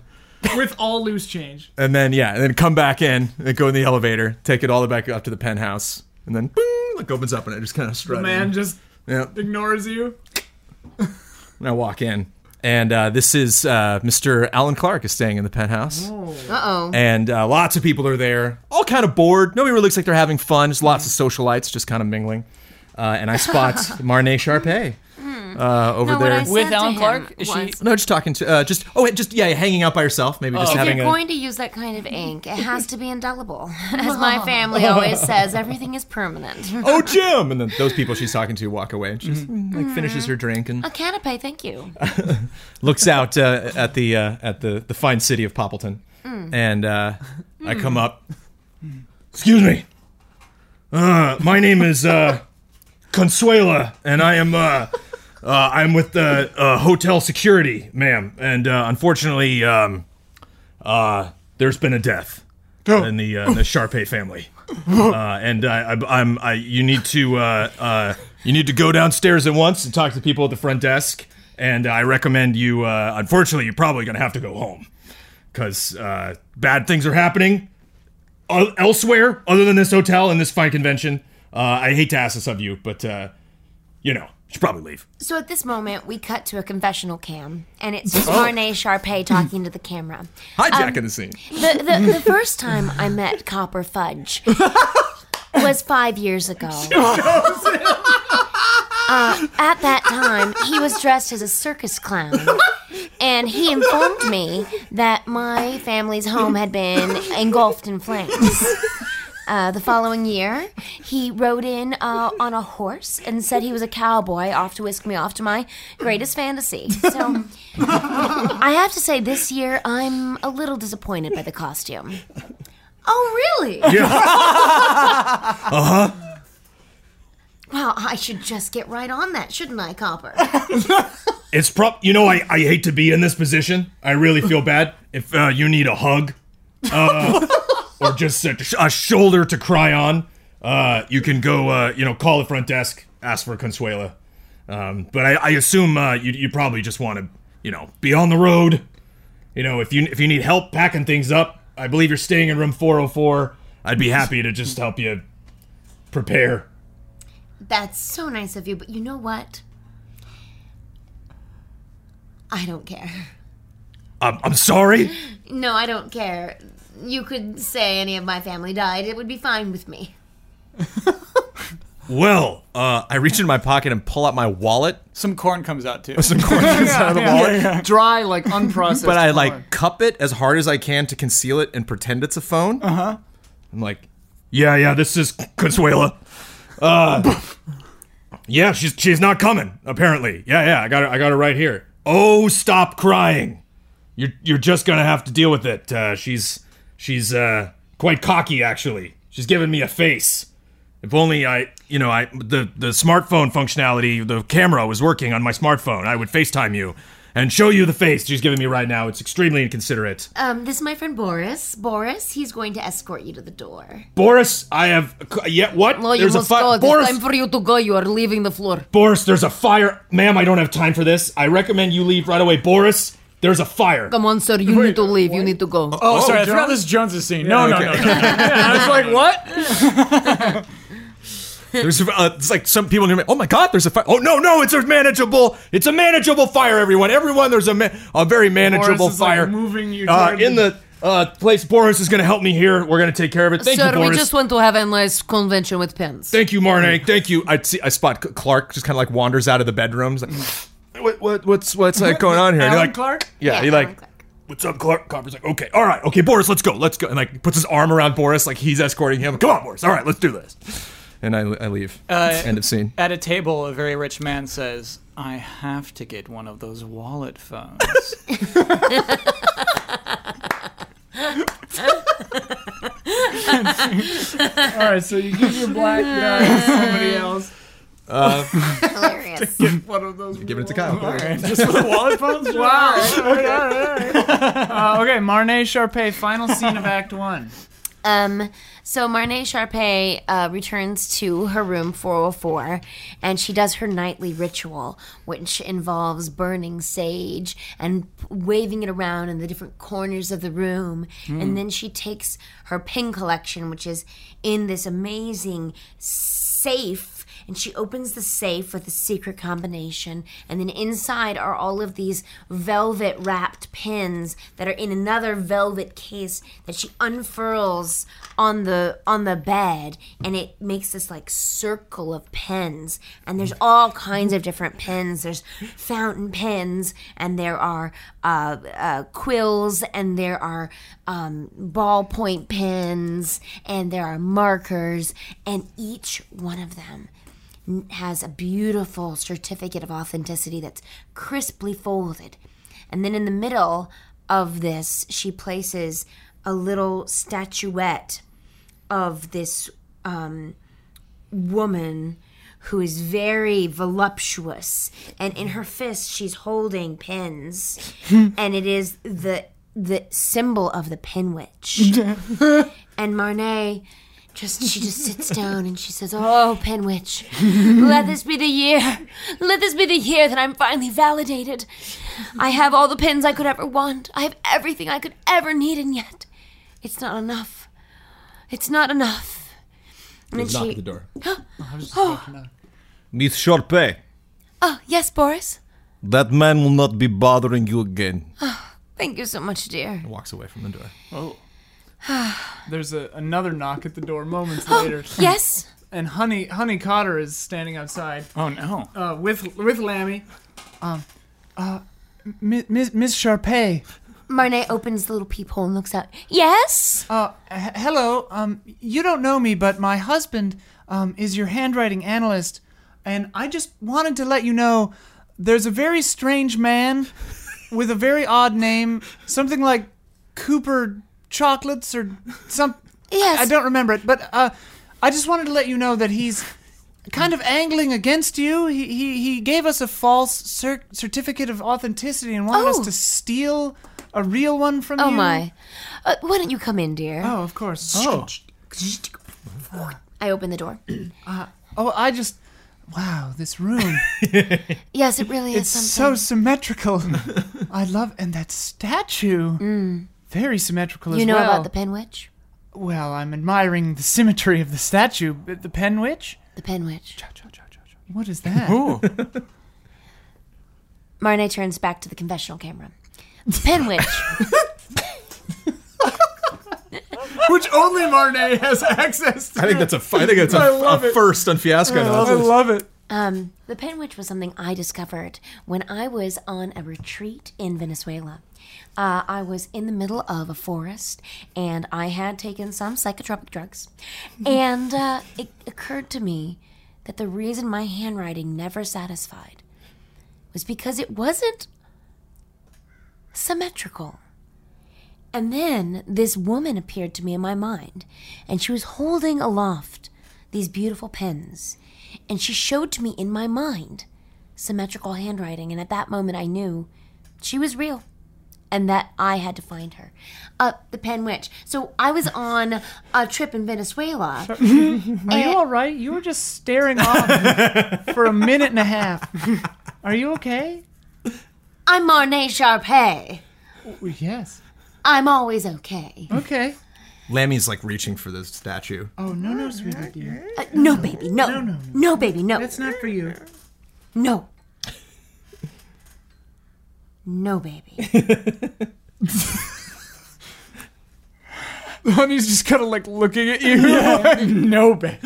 Speaker 5: With all loose change.
Speaker 2: And then, yeah, and then come back in and go in the elevator, take it all the way back up to the penthouse, and then boom, like opens up and I just kind of strut.
Speaker 5: The
Speaker 2: in.
Speaker 5: man just
Speaker 2: yeah.
Speaker 5: ignores you.
Speaker 2: And I walk in. And uh, this is uh, Mr. Alan Clark is staying in the penthouse.
Speaker 3: Uh oh.
Speaker 2: and uh, lots of people are there, all kind of bored. Nobody really looks like they're having fun. Just lots of socialites, just kind of mingling. Uh, and I
Speaker 5: <laughs>
Speaker 2: spot Marnay Sharpay
Speaker 5: Hmm.
Speaker 2: uh, over
Speaker 3: No, what I
Speaker 2: there.
Speaker 3: said
Speaker 4: With
Speaker 3: to
Speaker 4: Alan
Speaker 3: him
Speaker 4: Clark? Is she-
Speaker 3: was,
Speaker 2: No, just talking to, uh, just oh, wait, just yeah, hanging out by herself,
Speaker 5: Oh,
Speaker 2: maybe just
Speaker 3: If
Speaker 2: having
Speaker 3: you're
Speaker 2: a.
Speaker 3: going to use that kind of ink, it has to be
Speaker 2: <laughs>
Speaker 3: indelible. <laughs> As my family always says, everything is permanent.
Speaker 2: <laughs> Oh, Jim! And then those people she's talking to walk away, and she just,
Speaker 5: Mm-hmm.
Speaker 2: like finishes her drink and
Speaker 3: A canapé, thank you.
Speaker 2: looks out uh, at the uh, at the the fine city of Poppleton, and uh, I come up.
Speaker 11: Excuse me. Uh, my name is uh, Consuela, and I am uh, uh, I'm with the uh, hotel security, ma'am. And uh, unfortunately, um, uh, there's been a death in the uh, in the Sharpay family, uh, and I, I, I'm I, you need to uh, uh, you need to go downstairs at once and talk to people at the front desk. And I recommend you. Uh, unfortunately, you're probably gonna have to go home because uh, bad things are happening uh, elsewhere other than this hotel and this fine convention. Uh, I hate to ask this of you, but uh, you know, you should probably leave.
Speaker 3: So at this moment, we cut to a confessional cam, and it's
Speaker 2: Oh.
Speaker 3: Marnay Sharpay talking to the camera.
Speaker 2: Hijacking the scene.
Speaker 3: The, the, the first time I met Copper Fudge was five years ago. Uh, at that time, he was dressed as a circus clown. And he informed me that my family's home had been engulfed in flames. Uh, the following year, he rode in uh, on a horse and said he was a cowboy, off to whisk me off to my greatest fantasy. So I have to say, this year I'm a little disappointed by the costume. Oh, really? <laughs> Yeah. uh
Speaker 2: Uh-huh.
Speaker 3: huh. Well, I should just get right on that, shouldn't I, Copper?
Speaker 11: It's prop. You know, I, I hate to be in this position. I really feel bad. If uh, you need a hug, uh, or just a, a shoulder to cry on, uh, you can go. Uh, you know, call the front desk, ask for Consuela. Um, but I, I assume uh, you you probably just want to you know be on the road. You know, if you if you need help packing things up, I believe you're staying in room 404. I'd be happy to just help you prepare.
Speaker 3: That's so nice of you, but you know what? I don't care.
Speaker 2: Um,
Speaker 11: I'm, I'm sorry.
Speaker 3: No, I don't care. You could say any of my family died, it would be fine with me.
Speaker 11: Well,
Speaker 2: Uh, I reach in my pocket and pull out my wallet.
Speaker 4: Some corn comes out <laughs> too.
Speaker 2: Some coins
Speaker 5: <laughs>
Speaker 2: out of the wallet.
Speaker 5: Dry, like unprocessed.
Speaker 2: but I
Speaker 5: corn.
Speaker 2: like cup it as hard as I can to conceal it and pretend it's a phone. Uh huh. I'm like,
Speaker 11: Yeah, yeah, this is Consuela. Uh, yeah, she's she's not coming apparently. Yeah, yeah, I got her, I got her right here.
Speaker 2: "Oh, stop crying. You're you're just gonna have to deal with it." Uh, she's she's uh, quite cocky, actually. She's giving me a face. If only I, you know, I the the smartphone functionality, the camera was working on my smartphone. I would FaceTime you and show you the face she's giving me right now. It's extremely inconsiderate.
Speaker 3: Um, this is my friend Boris. Boris, he's going to escort you to the door.
Speaker 2: Boris, I have yet what?
Speaker 12: No, you
Speaker 2: There's a
Speaker 12: must
Speaker 2: fi-
Speaker 12: go. It is
Speaker 2: Boris,
Speaker 12: time for you to go. You are leaving the floor.
Speaker 2: Boris, there's a fire. Ma'am, I don't have time for this. I recommend you leave right away. Boris, there's a fire.
Speaker 12: Come on, sir. You need to leave. You need to go.
Speaker 4: Oh, sorry, I forgot this is Jones's scene. No, no, <laughs> no, no. I was like, what?
Speaker 13: There's uh, it's like some people near me. Oh my God! There's a fire.
Speaker 2: Oh no, no, it's a manageable. It's a manageable fire, everyone. Everyone, there's a ma- a very manageable
Speaker 5: Boris is, like,
Speaker 2: fire.
Speaker 5: moving you
Speaker 2: uh,
Speaker 5: toward
Speaker 2: in the uh, place. Boris is going to help me here. We're going to take care of it. Thank
Speaker 12: sir,
Speaker 2: you, Boris.
Speaker 12: we just want to have a nice convention with pens.
Speaker 2: Thank you, Marnay. Thank you.
Speaker 13: I see. I spot C- Clark just kind of like wanders out of the bedroom. He's like, what, what, what's what's like going on here? And you're like,
Speaker 5: Clark?
Speaker 13: yeah, he
Speaker 3: Alan
Speaker 13: like,
Speaker 3: Clark.
Speaker 13: what's up, Clark? Copper's like, okay, all right, okay, Boris, let's go, let's go, and like puts his arm around Boris like he's escorting him. Come on, Boris, all right, let's do this. And I, I leave.
Speaker 4: Uh,
Speaker 13: End of scene.
Speaker 4: At a table, a very rich man says, I have to get one of those
Speaker 5: <laughs>
Speaker 4: wallet phones.
Speaker 5: All right, so you give your black guy to <laughs> somebody else.
Speaker 14: Hilarious.
Speaker 13: <laughs>
Speaker 5: One of those.
Speaker 13: Giving it to Kyle.
Speaker 5: wallet phones? Wow. all right, all right, all <laughs> right. Uh, okay, Marnay Sharpay, final scene of Act One.
Speaker 3: Um, so Marnay Sharpay uh, returns to her room 404, and she does her nightly ritual, which involves burning sage and waving it around in the different corners of the room.
Speaker 13: Hmm.
Speaker 3: And then she takes her pin collection, which is in this amazing safe and she opens the safe with a secret combination and then inside are all of these velvet wrapped pins that are in another velvet case that she unfurls on the on the bed and it makes this like circle of pins and there's all kinds of different pins there's fountain pins and there are uh, uh, quills and there are um, ballpoint pins and there are markers and each one of them has a beautiful certificate of authenticity that's crisply folded. And then in the middle of this, she places a little statuette of this um, woman who is very voluptuous and in her fist she's holding pins and it is the the symbol of the pin witch and Marnay just she just sits down and she says, "Oh, Penwitch, let this be the year. Let this be the year that I'm finally validated. I have all the pins I could ever want. I have everything I could ever need, and yet, it's not enough. It's not enough." And then
Speaker 13: Knock
Speaker 3: she,
Speaker 13: at the <gasps> door.
Speaker 2: Miss Sharpay,
Speaker 3: "Oh, yes, Boris.
Speaker 2: that man will not be bothering you again.
Speaker 3: Thank you so much, dear."
Speaker 13: Walks away from the door.
Speaker 5: There's a, another knock at the door
Speaker 1: <gasps>
Speaker 5: moments later,
Speaker 3: <laughs> Yes.
Speaker 5: and Honey Honey Cotter is standing outside
Speaker 4: oh, no.
Speaker 5: uh, with with Lammy.
Speaker 1: Miss, Uh, Miss, Miss Sharpay.
Speaker 3: Marnay opens the little peephole and looks out. Yes.
Speaker 1: Uh, h- hello. Um, you don't know me, but my husband um, is your handwriting analyst, and I just wanted to let you know there's a very strange man <laughs> with a very odd name, something like Cooper Chocolates or some.
Speaker 3: Yes.
Speaker 1: I don't remember it, but uh, I just wanted to let you know that he's kind of angling against you. He he, he gave us a false cer- certificate of authenticity and wanted
Speaker 3: Oh.
Speaker 1: us to steal a real one from
Speaker 3: oh
Speaker 1: you.
Speaker 3: my. Uh, why don't you come in, dear?
Speaker 1: Oh, of course.
Speaker 4: Oh.
Speaker 3: I open the door. <clears throat>
Speaker 1: Oh, I just. Wow, this room.
Speaker 3: <laughs> Yes, it really
Speaker 1: it's
Speaker 3: is
Speaker 1: so
Speaker 3: something.
Speaker 1: symmetrical. I love. And that statue. Very symmetrical
Speaker 3: Mm. you
Speaker 1: as
Speaker 3: know
Speaker 1: well.
Speaker 3: about the pen witch?
Speaker 1: well, I'm admiring the symmetry of the statue. But the pen witch?
Speaker 3: The pen witch.
Speaker 1: What is that?
Speaker 4: Oh. <laughs>
Speaker 3: Marnay turns back to the confessional camera. The pen witch.
Speaker 5: Which only Marnay has access to.
Speaker 13: I think that's a. fi- I think that's a,
Speaker 5: love
Speaker 13: a
Speaker 5: it.
Speaker 13: first on Fiasco.
Speaker 5: I love it.
Speaker 3: Um, the pen witch was something I discovered when I was on a retreat in Venezuela. Uh, I was in the middle of a forest and I had taken some psychotropic drugs. And uh, it occurred to me that the reason my handwriting never satisfied was because it wasn't symmetrical. And then this woman appeared to me in my mind, and she was holding aloft these beautiful pens, and she showed to me in my mind symmetrical handwriting, and at that moment I knew she was real. And that I had to find her. Uh, the Pen Witch. So I was on a trip in Venezuela.
Speaker 5: Are you all right? You were just staring off <laughs> for a minute and a half. Are you okay?
Speaker 3: I'm Marnay Sharpay.
Speaker 5: Yes.
Speaker 3: I'm always okay.
Speaker 5: Okay.
Speaker 2: Lammy's like reaching for the statue.
Speaker 5: Oh no, no, sweetie dear.
Speaker 3: Uh, no, baby, no. No, baby, no.
Speaker 5: That's not for you.
Speaker 3: No. No, baby.
Speaker 4: Honey's just kind of like looking at you. <laughs> no, babe.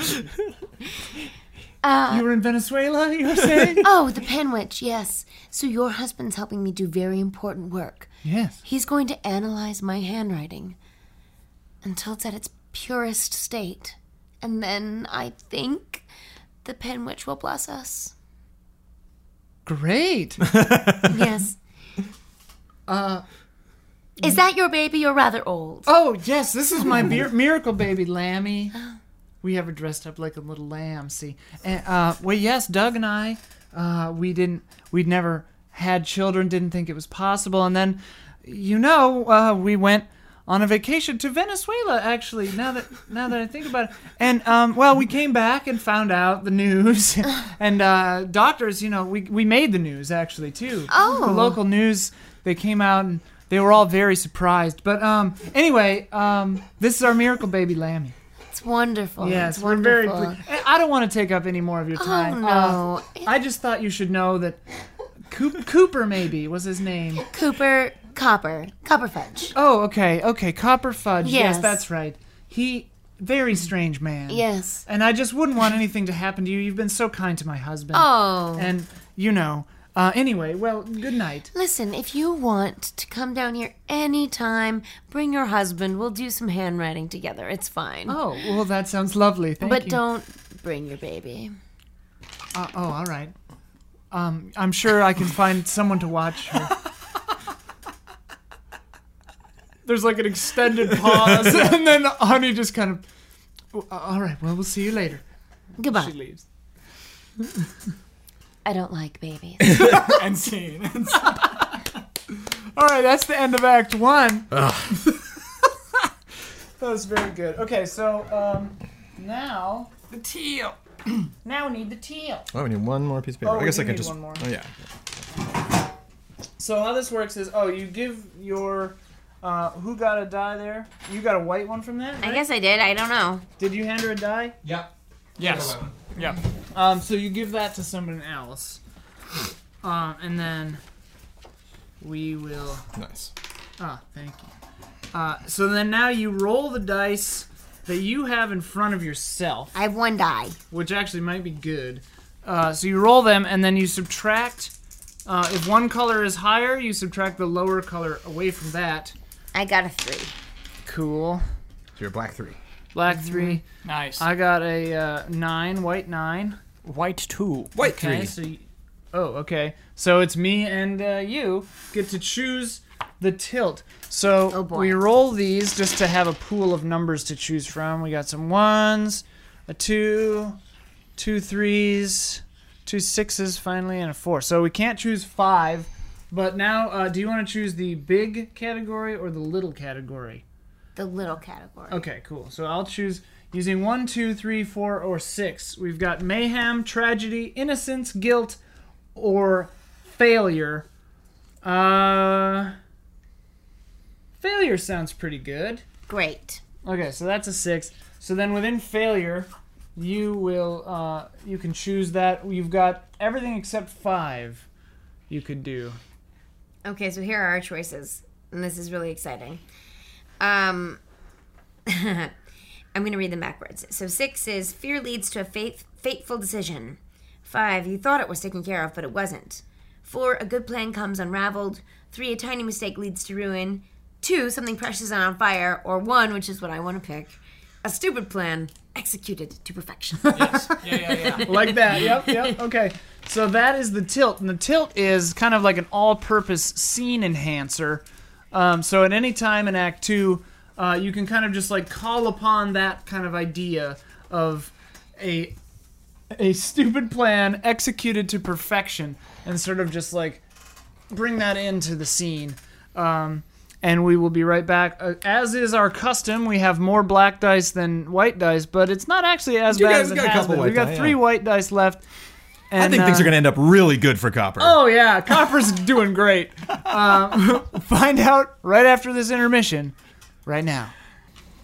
Speaker 5: You were in Venezuela. You were saying?
Speaker 3: Oh, the pen witch, yes. So your husband's helping me do very important work.
Speaker 5: <laughs> yes.
Speaker 3: He's going to analyze my handwriting until it's at its purest state. And then I think the pen witch will bless
Speaker 5: <laughs>
Speaker 3: us.
Speaker 5: Great.
Speaker 3: Yes. uh Is that your baby? You're rather old.
Speaker 5: Oh yes, this is my bir- miracle baby, Lammy. We have her dressed up like a little lamb. See, and, uh, well, yes, Doug and I, uh, we didn't, we'd never had children, didn't think it was possible, and then, you know, uh, we went on a vacation to Venezuela. Actually, now that now that I think about it, and um, well, we came back and found out the news, <laughs> and uh, doctors, you know, we we made the news actually too.
Speaker 3: Oh.
Speaker 5: the local news, they came out and. They were all very surprised, but um, anyway, um, this is our miracle baby Lammy.
Speaker 3: It's wonderful.
Speaker 5: Yes,
Speaker 3: it's
Speaker 5: we're very.
Speaker 3: wonderful.
Speaker 5: Ple- I- I don't want to take up any more of your
Speaker 3: Oh
Speaker 5: time.
Speaker 3: no,
Speaker 5: Uh, I just thought you should know that Coop- Cooper maybe was his name.
Speaker 3: Cooper Copper Copper Fudge.
Speaker 5: Oh, okay, okay, Copper Fudge. Yes,
Speaker 3: Yes.
Speaker 5: that's right. He very strange man.
Speaker 3: Yes.
Speaker 5: And I just wouldn't want anything to happen to you. You've been so kind to my husband.
Speaker 3: Oh.
Speaker 5: And you know. Uh, anyway, well, good night.
Speaker 3: Listen, if you want to come down here anytime, bring your husband. We'll do some handwriting together. It's fine.
Speaker 5: Oh, well, that sounds lovely. Thank
Speaker 3: but
Speaker 5: you.
Speaker 3: don't bring your baby.
Speaker 5: Uh, oh, all right. Um, I'm sure I can find someone to watch her. There's like an extended pause, <laughs> and then Honey just kind of. "Oh, uh, All right, well, we'll see you later.
Speaker 3: Goodbye.
Speaker 4: She leaves.
Speaker 3: <laughs> I don't like
Speaker 5: <laughs>
Speaker 3: babies.
Speaker 4: <laughs> End scene. <laughs>
Speaker 5: All right, that's the end of Act One. that was very good. Okay, so um, now the teal. <clears throat> now we need the teal.
Speaker 2: Oh, we need one more piece of paper.
Speaker 5: Oh,
Speaker 2: I guess
Speaker 5: we
Speaker 2: I
Speaker 5: do
Speaker 2: can
Speaker 5: need
Speaker 2: just.
Speaker 5: one more.
Speaker 2: Oh yeah.
Speaker 5: So how this works is, oh, you give your. Uh, who got a die there? You got a white one from that?
Speaker 15: I guess I did. I don't know.
Speaker 5: Did you hand her a die?
Speaker 4: Yes.
Speaker 5: Um, so you give that to someone else, um, and then we will.
Speaker 2: Nice.
Speaker 5: Ah, thank you. Uh, so then now you roll the dice that you have in front of yourself,
Speaker 15: I have one die.
Speaker 5: which actually might be good. Uh, so you roll them, and then you subtract. Uh, if one color is higher, you subtract the lower color away from that.
Speaker 15: I got a three.
Speaker 5: Cool.
Speaker 2: So you're black three.
Speaker 5: Black three.
Speaker 4: Nice.
Speaker 5: I got a uh, nine. White nine.
Speaker 4: White two.
Speaker 2: White
Speaker 5: Okay, so y oh, okay. So it's me and uh, you get to choose the tilt. So
Speaker 15: boy.
Speaker 5: we roll these just to have a pool of numbers to choose from. We got some ones, a two, two threes, two sixes finally, and a four. So we can't choose five. But now, uh, do you want to choose the big category or the little category?
Speaker 15: The little category.
Speaker 5: Okay, cool. So I'll choose using one, two, three, four, or six. We've got mayhem, tragedy, innocence, guilt, or failure. Uh, failure sounds pretty good.
Speaker 15: Great.
Speaker 5: Okay, so that's a six. So then within failure, you will uh, you can choose that. You've got everything except five. You could do.
Speaker 15: Okay, so here are our choices, and this is really exciting. Um, <laughs> I'm going to read them backwards. So six is fear leads to a faith, fateful decision. Five, you thought it was taken care of, but it wasn't. Four, a good plan comes unraveled. Three, a tiny mistake leads to ruin. Two, something precious is on fire. Or one, which is what I want to pick, a stupid plan executed to perfection. <laughs>
Speaker 4: Yeah, yeah, yeah.
Speaker 5: like that. Yep, yep. Okay.
Speaker 1: So that is the tilt, and the tilt is kind of like an all-purpose scene enhancer. Um, so at any time in Act Two, uh, you can kind of just like call upon that kind of idea of a a stupid plan executed to perfection, and sort of just like bring that into the scene. Um, and we will be right back. Uh, as is our custom, we have more black dice than white dice, but it's not actually as
Speaker 16: You
Speaker 1: bad
Speaker 16: guys
Speaker 1: as it
Speaker 16: got a
Speaker 1: has
Speaker 16: couple
Speaker 1: been.
Speaker 16: white
Speaker 1: We've got
Speaker 16: die,
Speaker 1: three
Speaker 16: yeah.
Speaker 1: white dice left. uh,
Speaker 16: I think
Speaker 13: uh,
Speaker 16: things are going to end up really good for Copper.
Speaker 1: Oh yeah, Copper's doing great. Um, <laughs> find out right after this intermission, right now.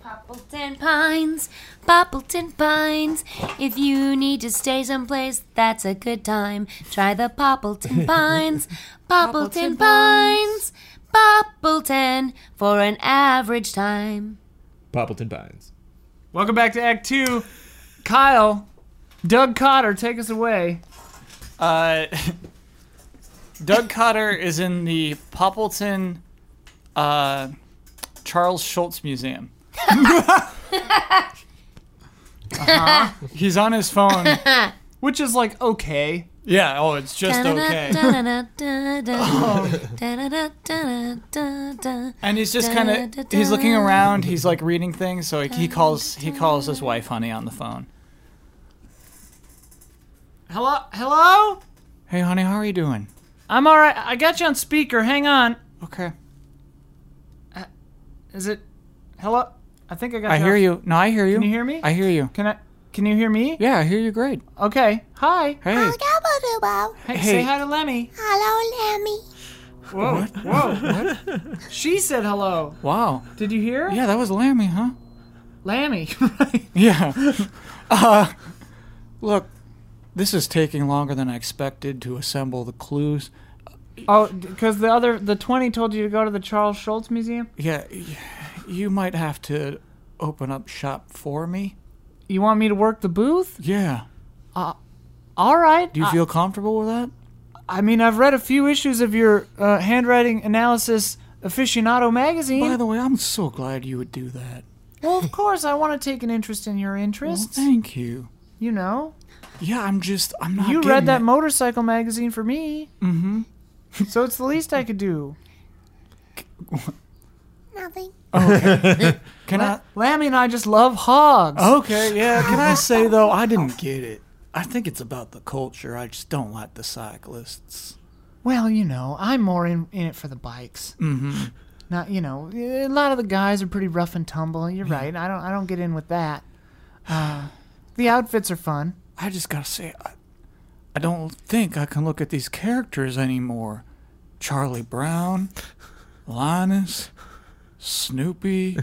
Speaker 3: Poppleton Pines, Poppleton Pines. If you need to stay someplace, that's a good time. Try the Poppleton Pines, Poppleton Pines, Poppleton for an average time.
Speaker 17: Poppleton Pines.
Speaker 1: Welcome back to Act Two. Kyle, Doug Cotter, take us away.
Speaker 4: Uh, Doug Cotter is in the Poppleton uh, Charles Schultz Museum. Uh-huh. He's on his phone.
Speaker 1: Which is like okay.
Speaker 4: Yeah, oh, it's just okay. And he's just kind of he's looking around, he's like reading things, so he, he calls he calls his wife honey on the phone.
Speaker 1: Hello, hello.
Speaker 4: Hey honey, how are you doing?
Speaker 1: I'm all right. I got you on speaker. Hang on.
Speaker 4: Okay.
Speaker 1: Is it? Hello. I think I got.
Speaker 4: I hear
Speaker 1: on-
Speaker 4: you. No, I hear you.
Speaker 1: Can you hear me?
Speaker 4: I hear you.
Speaker 1: Can I? Can you hear me?
Speaker 4: Yeah, I hear you great.
Speaker 1: Okay. Hi.
Speaker 4: Hey.
Speaker 6: Gabadoo-bow.
Speaker 1: Hey,
Speaker 4: Hey.
Speaker 1: Say hi to Lemmy.
Speaker 6: Hello, Lemmy.
Speaker 1: Whoa.
Speaker 4: <laughs>
Speaker 1: Whoa. She said hello.
Speaker 4: Wow.
Speaker 1: Did you hear?
Speaker 4: Yeah, that was Lammy, huh? <laughs>
Speaker 1: Lammy. right.
Speaker 4: Yeah. <laughs> Uh, look, this is taking longer than I expected to assemble the clues.
Speaker 1: Oh, because the other the twenty told you to go to the Charles Schultz Museum.
Speaker 4: Yeah, y- you might have to open up shop for me.
Speaker 1: You want me to work the booth?
Speaker 4: Yeah.
Speaker 1: All right.
Speaker 4: Do you feel comfortable with that?
Speaker 1: I mean, I've read a few issues of your uh, handwriting analysis aficionado magazine.
Speaker 4: By the way, I'm so glad you would do that.
Speaker 1: well, of course, I want to take an interest in your
Speaker 4: Well,
Speaker 1: interests.
Speaker 4: thank you.
Speaker 1: you know,
Speaker 4: Yeah, I'm just I'm not.
Speaker 1: you
Speaker 4: getting
Speaker 1: read that
Speaker 4: it.
Speaker 1: motorcycle magazine for me. Mm-hmm. <laughs> so it's the least I could do.
Speaker 6: Nothing.
Speaker 4: Can I?
Speaker 1: Lammy and I just love hogs.
Speaker 4: Okay, yeah. Can I
Speaker 1: <laughs>
Speaker 4: say though, I didn't get it. I think it's about the culture. I just don't like the cyclists.
Speaker 1: Well, you know, I'm more in, in it for the bikes. Mm-hmm. Not, you know, a lot of the guys are pretty rough and tumble. You're right. I don't, I don't get in with that. Uh, the outfits are fun.
Speaker 4: I just gotta say, I, I don't think I can look at these characters anymore. Charlie Brown, Linus, Snoopy,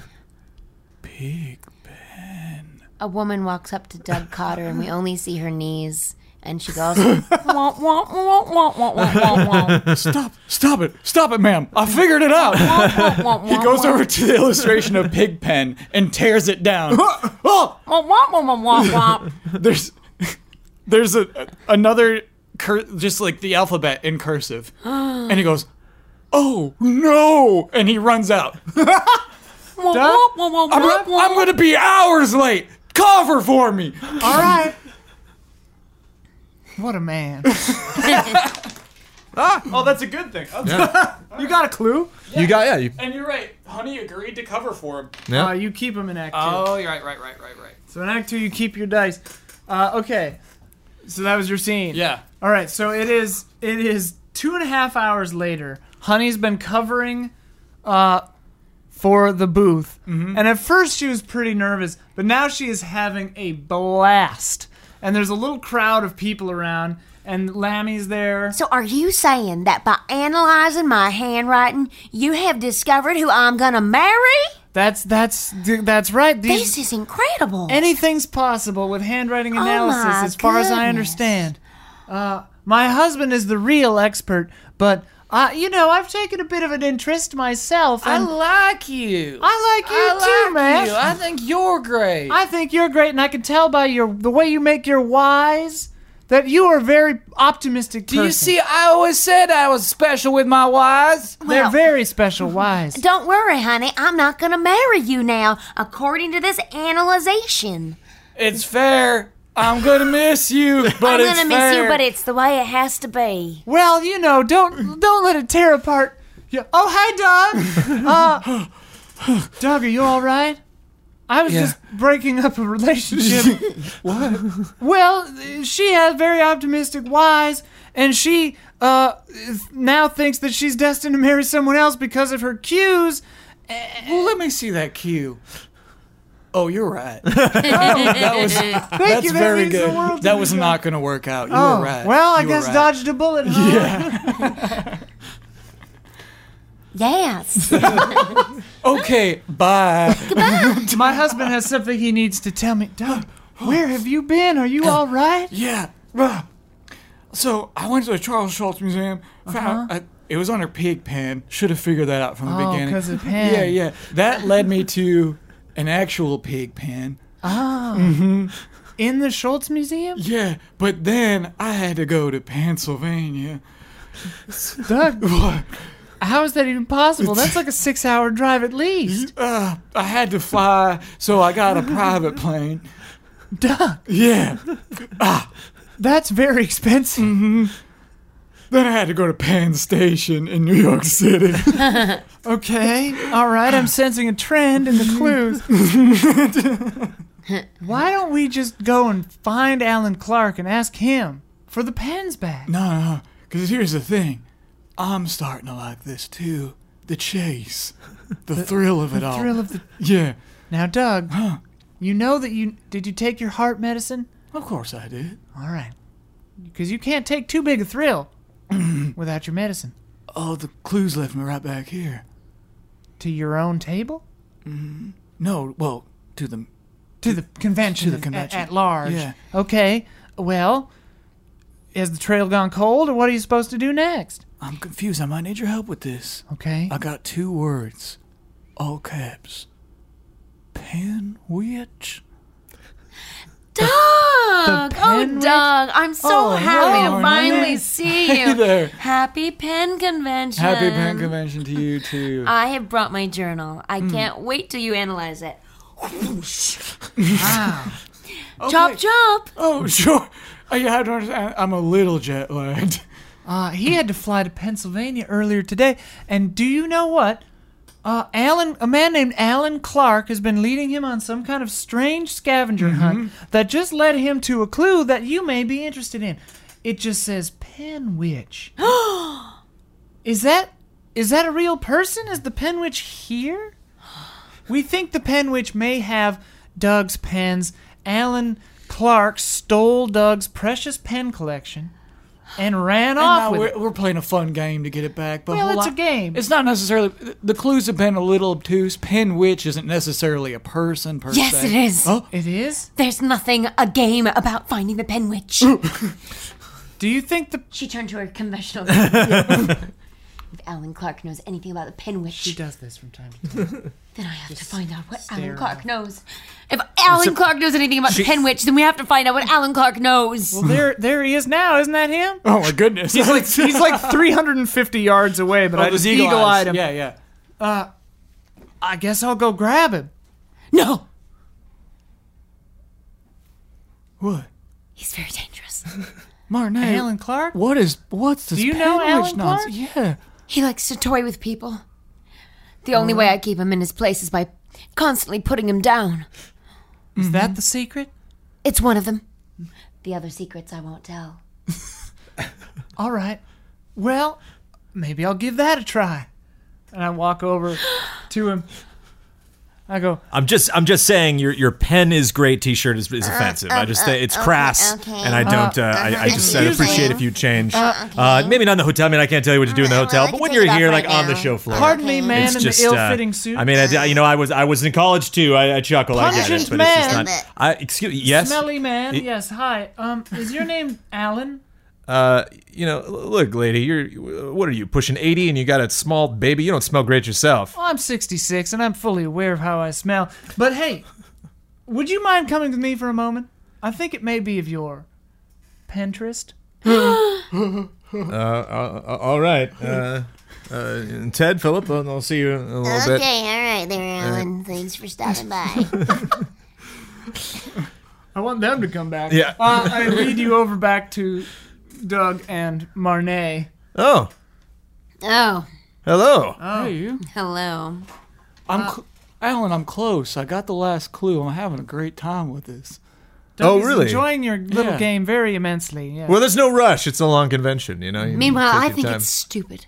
Speaker 4: Pig.
Speaker 3: A woman walks up to Doug Cotter, and we only see her knees, and she goes, wah, wah, wah, wah, wah, wah, wah, wah,
Speaker 4: Stop! Stop it! Stop it, ma'am! I figured
Speaker 1: <laughs>
Speaker 4: it out.
Speaker 3: wah, wah, wah,
Speaker 4: He goes over to the illustration of Pigpen and tears
Speaker 1: <laughs>
Speaker 4: it down. oh!
Speaker 3: wah, wah, wah, wah, wah, wah.
Speaker 4: There's, there's a another cur- just like the alphabet in cursive, and he goes, "Oh no!" and he
Speaker 1: <laughs>
Speaker 4: runs out. I'm, go- I'm gonna be hours late. Cover for me.
Speaker 1: All right. What a
Speaker 4: <laughs>
Speaker 1: man.
Speaker 4: Oh, that's a good thing. <laughs>
Speaker 1: You got a clue?
Speaker 16: You got, yeah. You,
Speaker 4: And you're right. Honey agreed to cover for him.
Speaker 1: Uh, you keep them in Act Two.
Speaker 4: Oh, you're right, right, right, right, right.
Speaker 1: So in Act Two, you keep your dice. Uh, okay. So that was your scene.
Speaker 4: Yeah.
Speaker 1: All right. So it is. It is two and a half hours later. Honey's been covering, uh, for the booth, and at first she was pretty nervous, but now she is having a blast. And there's a little crowd of people around, and Lammy's there.
Speaker 3: So are you saying that by analyzing my handwriting, you have discovered who I'm gonna marry?
Speaker 1: That's that's that's right. These,
Speaker 3: This is incredible.
Speaker 1: Anything's possible with handwriting analysis,
Speaker 3: Oh my
Speaker 1: as far as I
Speaker 3: goodness.
Speaker 1: understand. Uh, my husband is the real expert, but uh, you know, I've taken a bit of an interest myself. And I,
Speaker 4: like you.
Speaker 1: like you too, man.
Speaker 4: I think you're great.
Speaker 1: I think you're great, and I can tell by your the way you make your whys that you are a very optimistic.
Speaker 4: Do you see? I always said I was special with my wives.
Speaker 1: They're very
Speaker 4: <laughs>
Speaker 1: special whys.
Speaker 3: Don't worry, honey. I'm not going to marry you now, according to this analyzation.
Speaker 4: It's fair. I'm gonna
Speaker 1: <laughs>
Speaker 4: miss you, but
Speaker 3: I'm
Speaker 4: it's
Speaker 3: gonna miss you,
Speaker 4: fair.
Speaker 3: but it's the way it has to be.
Speaker 1: Well, you know, don't don't let it tear apart. Yeah. Oh, hi, Doug.
Speaker 4: <laughs>
Speaker 1: uh, Doug, are you all right? I was
Speaker 4: Yeah.
Speaker 1: just breaking up a
Speaker 4: <laughs>
Speaker 1: relationship. what? Well, she has very optimistic wise, and she uh, is- now thinks that she's destined to marry someone else because of her cues.
Speaker 4: Well, let me see that cue. Oh, you're right. Oh, that was
Speaker 1: Thank
Speaker 4: that's
Speaker 1: you. That
Speaker 4: very
Speaker 1: means the
Speaker 4: good.
Speaker 1: world to
Speaker 4: That
Speaker 1: me.
Speaker 4: was not gonna work out. You
Speaker 1: Oh,
Speaker 4: were right.
Speaker 1: well, I
Speaker 4: You were
Speaker 1: guess
Speaker 4: right.
Speaker 1: dodged a bullet. Huh?
Speaker 4: <laughs>
Speaker 18: Yes.
Speaker 4: Okay, bye.
Speaker 1: <laughs> My husband has something he needs to tell me. Doug, where have you been? Are you all right?
Speaker 4: Yeah. bruh. So I went to the Charles Schultz Museum. Found uh it was on her pig pen. Should have figured that out from the
Speaker 1: Uh-huh. Oh,
Speaker 4: beginning.
Speaker 1: 'cause of pen.
Speaker 4: Yeah, yeah. That led me to an actual pig pen.
Speaker 1: In the Schultz Museum?
Speaker 4: Yeah, but then I had to go to Pennsylvania.
Speaker 1: Doug,
Speaker 4: What?
Speaker 1: How is that even possible? That's <laughs> like a six hour drive at least.
Speaker 4: Uh, I had to fly, so I got a private plane.
Speaker 1: Doug,
Speaker 4: Yeah.
Speaker 1: that's very expensive.
Speaker 4: Then I had to go to Penn Station in New York City.
Speaker 1: Okay, all right, I'm sensing a trend in the clues. <laughs> Why don't we just go and find Alan Clark and ask him for the pens back?
Speaker 4: No, no, because Uh-huh. here's the thing. I'm starting to like this too. The chase,
Speaker 1: <laughs>
Speaker 4: the, thrill of it all.
Speaker 1: Thrill of the.
Speaker 4: yeah,
Speaker 1: Now, Doug, you know that you. Did you take your heart medicine?
Speaker 4: of course I did.
Speaker 1: All right. Because you can't take too big a
Speaker 4: <clears throat>
Speaker 1: thrill without your medicine.
Speaker 4: Oh, the clues left me right back here.
Speaker 1: To your own table?
Speaker 4: No, well, to the
Speaker 1: to the convention,
Speaker 4: to the
Speaker 1: at-
Speaker 4: convention.
Speaker 1: At, large.
Speaker 4: Yeah.
Speaker 1: Okay. Well, has the trail gone cold, or what are you supposed to do next?
Speaker 4: I'm confused. I might need your help with this.
Speaker 1: Okay.
Speaker 4: I got two words, all caps. Pan witch.
Speaker 3: Doug! Oh,
Speaker 1: penguin?
Speaker 3: Doug, I'm so
Speaker 4: Oh,
Speaker 3: happy
Speaker 4: no,
Speaker 3: to finally
Speaker 4: man. <laughs>
Speaker 3: see you.
Speaker 4: Hey there.
Speaker 3: Happy pen convention.
Speaker 4: Happy Pen Hmm. Convention to you too.
Speaker 3: I have brought my journal. I can't wait till you analyze it. wow. Chop, chop.
Speaker 4: <laughs> oh, sure. I, I don't understand. I'm a little jet lagged.
Speaker 1: Uh, he had to fly to Pennsylvania earlier today, and do you know what? Uh, Alan, a man named Alan Clark, has been leading him on some kind of strange scavenger hunt that just led him to a clue that you may be interested in. It just says Pen
Speaker 4: <gasps>
Speaker 1: Witch. is that is that a real person? Is the Pen Witch here? We think the Pen Witch may have Doug's pens. Alan Clark stole Doug's precious pen collection and ran
Speaker 4: And
Speaker 1: off
Speaker 4: now
Speaker 1: with it.
Speaker 4: we're, we're playing a fun game to get it back. But
Speaker 1: Well,
Speaker 4: hold
Speaker 1: it's
Speaker 4: on.
Speaker 1: a game.
Speaker 4: It's not necessarily. The clues have been a little obtuse. Pen Witch isn't necessarily a person per
Speaker 3: Yes,
Speaker 4: se.
Speaker 3: it is.
Speaker 4: Oh,
Speaker 1: It is.
Speaker 3: There's nothing a game about finding the pen witch.
Speaker 1: Mm. Do you think the
Speaker 3: she turned to
Speaker 1: <laughs>
Speaker 3: her conventional. if Alan Clark knows anything about the pen witch,
Speaker 1: she does this from time to time?
Speaker 3: then I have to find out what Alan
Speaker 1: stare
Speaker 3: Clark knows. If Alan Clark knows anything about the pen witch, then we have to find out what Alan Clark knows.
Speaker 1: well, there, there he is now. Isn't that him?
Speaker 4: oh my goodness. He's like, <laughs>
Speaker 1: He's <laughs> like 350 yards away,
Speaker 2: Oh,
Speaker 1: but I just eagle-eyed him.
Speaker 4: Yeah, yeah.
Speaker 1: I guess I'll go grab him.
Speaker 3: no,
Speaker 4: What?
Speaker 3: he's very dangerous.
Speaker 4: Martin, hey,
Speaker 1: Alan Clark.
Speaker 4: What is. What's this
Speaker 1: Do you
Speaker 4: Pen
Speaker 1: know
Speaker 4: Witch
Speaker 1: Alan
Speaker 4: nonsense? Yeah.
Speaker 3: He likes to toy with people. The only
Speaker 1: Mm.
Speaker 3: way I keep him in his place is by constantly putting him down.
Speaker 1: Is that the secret?
Speaker 3: It's one of them. The other secrets I won't tell.
Speaker 1: All right. Well, maybe I'll give that a try. And I walk
Speaker 2: <gasps>
Speaker 1: over to him. I go,
Speaker 2: I'm just I'm just saying your your pen is great T-shirt is, is offensive. I just think it's crass,
Speaker 18: Uh, okay. Uh-huh.
Speaker 2: and I don't. Uh, I,
Speaker 18: <laughs>
Speaker 2: I just I'd
Speaker 1: Excuse
Speaker 2: appreciate
Speaker 1: me.
Speaker 2: if you change. Uh, maybe not in the hotel. I mean, I can't tell you what to do in the
Speaker 18: well,
Speaker 2: hotel,
Speaker 18: I
Speaker 2: but
Speaker 18: can
Speaker 2: when
Speaker 18: take
Speaker 2: you're
Speaker 18: it off
Speaker 2: here,
Speaker 18: right
Speaker 2: like on the
Speaker 18: now.
Speaker 2: show floor,
Speaker 1: "Pardon me, man,
Speaker 2: it's
Speaker 1: in
Speaker 2: just
Speaker 1: the
Speaker 2: uh,
Speaker 1: ill-fitting suit."
Speaker 2: I mean, I, you know, I was I was in college too. I, I chuckle. I get it,
Speaker 1: Pungent
Speaker 2: but it's just
Speaker 1: man.
Speaker 2: not. I, excuse yes.
Speaker 1: Smelly man.
Speaker 2: It-
Speaker 1: yes. Hi. Um, is your name Alan?
Speaker 2: Uh, you know, look, lady, you're what are you pushing eighty, and you got a small baby. You don't smell great yourself. Uh,
Speaker 1: Well, I'm 66 and I'm fully aware of how I smell. But hey, would you mind coming with me for a moment? I think it may be of your Pinterest.
Speaker 2: Uh, all right, uh, uh, Ted, Philip, I'll see you in a little bit.
Speaker 1: uh, <laughs>
Speaker 18: okay, all right there, Alan. Thanks for stopping by.
Speaker 1: I want them to come back.
Speaker 2: Yeah.
Speaker 1: Uh, I lead you over back to Doug and Marnay.
Speaker 2: Oh,
Speaker 19: Oh,
Speaker 2: hello.
Speaker 1: uh,
Speaker 4: Hey, you.
Speaker 19: hello.
Speaker 4: I'm cl- Alan. I'm close. I got the last clue. I'm having a great time with this.
Speaker 1: Doug
Speaker 2: Oh,
Speaker 1: is
Speaker 2: really?
Speaker 1: Enjoying your little
Speaker 4: Yeah.
Speaker 1: game very immensely. Yeah.
Speaker 2: Well, there's no rush. It's a long convention, you know. You
Speaker 3: Meanwhile,
Speaker 2: take
Speaker 3: I
Speaker 2: your
Speaker 3: think
Speaker 2: time.
Speaker 3: it's stupid.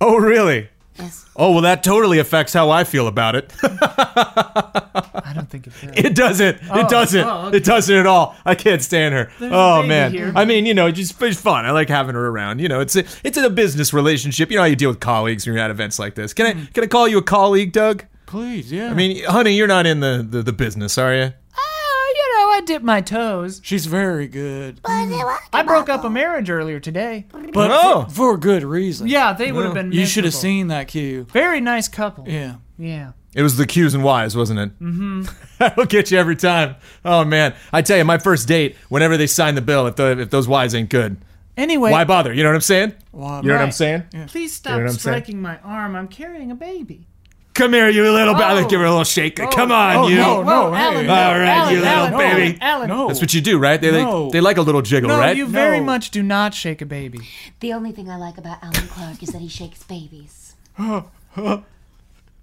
Speaker 2: Oh, really?
Speaker 3: Yes.
Speaker 2: Oh, well, that totally affects how I feel about it. <laughs>
Speaker 1: I don't think it does.
Speaker 2: It doesn't. it doesn't.
Speaker 1: oh, okay.
Speaker 2: It doesn't at all. I can't stand her. oh
Speaker 1: baby
Speaker 2: man.
Speaker 1: here.
Speaker 2: I mean, you know, just it's fun. I like having her around. You know, it's a, it's a business relationship. You know how you deal with colleagues when you're at events like this. Can
Speaker 1: Hmm.
Speaker 2: I can I call you a colleague, Doug?
Speaker 4: Please, yeah.
Speaker 2: I mean, honey, you're not in the the, the business, are you?
Speaker 1: Oh, you know, I dip my toes.
Speaker 4: she's very good,
Speaker 20: Mm.
Speaker 1: I broke up a marriage earlier today.
Speaker 4: but
Speaker 2: Oh.
Speaker 4: for, for a good reason.
Speaker 1: Yeah, they would have been.
Speaker 4: You should have
Speaker 1: miserable.
Speaker 4: seen that cue.
Speaker 1: Very nice couple.
Speaker 4: Yeah.
Speaker 1: Yeah.
Speaker 2: It was the Q's and Y's, wasn't it? Mm-hmm. <laughs> That'll get you every time. Oh man, I tell you, my first date. Whenever they sign the bill, if the, if those Y's ain't good,
Speaker 1: Anyway,
Speaker 2: why bother? You know what I'm saying?
Speaker 4: Why-
Speaker 2: You know what I'm
Speaker 1: Right.
Speaker 2: saying?
Speaker 1: please stop
Speaker 2: know what I'm saying?
Speaker 1: striking my arm. I'm carrying a baby.
Speaker 2: Come here, you little. ba-
Speaker 1: Oh.
Speaker 2: I'll give her a little shake. Come on, you.
Speaker 4: no, no, hey.
Speaker 1: Alan, no,
Speaker 2: All right,
Speaker 1: Alan,
Speaker 2: you <laughs> little
Speaker 1: Alan,
Speaker 2: baby.
Speaker 1: Alan, Alan.
Speaker 4: No.
Speaker 2: That's what you do, right? They
Speaker 4: No.
Speaker 2: like they like a little jiggle,
Speaker 1: No,
Speaker 2: right?
Speaker 1: you very
Speaker 4: No.
Speaker 1: much do not shake a baby.
Speaker 3: The only thing I like about Alan Clark is that he shakes babies.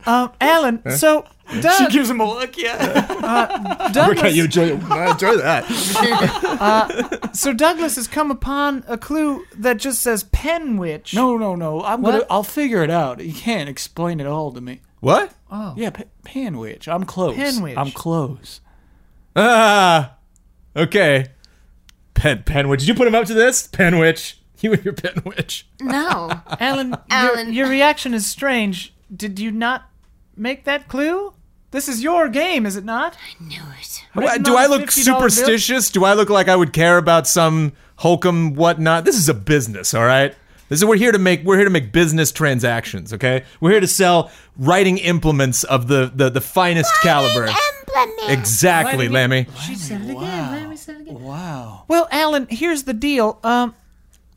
Speaker 1: Um, Alan, so Doug,
Speaker 4: gives him a look. Yeah.
Speaker 1: Douglas,
Speaker 2: enjoy, I enjoy that.
Speaker 1: so Douglas has come upon a clue that just says pen witch.
Speaker 4: <laughs> No, no, no. I'm gonna.
Speaker 1: What?
Speaker 4: I'll figure it out. You can't explain it all to me.
Speaker 2: What?
Speaker 1: Oh.
Speaker 4: Yeah, p- Panwich. I'm close.
Speaker 1: Panwitch.
Speaker 4: I'm close.
Speaker 2: Ah, okay. Pen Penwitch, did you put him up to this? Penwitch, <laughs> you and your Penwitch.
Speaker 3: <laughs> No.
Speaker 1: Alan, your-
Speaker 3: Alan.
Speaker 1: your reaction is strange. Did you not make that clue? This is your game, is it not?
Speaker 3: knew it.
Speaker 1: Written
Speaker 2: Do
Speaker 1: on
Speaker 2: I
Speaker 1: a
Speaker 2: look
Speaker 1: $50 bill?
Speaker 2: superstitious? Do I look like I would care about some hokum whatnot? This is a business, all right. This is we're here to make we're here to make business transactions. Okay, we're here to sell writing implements of the the, the finest caliber. Exactly, Lemmy.
Speaker 1: She said it again. Let me say it again.
Speaker 4: Wow.
Speaker 1: Well, Alan, here's the deal. Um,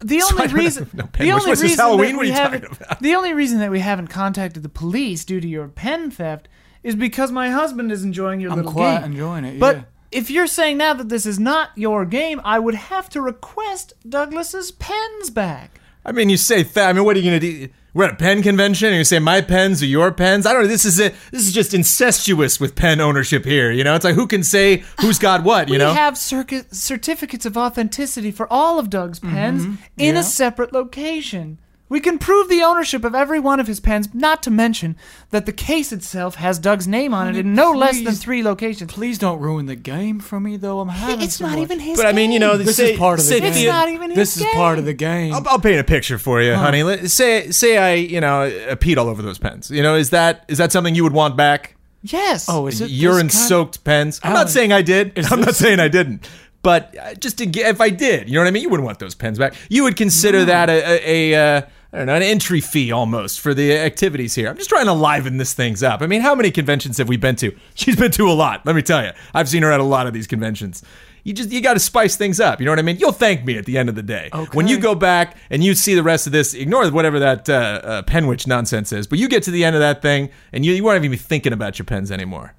Speaker 1: the
Speaker 2: I
Speaker 1: only
Speaker 2: don't
Speaker 1: reason,
Speaker 2: have no pen.
Speaker 1: the
Speaker 2: Which
Speaker 1: only
Speaker 2: was this,
Speaker 1: reason
Speaker 2: Halloween?
Speaker 1: that
Speaker 2: What are
Speaker 1: we
Speaker 2: you talking
Speaker 1: haven't,
Speaker 2: about?
Speaker 1: the only reason that we haven't contacted the police due to your pen theft is because my husband is enjoying your
Speaker 4: I'm
Speaker 1: little
Speaker 4: quite
Speaker 1: game.
Speaker 4: enjoying it.
Speaker 1: but
Speaker 4: yeah.
Speaker 1: if you're saying now that this is not your game, I would have to request Douglas's pens back.
Speaker 2: I mean, you say that. I mean, what are you gonna do? We're at a pen convention, and you say my pens or your pens. I don't know. This is it. This is just incestuous with pen ownership here. You know, it's like who can say who's got what. You
Speaker 1: We
Speaker 2: know,
Speaker 1: have circu- certificates of authenticity for all of Doug's pens in a separate location. We can prove the ownership of every one of his pens, not to mention that the case itself has Doug's name on it in no less than
Speaker 4: please-
Speaker 1: three locations.
Speaker 4: Please don't ruin the game for me, though. I'm having.
Speaker 1: It's
Speaker 4: so
Speaker 1: not
Speaker 4: much-
Speaker 1: even his
Speaker 2: but I mean, you know,
Speaker 4: This
Speaker 2: say,
Speaker 4: is part of the
Speaker 2: say
Speaker 4: game.
Speaker 1: It's not even his
Speaker 4: This is part of
Speaker 1: game.
Speaker 4: the game.
Speaker 2: I'll, I'll paint a picture for you, honey. Let, say, say I, you know, uh, peed all over those pens. You know, is that is that something you would want back?
Speaker 1: Yes.
Speaker 4: Oh, is it this kind- Oh.
Speaker 2: Urine-soaked pens. I'm not
Speaker 4: Alan,
Speaker 2: saying I did. I'm not saying I didn't. But uh, just to get, if I did, you know what I mean. You wouldn't want those pens back. You would consider that a, a, a uh, I don't know, an entry fee almost for the activities here. I'm just trying to liven this things up. I mean, how many conventions have we been to? <laughs> She's been to a lot. Let me tell you, I've seen her at a lot of these conventions. You just you got to spice things up. You know what I mean? You'll thank me at the end of the day when you go back and you see the rest of this. Ignore whatever that uh, uh, penwitch nonsense is, but you get to the end of that thing and you, you won't even be thinking about your pens anymore.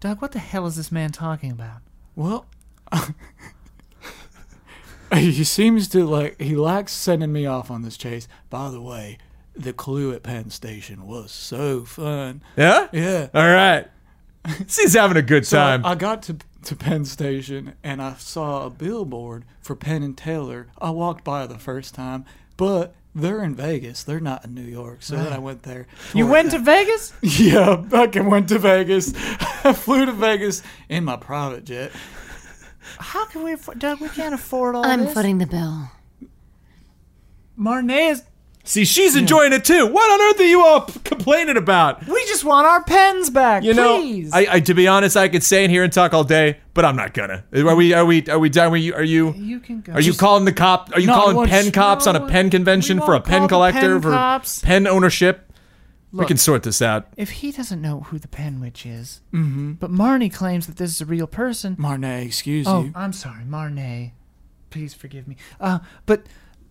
Speaker 1: Doug, what the hell is this man talking about?
Speaker 4: Well, <laughs> he seems to like he likes sending me off on this chase. By the way, the clue at Penn Station was so fun.
Speaker 2: Yeah?
Speaker 4: Yeah.
Speaker 2: All right. She's having a good
Speaker 4: So uh, I-
Speaker 2: time.
Speaker 4: I, got to to Penn Station and I saw a billboard for Penn and Taylor. I walked by the first time, but they're in Vegas. They're not in New York. So then I went there.
Speaker 1: You
Speaker 4: for-
Speaker 1: went to Vegas?
Speaker 4: <laughs> Yeah, back and went to Vegas. <laughs> I flew to Vegas in my private jet.
Speaker 1: How can we afford Doug, we can't afford all
Speaker 3: I'm
Speaker 1: this.
Speaker 3: footing the bill.
Speaker 1: Marnay is
Speaker 2: See, she's enjoying it too. What on earth are you all p- complaining about?
Speaker 1: we just want our pens back,
Speaker 2: You know,
Speaker 1: please.
Speaker 2: I, I to be honest, I could stay in here and talk all day, but I'm not gonna. Are we? Are we? Are we done? Are you? Are you?
Speaker 1: you can go.
Speaker 2: Are you calling the cop? Are you
Speaker 4: No, I
Speaker 2: calling
Speaker 4: won't-
Speaker 2: pen cops on a pen convention
Speaker 1: we
Speaker 2: for a
Speaker 1: won't
Speaker 2: pen
Speaker 1: call the
Speaker 2: collector
Speaker 1: pen
Speaker 2: for
Speaker 1: cops.
Speaker 2: pen ownership? we can sort this out.
Speaker 1: if he doesn't know who the pen witch is, mm-hmm. but Marnie claims that this is a real person,
Speaker 4: Marnay, excuse
Speaker 1: Oh,
Speaker 4: you.
Speaker 1: I'm sorry, Marnay. Please forgive me. Uh, but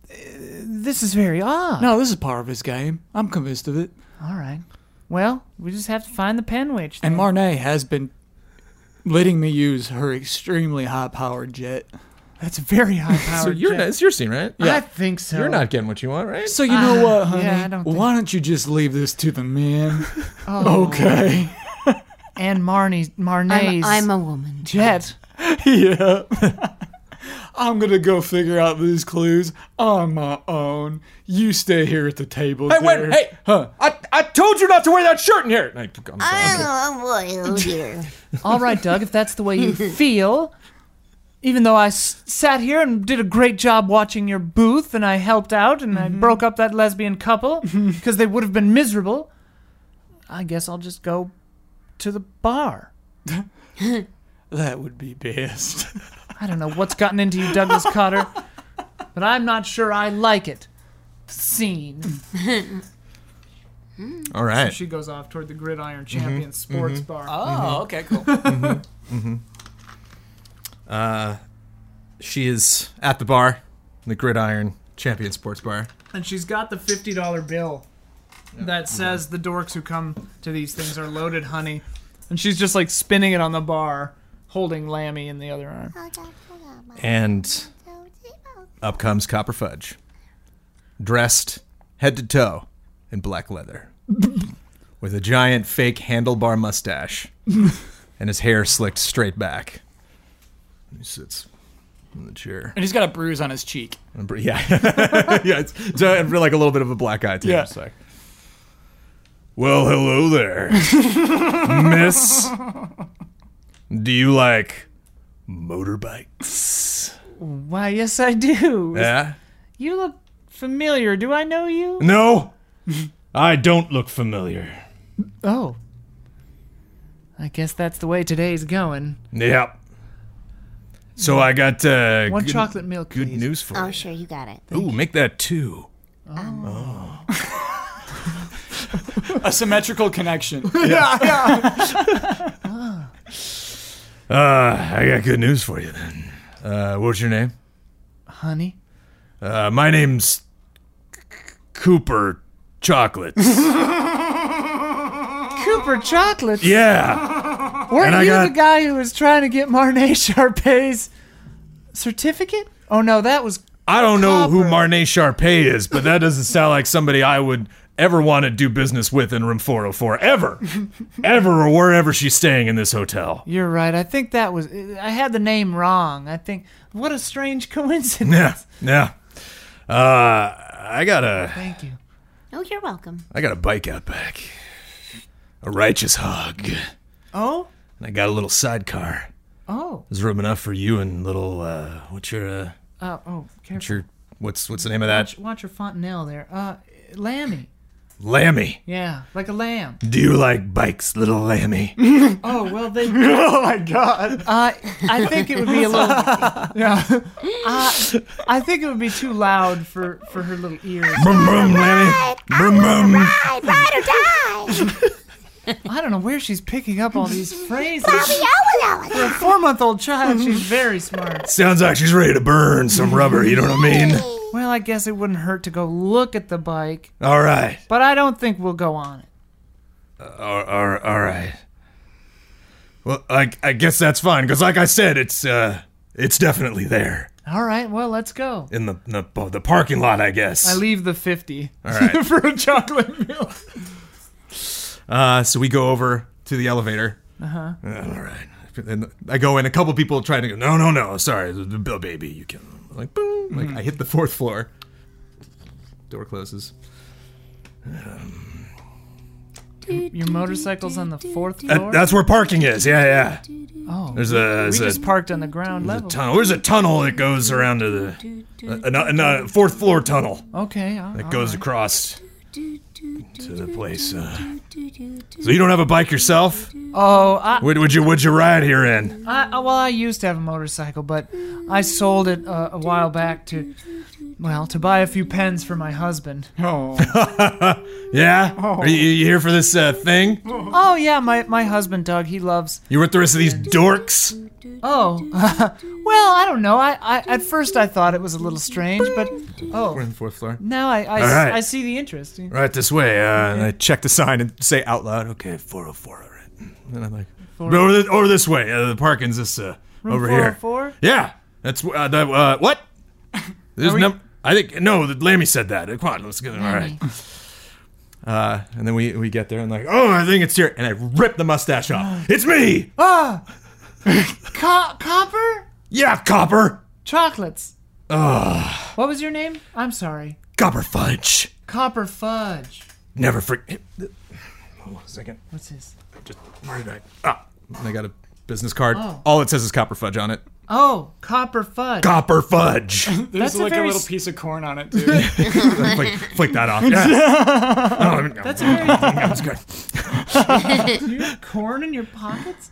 Speaker 1: uh, this is very odd.
Speaker 4: No, this is part of his game. I'm convinced of it.
Speaker 1: All right. Well, we just have to find the pen witch. then.
Speaker 4: And Marnay has been letting me use her extremely high powered jet.
Speaker 1: That's very high power.
Speaker 21: <laughs> So you're not, it's your scene, right?
Speaker 22: I think so.
Speaker 21: You're not getting what you want, right?
Speaker 4: So you know what, honey?
Speaker 1: Ah, yeah, I don't think- Oh.
Speaker 4: Why don't you just leave this to
Speaker 1: <laughs>
Speaker 4: the men? Okay.
Speaker 1: and Marnie Marnay's
Speaker 23: I'm, I'm a woman.
Speaker 1: jet.
Speaker 4: yeah. <laughs> I'm gonna go figure out these clues on my own. You stay here at the table.
Speaker 21: Hey, wait,
Speaker 4: dear.
Speaker 21: hey,
Speaker 4: Huh.
Speaker 21: I, I told you not to wear that shirt in here. And I, I'm sorry.
Speaker 3: Oh, boy, <laughs> oh dear.
Speaker 1: All right, Doug, if that's the
Speaker 22: <laughs>
Speaker 1: way you feel. Even though I s- sat here and did a great job watching your booth and I helped out and
Speaker 22: Mm-hmm.
Speaker 1: I broke up that lesbian couple
Speaker 22: <laughs>
Speaker 1: because they would have been miserable, I guess I'll just go to the bar.
Speaker 4: That would be best.
Speaker 1: I don't know what's gotten into you, Douglas
Speaker 22: <laughs>
Speaker 1: Cotter, but I'm not sure I like it. Scene.
Speaker 21: All right.
Speaker 22: She goes off toward the Gridiron Champion Sports Bar.
Speaker 4: Oh,
Speaker 1: <laughs>
Speaker 4: okay, cool.
Speaker 21: She is at the bar, the Gridiron Champion Sports Bar.
Speaker 22: and she's got the fifty dollar bill that says the dorks who come to these things are loaded, honey. And she's just like spinning it on the bar, holding Lammy in the other arm.
Speaker 21: And up comes Copper Fudge, dressed head to toe in black leather, <laughs> with a giant fake handlebar mustache, <laughs> and his hair slicked straight back. He sits in the chair.
Speaker 4: and he's got a bruise on his cheek.
Speaker 21: And br- Yeah, <laughs> yeah, it's, it's uh, like a little bit of a black eye too.
Speaker 4: Yeah.
Speaker 21: It's like, well, hello there, <laughs> Miss. Do you like motorbikes?
Speaker 1: Why, yes, I do.
Speaker 21: Yeah.
Speaker 1: You look familiar. Do I know you?
Speaker 2: No, I don't look familiar.
Speaker 1: Oh. I guess that's the way today's going.
Speaker 2: Yep. So I got uh,
Speaker 1: One
Speaker 2: good,
Speaker 1: chocolate milk,
Speaker 21: Good
Speaker 1: please.
Speaker 21: news for
Speaker 3: Oh,
Speaker 21: you.
Speaker 3: sure, you got it.
Speaker 21: Ooh, make that
Speaker 1: <laughs>
Speaker 21: two.
Speaker 4: A symmetrical <laughs> connection.
Speaker 2: <laughs> Uh, I got good news for you then. Uh, what's your name?
Speaker 1: Honey.
Speaker 2: Uh, my name's Cooper Chocolates.
Speaker 1: Cooper Chocolates?
Speaker 2: yeah.
Speaker 1: Weren't
Speaker 2: and I
Speaker 1: you
Speaker 2: got-
Speaker 1: the guy who was trying to get Marnay <laughs> Sharpay's certificate? Oh, no, that was.
Speaker 2: I don't know who
Speaker 1: Copper.
Speaker 2: Marnay Sharpay is, but that doesn't sound like somebody I would ever want to do business with in room 404 ever. ever or wherever she's staying in this hotel.
Speaker 1: You're right. I think that was. I had the name wrong. I think. What a strange <laughs> coincidence.
Speaker 2: Yeah. Yeah. Uh, I got a
Speaker 1: Thank you.
Speaker 3: Oh, you're welcome.
Speaker 2: I got a bike out back. A righteous hog. And
Speaker 1: Oh?
Speaker 2: I got a little sidecar.
Speaker 1: Oh.
Speaker 2: There's room enough for you and little uh what's your uh
Speaker 1: Uh, oh,
Speaker 2: what's
Speaker 1: careful.
Speaker 2: your what's what's the name of that?
Speaker 1: Watch, watch your fontanelle there. Uh, Lammy.
Speaker 2: Lammy.
Speaker 1: Yeah, like a lamb.
Speaker 2: Do you like bikes, little Lammy?
Speaker 1: Oh well, they. <laughs> oh my god. Uh, I think it would be a little. yeah. Uh, I think it would be too loud for for her little ears.
Speaker 2: Brum brum Lammy.
Speaker 1: Oh
Speaker 2: Brum brum.
Speaker 3: Ride, ride or die!
Speaker 1: I don't know where she's picking up all these phrases.
Speaker 3: Yowl, yowl,
Speaker 1: For a four month old child, she's very smart.
Speaker 2: Sounds like she's ready to burn some rubber, you know what I mean?
Speaker 1: Well, I guess it wouldn't hurt to go look at the bike,
Speaker 2: All right.
Speaker 1: but I don't think we'll go on it.
Speaker 2: All, all, all right. Well, I, I guess that's fine because, like I said, it's uh, it's definitely there
Speaker 1: All right, well, let's go.
Speaker 2: in the the, the parking lot, I guess.
Speaker 1: I leave the 50
Speaker 21: All right.
Speaker 1: <laughs> for a chocolate meal.
Speaker 21: Uh, so we go over to the elevator.
Speaker 2: All right.
Speaker 21: And I go in. A couple people try to go. No, no, no. Sorry, the- the bill, baby. You can like boom. Like
Speaker 2: Mm-hmm.
Speaker 21: I hit the fourth floor. Door closes.
Speaker 1: Your motorcycle's on the fourth
Speaker 2: That-
Speaker 1: floor?
Speaker 2: that's where parking is. Yeah, yeah.
Speaker 1: oh,
Speaker 2: There's a there's
Speaker 1: we
Speaker 2: a
Speaker 1: just parked on the ground level.
Speaker 2: tunnel. There's a tunnel that goes around to the uh, an, an, an- fourth floor tunnel
Speaker 1: Okay, uh, all
Speaker 2: that
Speaker 1: right.
Speaker 2: goes across to the place. Uh, so you don't have a bike yourself?
Speaker 1: Oh, I,
Speaker 2: Would, would you would you ride here in?
Speaker 1: I, I- well, I used to have a motorcycle, but I sold it uh, a while back to, well, to buy a few pens for my husband.
Speaker 4: oh.
Speaker 2: Yeah. Are you, you here for this uh, thing?
Speaker 1: Oh yeah, my, my husband Doug, he loves.
Speaker 2: You with the rest of these dorks?
Speaker 1: Oh, <laughs> well, I don't know. I, I at first I thought it was a little strange, but
Speaker 21: We're
Speaker 1: oh,
Speaker 21: in the fourth floor.
Speaker 1: now I I, s-
Speaker 2: All right.
Speaker 1: I see the interest.
Speaker 2: Right this way. Uh, oh
Speaker 21: And I check the sign and say out loud, "Okay, 404." All right. And I'm like,
Speaker 2: Over, th- over this way. Uh, the parking's this uh, over here.
Speaker 1: 404?
Speaker 2: Yeah, that's uh, that. Uh, what? There's
Speaker 1: we-
Speaker 2: num- I think no. The, Lammy said that. Uh, Come on, let's get it. All right. <laughs> Uh, and then we we get there and like, oh, I think it's here. And I rip the mustache off. it's me. "Oh,
Speaker 1: Ah! <laughs> Co- copper?
Speaker 2: Yeah, Copper.
Speaker 1: Chocolates.
Speaker 2: Ugh,
Speaker 1: What was your name? I'm sorry.
Speaker 2: Copper Fudge.
Speaker 1: Copper Fudge.
Speaker 2: Never forget. <laughs> Hold on a second.
Speaker 1: What's this?
Speaker 2: Just where did I? Ah,
Speaker 24: And I got a business card.
Speaker 1: Oh.
Speaker 24: All it says is copper fudge on it.
Speaker 1: Oh, Copper Fudge.
Speaker 2: Copper <laughs> Fudge.
Speaker 4: There's
Speaker 1: That's a
Speaker 4: like a,
Speaker 1: very
Speaker 4: little
Speaker 1: s-
Speaker 4: piece of corn on it, dude.
Speaker 2: flick, flick that off. <laughs> Yeah. That's a very That's good.
Speaker 1: Do you have corn in your pockets?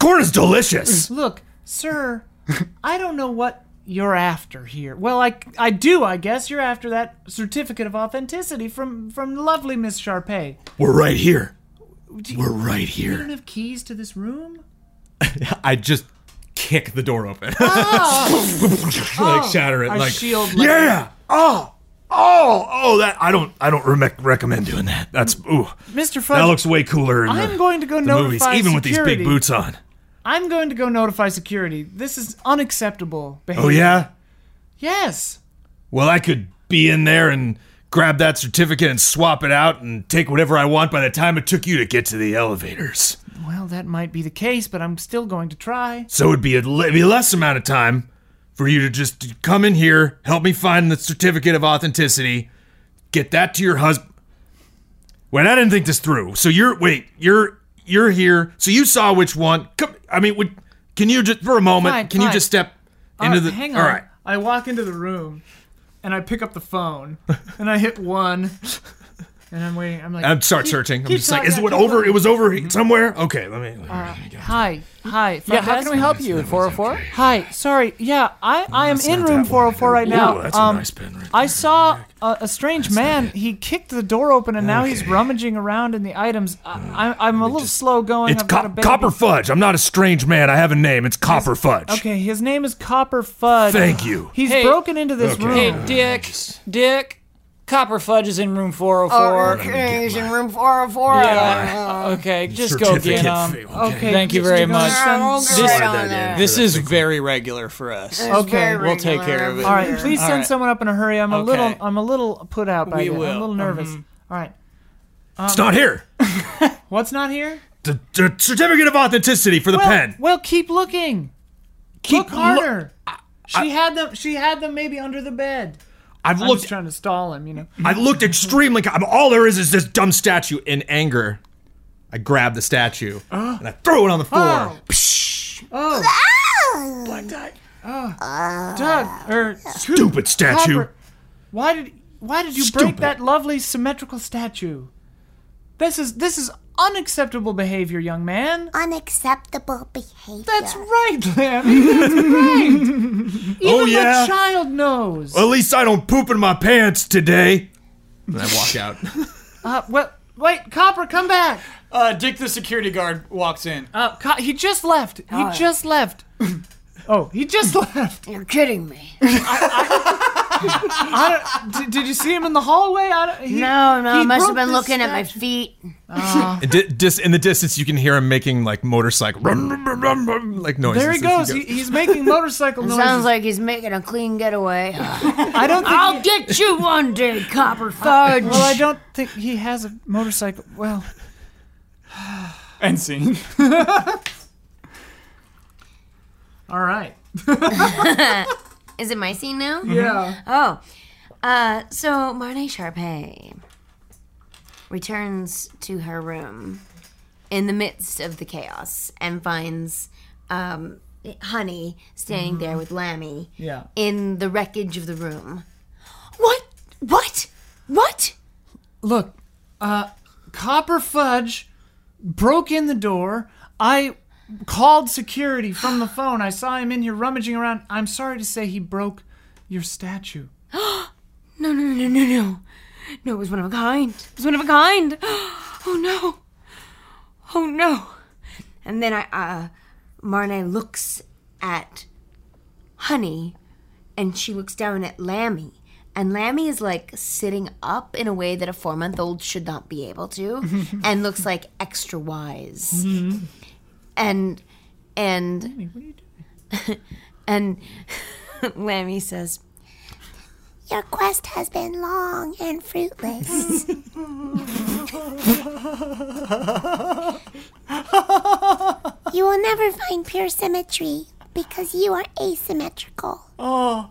Speaker 2: Corn is delicious.
Speaker 1: Look,
Speaker 2: <laughs>
Speaker 1: sir, I don't know what you're after here. Well, I, I do, I guess. You're after that certificate of authenticity from, from lovely Miss Sharpay.
Speaker 2: We're right here.
Speaker 1: Do you-
Speaker 2: We're right
Speaker 1: You don't
Speaker 2: here.
Speaker 1: have keys to this room?
Speaker 2: <laughs> I just kick the door open. <laughs> like shatter it.
Speaker 1: Our
Speaker 2: like
Speaker 1: Oh. shield like-
Speaker 2: Yeah. Oh. Oh. Oh. That I don't. I don't rec- recommend doing that. That's ooh.
Speaker 1: Mr. Fudge,
Speaker 2: That looks way cooler. In
Speaker 1: I'm
Speaker 2: the,
Speaker 1: going to go
Speaker 2: the movies,
Speaker 1: notify
Speaker 2: even with these
Speaker 1: security.
Speaker 2: big boots on.
Speaker 1: I'm going to go notify security. This is unacceptable behavior.
Speaker 2: Oh yeah.
Speaker 1: Yes.
Speaker 2: Well, I could be in there and grab that certificate and swap it out and take whatever I want by the time it took you to get to the elevators.
Speaker 1: Well, that might be the case, but I'm still going to try.
Speaker 2: So it'd be a it'd be less amount of time for you to just come in here, help me find the certificate of authenticity, get that to your husband. Wait, I didn't think this through. So you're wait, you're you're here. So you saw which one? Come, I mean, would, can you just for a moment?
Speaker 1: Fine,
Speaker 2: can you
Speaker 1: fine.
Speaker 2: just step
Speaker 1: All
Speaker 2: into
Speaker 1: right,
Speaker 2: the?
Speaker 1: Uh, hang on.
Speaker 2: All right.
Speaker 1: I walk into the room and I pick up the phone and I hit one and I'm waiting. I'm like,
Speaker 2: I'm start
Speaker 1: keep-
Speaker 2: searching. I'm
Speaker 1: keep
Speaker 2: just like,
Speaker 1: talking, Mm-hmm.
Speaker 2: is it
Speaker 1: keep
Speaker 2: over?
Speaker 1: looking.
Speaker 2: It was over he- somewhere. Okay, let me. let me go.
Speaker 1: Hi, hi. front
Speaker 4: yeah, how
Speaker 1: desk?
Speaker 4: can we help you? 404?
Speaker 1: Hi, sorry. Yeah, I, I am
Speaker 2: that's
Speaker 1: in
Speaker 2: not
Speaker 1: room
Speaker 2: that one.
Speaker 1: 404 right
Speaker 2: Ooh,
Speaker 1: now.
Speaker 2: that's a
Speaker 1: um,
Speaker 2: nice pen right
Speaker 1: I
Speaker 2: there.
Speaker 1: saw a, a strange man. He kicked the door open and now he's
Speaker 2: Okay. Hmm.
Speaker 1: rummaging around in the items. I, I, I'm a little slow going.
Speaker 2: It's
Speaker 1: I've got a
Speaker 2: co-
Speaker 1: baby.
Speaker 2: Copper Fudge. I'm not a strange man. I have a name. It's Copper Fudge.
Speaker 1: Okay, his name is Copper Fudge.
Speaker 2: Thank you.
Speaker 1: He's
Speaker 4: Hey.
Speaker 1: broken into this
Speaker 2: Okay.
Speaker 1: room.
Speaker 4: Hey, Dick. Dick. Copper Fudge is in room
Speaker 1: oh
Speaker 5: Or
Speaker 4: 404.
Speaker 5: is in room 404.
Speaker 4: Oh, okay, just go get him.
Speaker 2: fee. Okay.
Speaker 1: Okay,
Speaker 4: Thank you
Speaker 1: just
Speaker 4: very
Speaker 1: to go
Speaker 4: much.
Speaker 1: send-
Speaker 5: I'll
Speaker 4: This-
Speaker 5: go right on there.
Speaker 4: <laughs> This is very regular for us.
Speaker 5: It's
Speaker 1: okay,
Speaker 5: very
Speaker 4: we'll take
Speaker 5: regular.
Speaker 4: care of it.
Speaker 1: All right, please
Speaker 4: All
Speaker 1: send
Speaker 4: right.
Speaker 1: someone up in a hurry. I'm a
Speaker 4: Okay.
Speaker 1: little, I'm a little put out by
Speaker 4: We
Speaker 1: that. I'm
Speaker 4: will.
Speaker 1: a little nervous. All right,
Speaker 2: It's not here.
Speaker 1: what's not here?
Speaker 2: The, the certificate of authenticity for the
Speaker 1: Well,
Speaker 2: pen.
Speaker 1: well, keep looking.
Speaker 2: Keep
Speaker 1: Look
Speaker 2: loo-
Speaker 1: harder. she had them. She had them maybe under the bed.
Speaker 2: I've
Speaker 1: I'm just
Speaker 2: looked.
Speaker 1: trying to stall him, you know.
Speaker 2: I looked extremely. co- I'm, all there is is this dumb statue.
Speaker 24: In anger, I grab the statue and I throw it on the floor.
Speaker 1: Oh, Doug, or
Speaker 2: Stupid statue.
Speaker 1: Copper, why did why did you break
Speaker 2: Stupid.
Speaker 1: that lovely symmetrical statue? This is this is unacceptable behavior, young man.
Speaker 20: Oh,
Speaker 5: Unacceptable behavior.
Speaker 1: That's right, Lammy. That's right.
Speaker 2: oh
Speaker 1: Even
Speaker 2: yeah.
Speaker 1: the child knows.
Speaker 2: At least I don't poop in my pants today.
Speaker 24: And I walk
Speaker 2: <laughs>
Speaker 24: out.
Speaker 1: Uh, well, wait, Copper, come back.
Speaker 4: Uh, Dick the security guard walks in.
Speaker 1: Uh, Co- he just left. He just left. Oh, he just left.
Speaker 20: You're kidding
Speaker 1: <laughs>
Speaker 20: me.
Speaker 1: I don't, <laughs> did, did you see him in the hallway? I don't, he,
Speaker 20: No, no,
Speaker 1: he
Speaker 20: I must
Speaker 1: broke
Speaker 20: have been
Speaker 1: this
Speaker 20: looking at my
Speaker 1: statue.
Speaker 20: feet.
Speaker 24: And di- dis- in the distance, you can hear him making like motorcycle rum, rum, rum, rum, rum, like noises.
Speaker 1: There he
Speaker 24: as
Speaker 1: goes. He he's making motorcycle noises.
Speaker 20: <laughs> Sounds like he's making a clean getaway. <laughs>
Speaker 1: I don't think.
Speaker 3: <laughs>
Speaker 20: I'll get you one day,
Speaker 3: Oh,
Speaker 20: Copper Fudge.
Speaker 1: well, I don't think he has a motorcycle. Well,
Speaker 4: End scene.
Speaker 1: all right.
Speaker 3: Is it my scene now?
Speaker 1: Yeah.
Speaker 3: Oh. Uh, so Marnie Sharpay returns to her room in the midst of the chaos and finds um, Honey standing there with Lammy
Speaker 1: Mm-hmm. Yeah.
Speaker 3: in the wreckage of the room. What? What? What?
Speaker 1: Look, uh, Copper Fudge broke in the door. I called security from the phone. I saw him in here rummaging around. I'm sorry to say he broke your statue.
Speaker 3: No, no, no, no, no, no. No, it was one of a kind. It was one of a kind. <gasps> Oh no. Oh no. And then I, uh, Marne looks at Honey and she looks down at Lammy. And Lammy is like sitting up in a way that a four month old should not be able to and looks like extra wise. and and <laughs> and Lammy says,
Speaker 17: Your quest has been long and fruitless. you will never find pure symmetry because you are asymmetrical. Oh.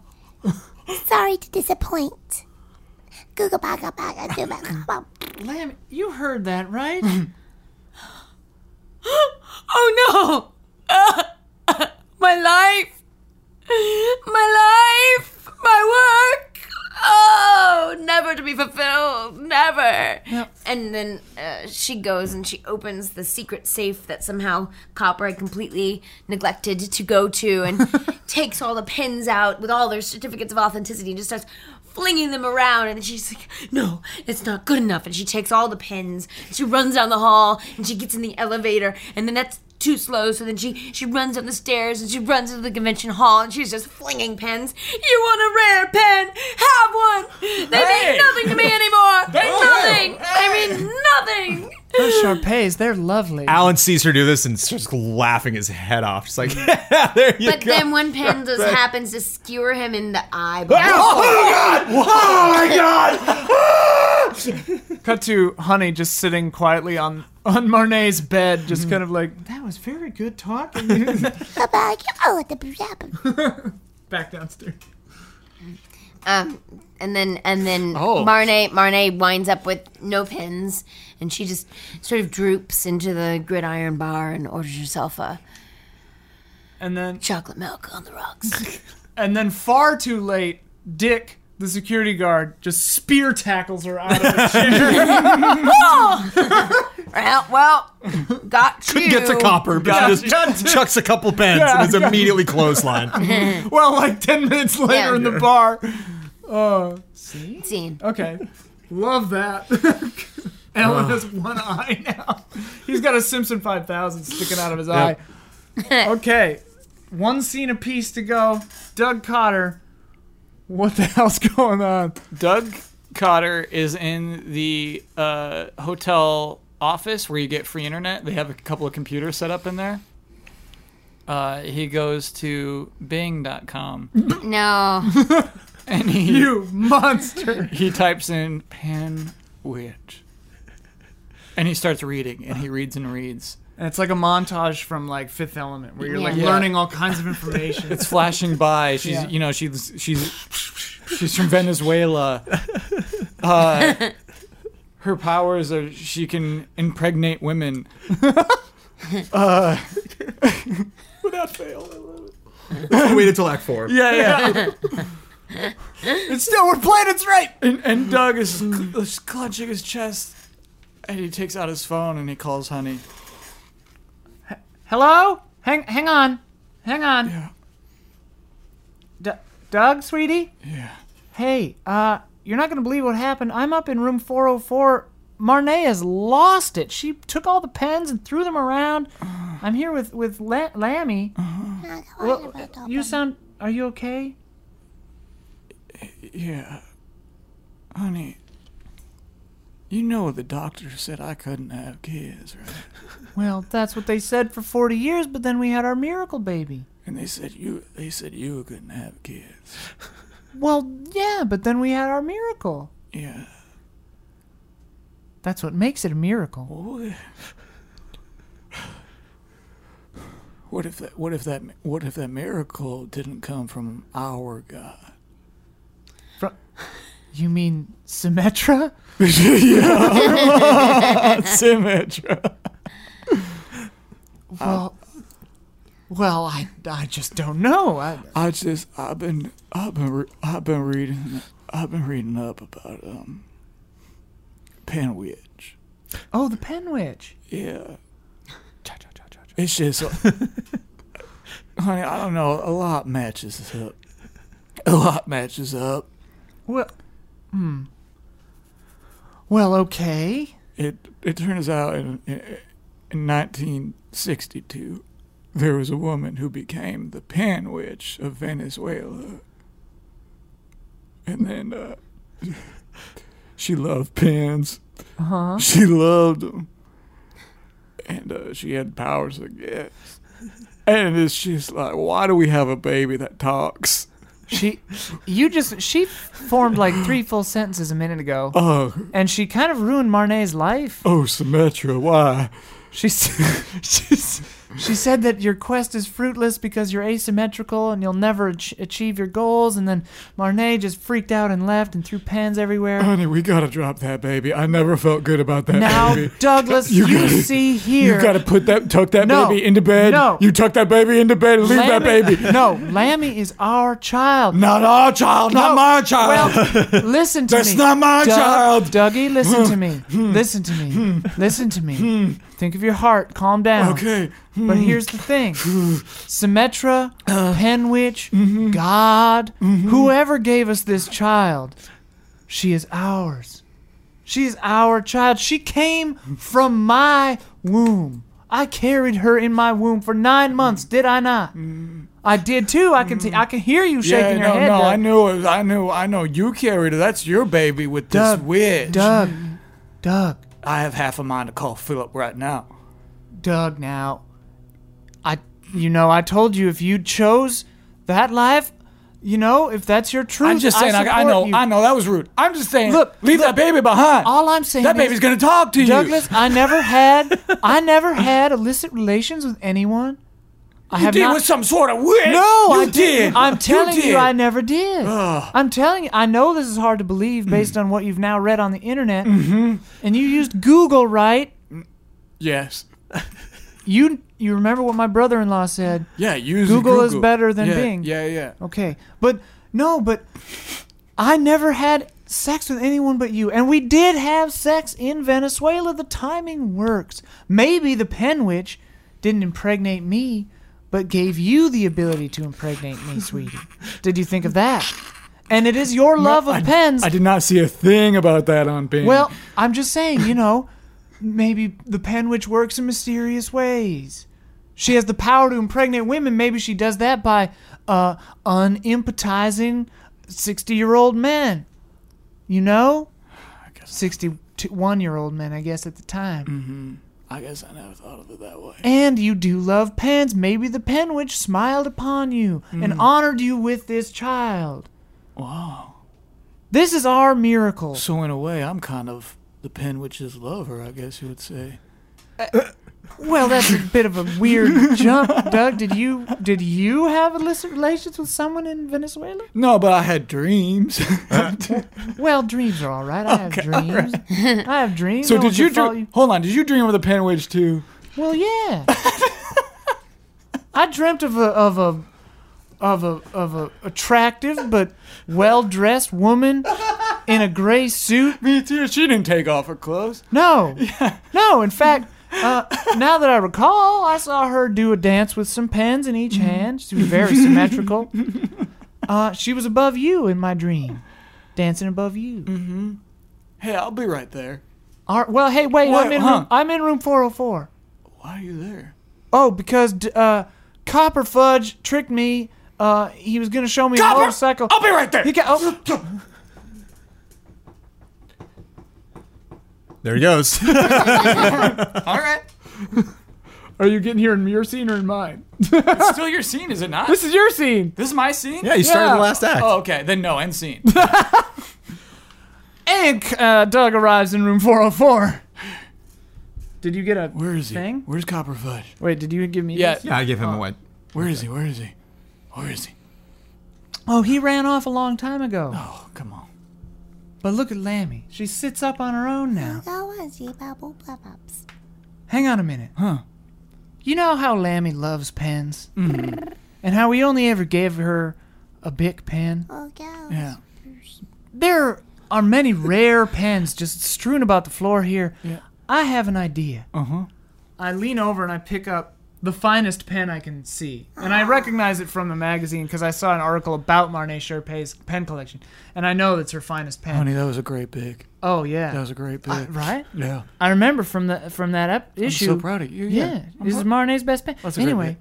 Speaker 17: Sorry to disappoint. Google baga baga googa baga.
Speaker 1: Lamb, you heard that, right?
Speaker 3: "Oh no, <laughs> my life, my life, my work, oh, never to be fulfilled, never." And then uh, she goes and she opens the secret safe that somehow Copper had completely neglected to go to, and takes all the pins out with all their certificates of authenticity and just starts. Flinging them around, and she's like, "No, it's not good enough." And she takes all the pins. And she runs down the hall, and she gets in the elevator, and then that's too slow. So then she she runs up the stairs and she runs into the convention hall and she's just flinging pens. You want a rare pen? Have one. They
Speaker 4: Hey!
Speaker 3: mean nothing to me anymore. nothing. They mean nothing.
Speaker 1: Those Sharpays, they're lovely.
Speaker 2: Alan sees her do this and starts laughing his head off. Just like, <laughs> yeah, there you
Speaker 3: But
Speaker 2: go.
Speaker 3: then one pen just happens to skewer him in the eye.
Speaker 1: Cut to Honey just sitting quietly on on Marnay's bed, just kind of like that was very good talking.
Speaker 17: Baba, oh, the baba.
Speaker 25: Back downstairs.
Speaker 3: Um, and then and then
Speaker 4: Oh.
Speaker 3: Marnay Marnay winds up with no pins, and she just sort of droops into the gridiron bar and orders herself a
Speaker 1: and then
Speaker 3: chocolate milk on the rocks.
Speaker 1: and then far too late, Dick, the security guard, just spear tackles her out of the chair.
Speaker 3: well, well, got you.
Speaker 2: Gets a copper, but she just chucks a couple pens and is immediately clotheslined.
Speaker 1: <laughs> well, like ten minutes later
Speaker 3: Yeah.
Speaker 1: in the bar. Uh,
Speaker 3: Scene.
Speaker 1: okay.
Speaker 25: Love
Speaker 1: <laughs>
Speaker 25: that. Alan has one eye now.
Speaker 1: He's got a Simpson 5000 sticking out of his eye. Okay, one scene apiece to go. <laughs> Doug Cotter, what the hell's going on?
Speaker 4: Doug Cotter is in the uh, hotel office where you get free internet. They have a couple of computers set up in there. Uh, he goes to bing.com
Speaker 3: No.
Speaker 4: and he,
Speaker 1: You
Speaker 4: <laughs>
Speaker 1: monster!
Speaker 4: he types in pan witch. And he starts reading and he reads and reads.
Speaker 1: And it's like a montage from like Fifth Element, where you're like
Speaker 3: Yeah.
Speaker 1: learning all kinds of information. <laughs>
Speaker 4: It's flashing <laughs> by. She's
Speaker 1: Yeah.
Speaker 4: you know, she's she's she's from Venezuela. Uh, her powers are she can impregnate <laughs> women. Uh,
Speaker 2: Wait until Act 4.
Speaker 4: Yeah, yeah. it's still we're playing. It's right. And, and Doug is cl- is clutching his chest, and he takes out his phone and he calls Honey.
Speaker 1: Hello? Hang, hang on, hang on. D- Doug, sweetie.
Speaker 4: Yeah.
Speaker 1: Hey, uh, you're not gonna believe what happened. I'm up in room 404. Marnay has lost it. She took all the pens and threw them around. I'm here with with La- Lammy. Well, you sound. Are you okay?
Speaker 4: Yeah. Honey. You know the doctor said I couldn't have kids, right?
Speaker 1: Well, that's what they said for 40 years, but then we had our miracle baby.
Speaker 4: And they said you they said you couldn't have kids.
Speaker 1: Well, yeah, but then we had our miracle.
Speaker 4: Yeah.
Speaker 1: That's what makes it a miracle.
Speaker 4: What what if that what if that what if that miracle didn't come from our God? <laughs>
Speaker 1: You mean Symmetra?
Speaker 4: <laughs> Symmetra.
Speaker 1: Well, well, I, I just don't know. I,
Speaker 4: I just I've been I've been re- I've been reading I've been reading up about um Penwitch.
Speaker 1: oh, the pen witch.
Speaker 4: Yeah. It's just honey, I don't know, a lot matches up. A lot matches up.
Speaker 1: Well, hmm. Well, okay.
Speaker 4: It it turns out in, in 1962, there was a woman who became the pan witch of Venezuela, and then uh, <laughs> she loved pens. She loved them, and uh, she had powers, I guess. And it's just like, why do we have a baby that talks?
Speaker 1: She, you just she formed like three full sentences a minute ago,
Speaker 4: Oh,
Speaker 1: and she kind of ruined Marnay's life.
Speaker 4: oh, Symmetra, why?
Speaker 1: She s- <laughs> she s- she said that your quest is fruitless because you're asymmetrical and you'll never ach- achieve your goals. And then Marnay just freaked out and left and threw pens
Speaker 4: <coughs>
Speaker 1: everywhere.
Speaker 4: Honey, we gotta drop that baby. I never felt good about that
Speaker 1: Now,
Speaker 4: baby.
Speaker 1: Douglas, you,
Speaker 4: You gotta-
Speaker 1: see here.
Speaker 4: You gotta put that, tuck that
Speaker 1: No.
Speaker 4: baby into bed.
Speaker 1: No.
Speaker 4: you tuck that baby into bed and leave that
Speaker 1: Lammy-
Speaker 4: baby.
Speaker 1: <laughs> No, Lammy is our child.
Speaker 4: Not our child, not
Speaker 1: No.
Speaker 4: my child.
Speaker 1: Well, listen to
Speaker 4: That's
Speaker 1: me.
Speaker 4: not my child. Hmm.
Speaker 1: Dougie, listen to me. Listen to me. listen to me. Think of your heart. Calm down.
Speaker 4: <laughs> okay,
Speaker 1: But here's the
Speaker 4: <laughs>
Speaker 1: thing Symmetra,
Speaker 4: Uh.
Speaker 1: Penwitch,
Speaker 4: Mm-hmm.
Speaker 1: God, whoever gave us this child, she is ours. She is our child. She came from my womb. I carried her in my womb for nine months, did I not? I did too. I can, t- I can hear you shaking
Speaker 4: Mm.
Speaker 1: your
Speaker 4: yeah, no,
Speaker 1: head.
Speaker 4: no,
Speaker 1: Doug.
Speaker 4: I knew it. I knew, I know. You carried her. That's your baby with this
Speaker 5: Doug,
Speaker 4: witch.
Speaker 1: Doug, Doug,
Speaker 5: I have half a mind to call Philip right now.
Speaker 1: Doug. Now, I, you know, I told you if you chose that life, you know, if that's your truth,
Speaker 5: I'm just saying. I, I,
Speaker 1: support
Speaker 5: know.
Speaker 1: you.
Speaker 5: I know that was rude. I'm just saying.
Speaker 1: Look,
Speaker 5: leave that baby behind.
Speaker 1: All I'm saying
Speaker 5: that
Speaker 1: is-
Speaker 5: baby's gonna talk to you.
Speaker 1: Douglas, I
Speaker 5: <laughs>
Speaker 1: never had, I never had illicit relations with anyone. I
Speaker 5: you
Speaker 1: have
Speaker 5: did
Speaker 1: not.
Speaker 5: with some sort of witch.
Speaker 1: no,
Speaker 5: you
Speaker 1: I
Speaker 5: did.
Speaker 1: didn't. I'm telling you,
Speaker 5: did.
Speaker 1: I never did. I'm telling you, I know this is hard to believe
Speaker 5: Mm.
Speaker 1: based on what you've now read on the internet. Mm-hmm. And you used Google, right?
Speaker 4: Yes.
Speaker 1: You you remember what my brother-in-law said?
Speaker 4: Yeah, use
Speaker 1: Google is better than
Speaker 4: yeah,
Speaker 1: Bing.
Speaker 4: Yeah, yeah.
Speaker 1: Okay, but no, but I never had sex with anyone but you, and we did have sex in Venezuela. The timing works. Maybe the pen witch didn't impregnate me, but gave you the ability to impregnate me, sweetie. Did you think of that? And it is your love of
Speaker 4: I-
Speaker 1: pens.
Speaker 4: I did not see a thing about that on Bing.
Speaker 1: well, <laughs> I'm just saying, you know, maybe the pen witch works in mysterious ways. She has the power to impregnate women. Maybe she does that by uh, unimpetizing 60 year old men. You know? 61 year old men, I guess, at the time.
Speaker 4: I guess I never thought of it that way.
Speaker 1: And you do love pens. Maybe the pen witch smiled upon you and honored you with this child.
Speaker 4: Wow.
Speaker 1: This is our miracle.
Speaker 4: So in a way, I'm kind of the pen witch's lover, I guess you would say.
Speaker 1: Well, that's a bit of a weird jump,
Speaker 4: <laughs>
Speaker 1: Doug. Did you did you have illicit relations with someone in Venezuela?
Speaker 4: No, but I had <laughs> dreams.
Speaker 1: Well, dreams are all right. I have dreams. I have dreams.
Speaker 4: so
Speaker 1: No one
Speaker 4: did
Speaker 1: can
Speaker 4: you
Speaker 1: fault
Speaker 4: dream? Hold on, did you dream of the pen witch too?
Speaker 1: you? Well, yeah. I dreamt of a of a of a of a attractive but well dressed woman in a gray suit
Speaker 4: Me too. She didn't take off her clothes.
Speaker 1: No. No, in fact, uh, now that I recall, I saw her do a dance with some pens in
Speaker 4: Mm-hmm.
Speaker 1: each hand. She was very symmetrical. Uh, she was above you in my dream, dancing above you.
Speaker 4: Mm-hmm. Hey, I'll be right there.
Speaker 1: All right, well, hey, wait, I'm
Speaker 4: Wait,
Speaker 1: in
Speaker 4: huh?
Speaker 1: room, I'm in room 404.
Speaker 4: Why are you there?
Speaker 1: Oh, because d- uh, Copper Fudge tricked me. Uh, he was gonna show me a
Speaker 4: Copper!
Speaker 1: motorcycle.
Speaker 4: I'll be right there.
Speaker 1: He got, oh,
Speaker 2: There he goes. <laughs>
Speaker 5: All right.
Speaker 4: <laughs> Are you getting here in your scene or in mine?
Speaker 5: It's still your scene, is it not?
Speaker 1: this is your scene.
Speaker 5: This is my scene.
Speaker 2: yeah, you started the last act.
Speaker 5: Oh, okay. Then no end
Speaker 1: <laughs>
Speaker 5: scene.
Speaker 1: And uh, Doug arrives in room 404.
Speaker 26: Did you get a
Speaker 4: Where is he?
Speaker 1: Thing?
Speaker 4: Where's Copper Fudge?
Speaker 26: wait? Did you give me?
Speaker 5: Yeah.
Speaker 26: this?
Speaker 2: Yeah, I give him away.
Speaker 4: Where is he? Where is he? Where is he?
Speaker 1: Oh, he ran off a long time ago.
Speaker 4: Oh, come on.
Speaker 1: But look at Lammy. She sits up on her own now.
Speaker 17: That was you, Bubble Bubbles.
Speaker 1: Hang on a minute.
Speaker 4: Huh.
Speaker 1: You know how Lammy loves pens? And how we only ever gave her a Bic pen?
Speaker 17: Oh, go.
Speaker 4: Yeah.
Speaker 1: There are many rare pens just strewn about the floor here.
Speaker 4: Yeah.
Speaker 1: I have an idea.
Speaker 4: Uh huh.
Speaker 26: I lean over and I pick up.
Speaker 1: The finest pen I can see. And I recognize it from the magazine because I saw an article about Marnay Sherpay's pen collection. And I know that's her finest pen.
Speaker 4: Honey, that was a great pick.
Speaker 1: Oh, yeah.
Speaker 4: That was a great pick.
Speaker 1: I- right?
Speaker 4: Yeah.
Speaker 1: I remember from the from that ep-
Speaker 4: I'm
Speaker 1: issue.
Speaker 4: so proud of you.
Speaker 1: Yeah,
Speaker 4: Yeah. I'm
Speaker 1: this
Speaker 4: pro-
Speaker 1: is Marnay's best pen.
Speaker 4: That's a great
Speaker 1: anyway,
Speaker 4: bit.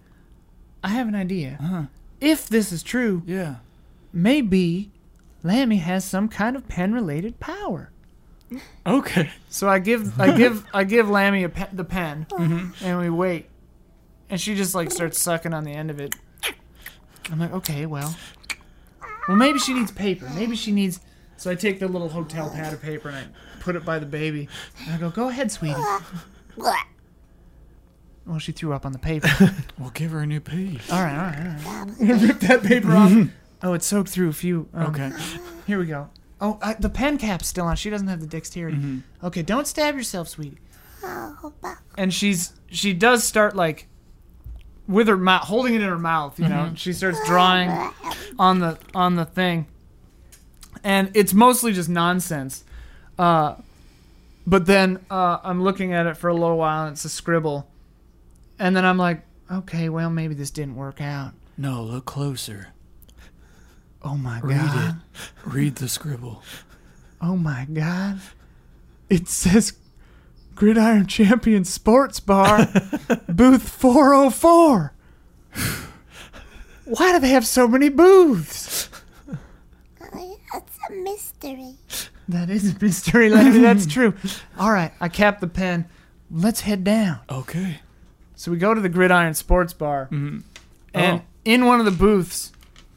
Speaker 1: I have an idea.
Speaker 4: Uh-huh.
Speaker 1: If this is true,
Speaker 4: Yeah.
Speaker 1: maybe Lammy has some kind of pen related power.
Speaker 4: Okay.
Speaker 5: So I
Speaker 1: <laughs>
Speaker 5: give I give I give Lammy a pe-
Speaker 1: <sighs>
Speaker 5: the pen,
Speaker 1: Mm-hmm.
Speaker 5: and we wait, and she just like starts sucking on the end of it. I'm like, okay, well, well maybe she needs paper. Maybe she needs. So I take the little hotel pad of paper and I put it by the baby, and I go, go ahead, sweetie. Well, she threw up on the paper.
Speaker 4: We'll give her a new piece.
Speaker 5: All right, all right, all right. Rip that <laughs> paper off. <laughs> oh, it soaked through a few. um,
Speaker 4: Okay.
Speaker 5: Here we go. Oh, I, the pen cap's still on. She doesn't have the dexterity. Okay, don't stab yourself, sweetie.
Speaker 17: Oh,
Speaker 5: And she's she does start like with her mouth, holding it in her mouth. You
Speaker 1: Mm-hmm.
Speaker 5: know, she starts drawing on the on the thing, and it's mostly just nonsense. Uh, but then uh, I'm looking at it for a little while, and it's a scribble, and then I'm like, okay, well maybe this didn't work out.
Speaker 4: No, look closer.
Speaker 5: Oh my
Speaker 4: Read
Speaker 5: god.
Speaker 4: it. Read the scribble.
Speaker 5: Oh my god. It says Gridiron Champion Sports Bar,
Speaker 4: <laughs>
Speaker 5: booth 404. Why do they have so many booths?
Speaker 6: It's a mystery.
Speaker 5: That is a mystery, lady. That's true. All right, I capped the pen. Let's head down.
Speaker 4: Okay.
Speaker 5: So we go to the Gridiron Sports Bar, and in one of the booths,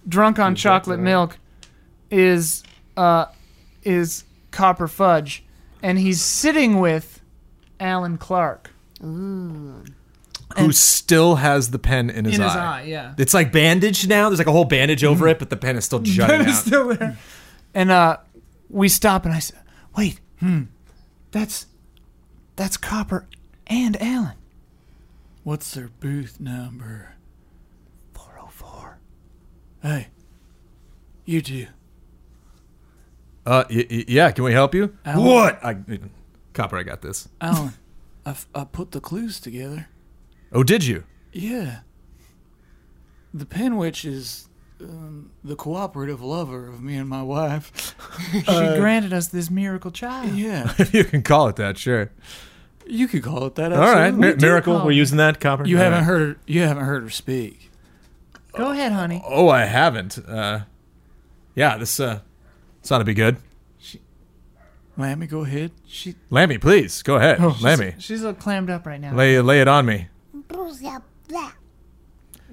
Speaker 5: drunk on chocolate milk, is uh, is Copper Fudge, and he's sitting with Alan Clark
Speaker 16: Who still has the pen in his,
Speaker 1: in
Speaker 16: eye.
Speaker 1: his eye. Yeah.
Speaker 2: It's like bandaged now. There's like a whole bandage over it, but the pen is still jutting out.
Speaker 5: still there, and uh, we stop, and I said, "Wait, hmm, that's that's Copper and Alan."
Speaker 4: What's their booth number?
Speaker 5: 404.
Speaker 4: Hey, you two.
Speaker 16: Uh, y- y- yeah. Can we help you?
Speaker 4: Alan.
Speaker 16: What? I, Copper, I got this.
Speaker 4: Alan, I, f- I put the clues together.
Speaker 16: Oh, did you? <laughs>
Speaker 4: Yeah. The Penwitch is um, the cooperative lover of me and my wife.
Speaker 5: she granted us this miracle child.
Speaker 4: Yeah,
Speaker 16: If you can call it that, sure.
Speaker 4: you could call it that.
Speaker 16: All right, Mi-
Speaker 4: absolutely.
Speaker 16: miracle.
Speaker 5: call
Speaker 16: We're
Speaker 5: it.
Speaker 16: using that, Copper.
Speaker 4: You
Speaker 16: All
Speaker 4: haven't
Speaker 16: right.
Speaker 4: heard. Her, you haven't heard her speak.
Speaker 5: Go ahead, honey.
Speaker 16: Oh, I haven't. Uh, yeah, this uh, this ought to be good.
Speaker 4: Lammy, go ahead.
Speaker 16: Lammy, please go ahead.
Speaker 4: Oh,
Speaker 16: Lammy,
Speaker 5: She's a little clammed up right now.
Speaker 16: lay lay it on me.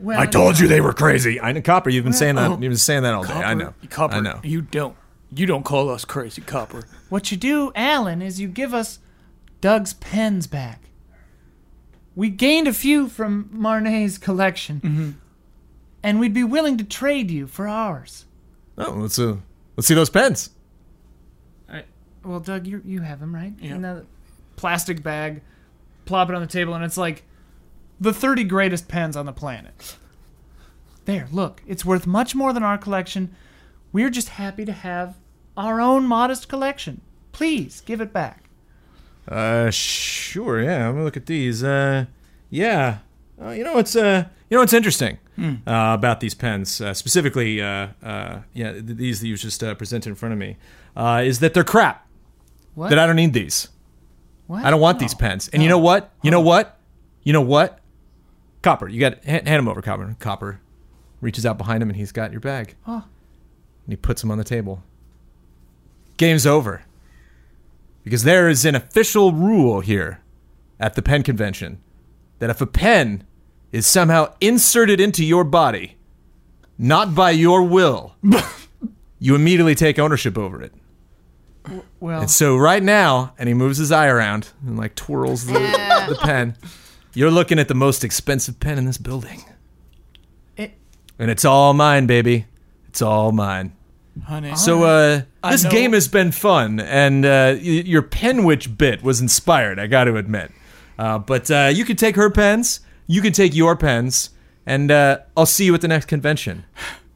Speaker 5: Well,
Speaker 27: I told you they were crazy.
Speaker 16: I know, Copper. You've been saying that.
Speaker 4: oh.
Speaker 16: You've been saying that all day. I know.
Speaker 4: Copper.
Speaker 16: I know.
Speaker 4: You don't. You don't call us crazy, Copper.
Speaker 5: What you do, Alan, is you give us Doug's pens back. We gained a few from Marnay's collection, and we'd be willing to trade you for ours.
Speaker 16: Oh, let's uh, let's see those pens.
Speaker 5: Well, Doug, you you have them right? In that plastic bag, plop it on the table, and it's like the 30 greatest pens on the planet. There, look, it's worth much more than our collection. We're just happy to have our own modest collection. Please give it back.
Speaker 2: Uh, sure. Yeah, I'm gonna look at these. Uh, yeah. Uh, you know what's uh, you know what's interesting
Speaker 5: Hmm.
Speaker 2: uh, about these pens, uh, specifically, uh, uh, yeah, th- these that you just uh, presented in front of me, uh, is that they're crap.
Speaker 5: What?
Speaker 2: That I don't need these.
Speaker 5: What? Oh.
Speaker 2: I don't want these pens. And you know what? You know what? You know what? Copper, you got hand, hand him over, Copper. Copper reaches out behind him and he's got your bag.
Speaker 5: Huh.
Speaker 2: And he puts him on the table. Game's over. Because there is an official rule here at the pen convention that if a pen is somehow inserted into your body, not by your
Speaker 5: <laughs>
Speaker 2: will, you immediately take ownership over it.
Speaker 5: Well,
Speaker 2: And so right now, and he moves his eye around and like twirls the, the pen. You're looking at the most expensive pen in this building.
Speaker 5: It-
Speaker 2: and it's all mine, baby. It's all mine.
Speaker 4: Honey.
Speaker 2: So uh,
Speaker 4: I
Speaker 2: this
Speaker 4: know-
Speaker 2: game has been fun, and uh, y- your pen witch bit was inspired. I got to admit, uh, but uh, you can take her pens, you can take your pens, and uh, I'll see you at the next convention.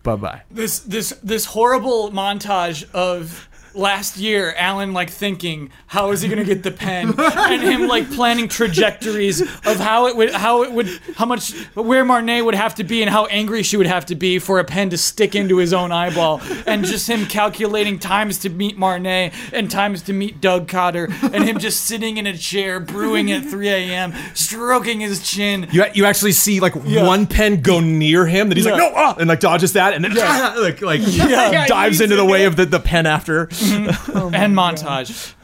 Speaker 2: Bye bye.
Speaker 4: this this this horrible montage of last year alan like thinking how is he going to get the pen and him like planning trajectories of how it would how it would how much where marnay would have to be and how angry she would have to be for a pen to stick into his own eyeball and just him calculating times to meet marnay and times to meet doug cotter and him just sitting in a chair brewing at 3 a.m stroking his chin
Speaker 2: You, you actually see like one pen go near him that he's like
Speaker 4: Yeah.
Speaker 2: no ah, and like dodges that and then <laughs> like like <laughs> dives
Speaker 4: Yeah,
Speaker 2: into the way of the, the pen after.
Speaker 4: and montage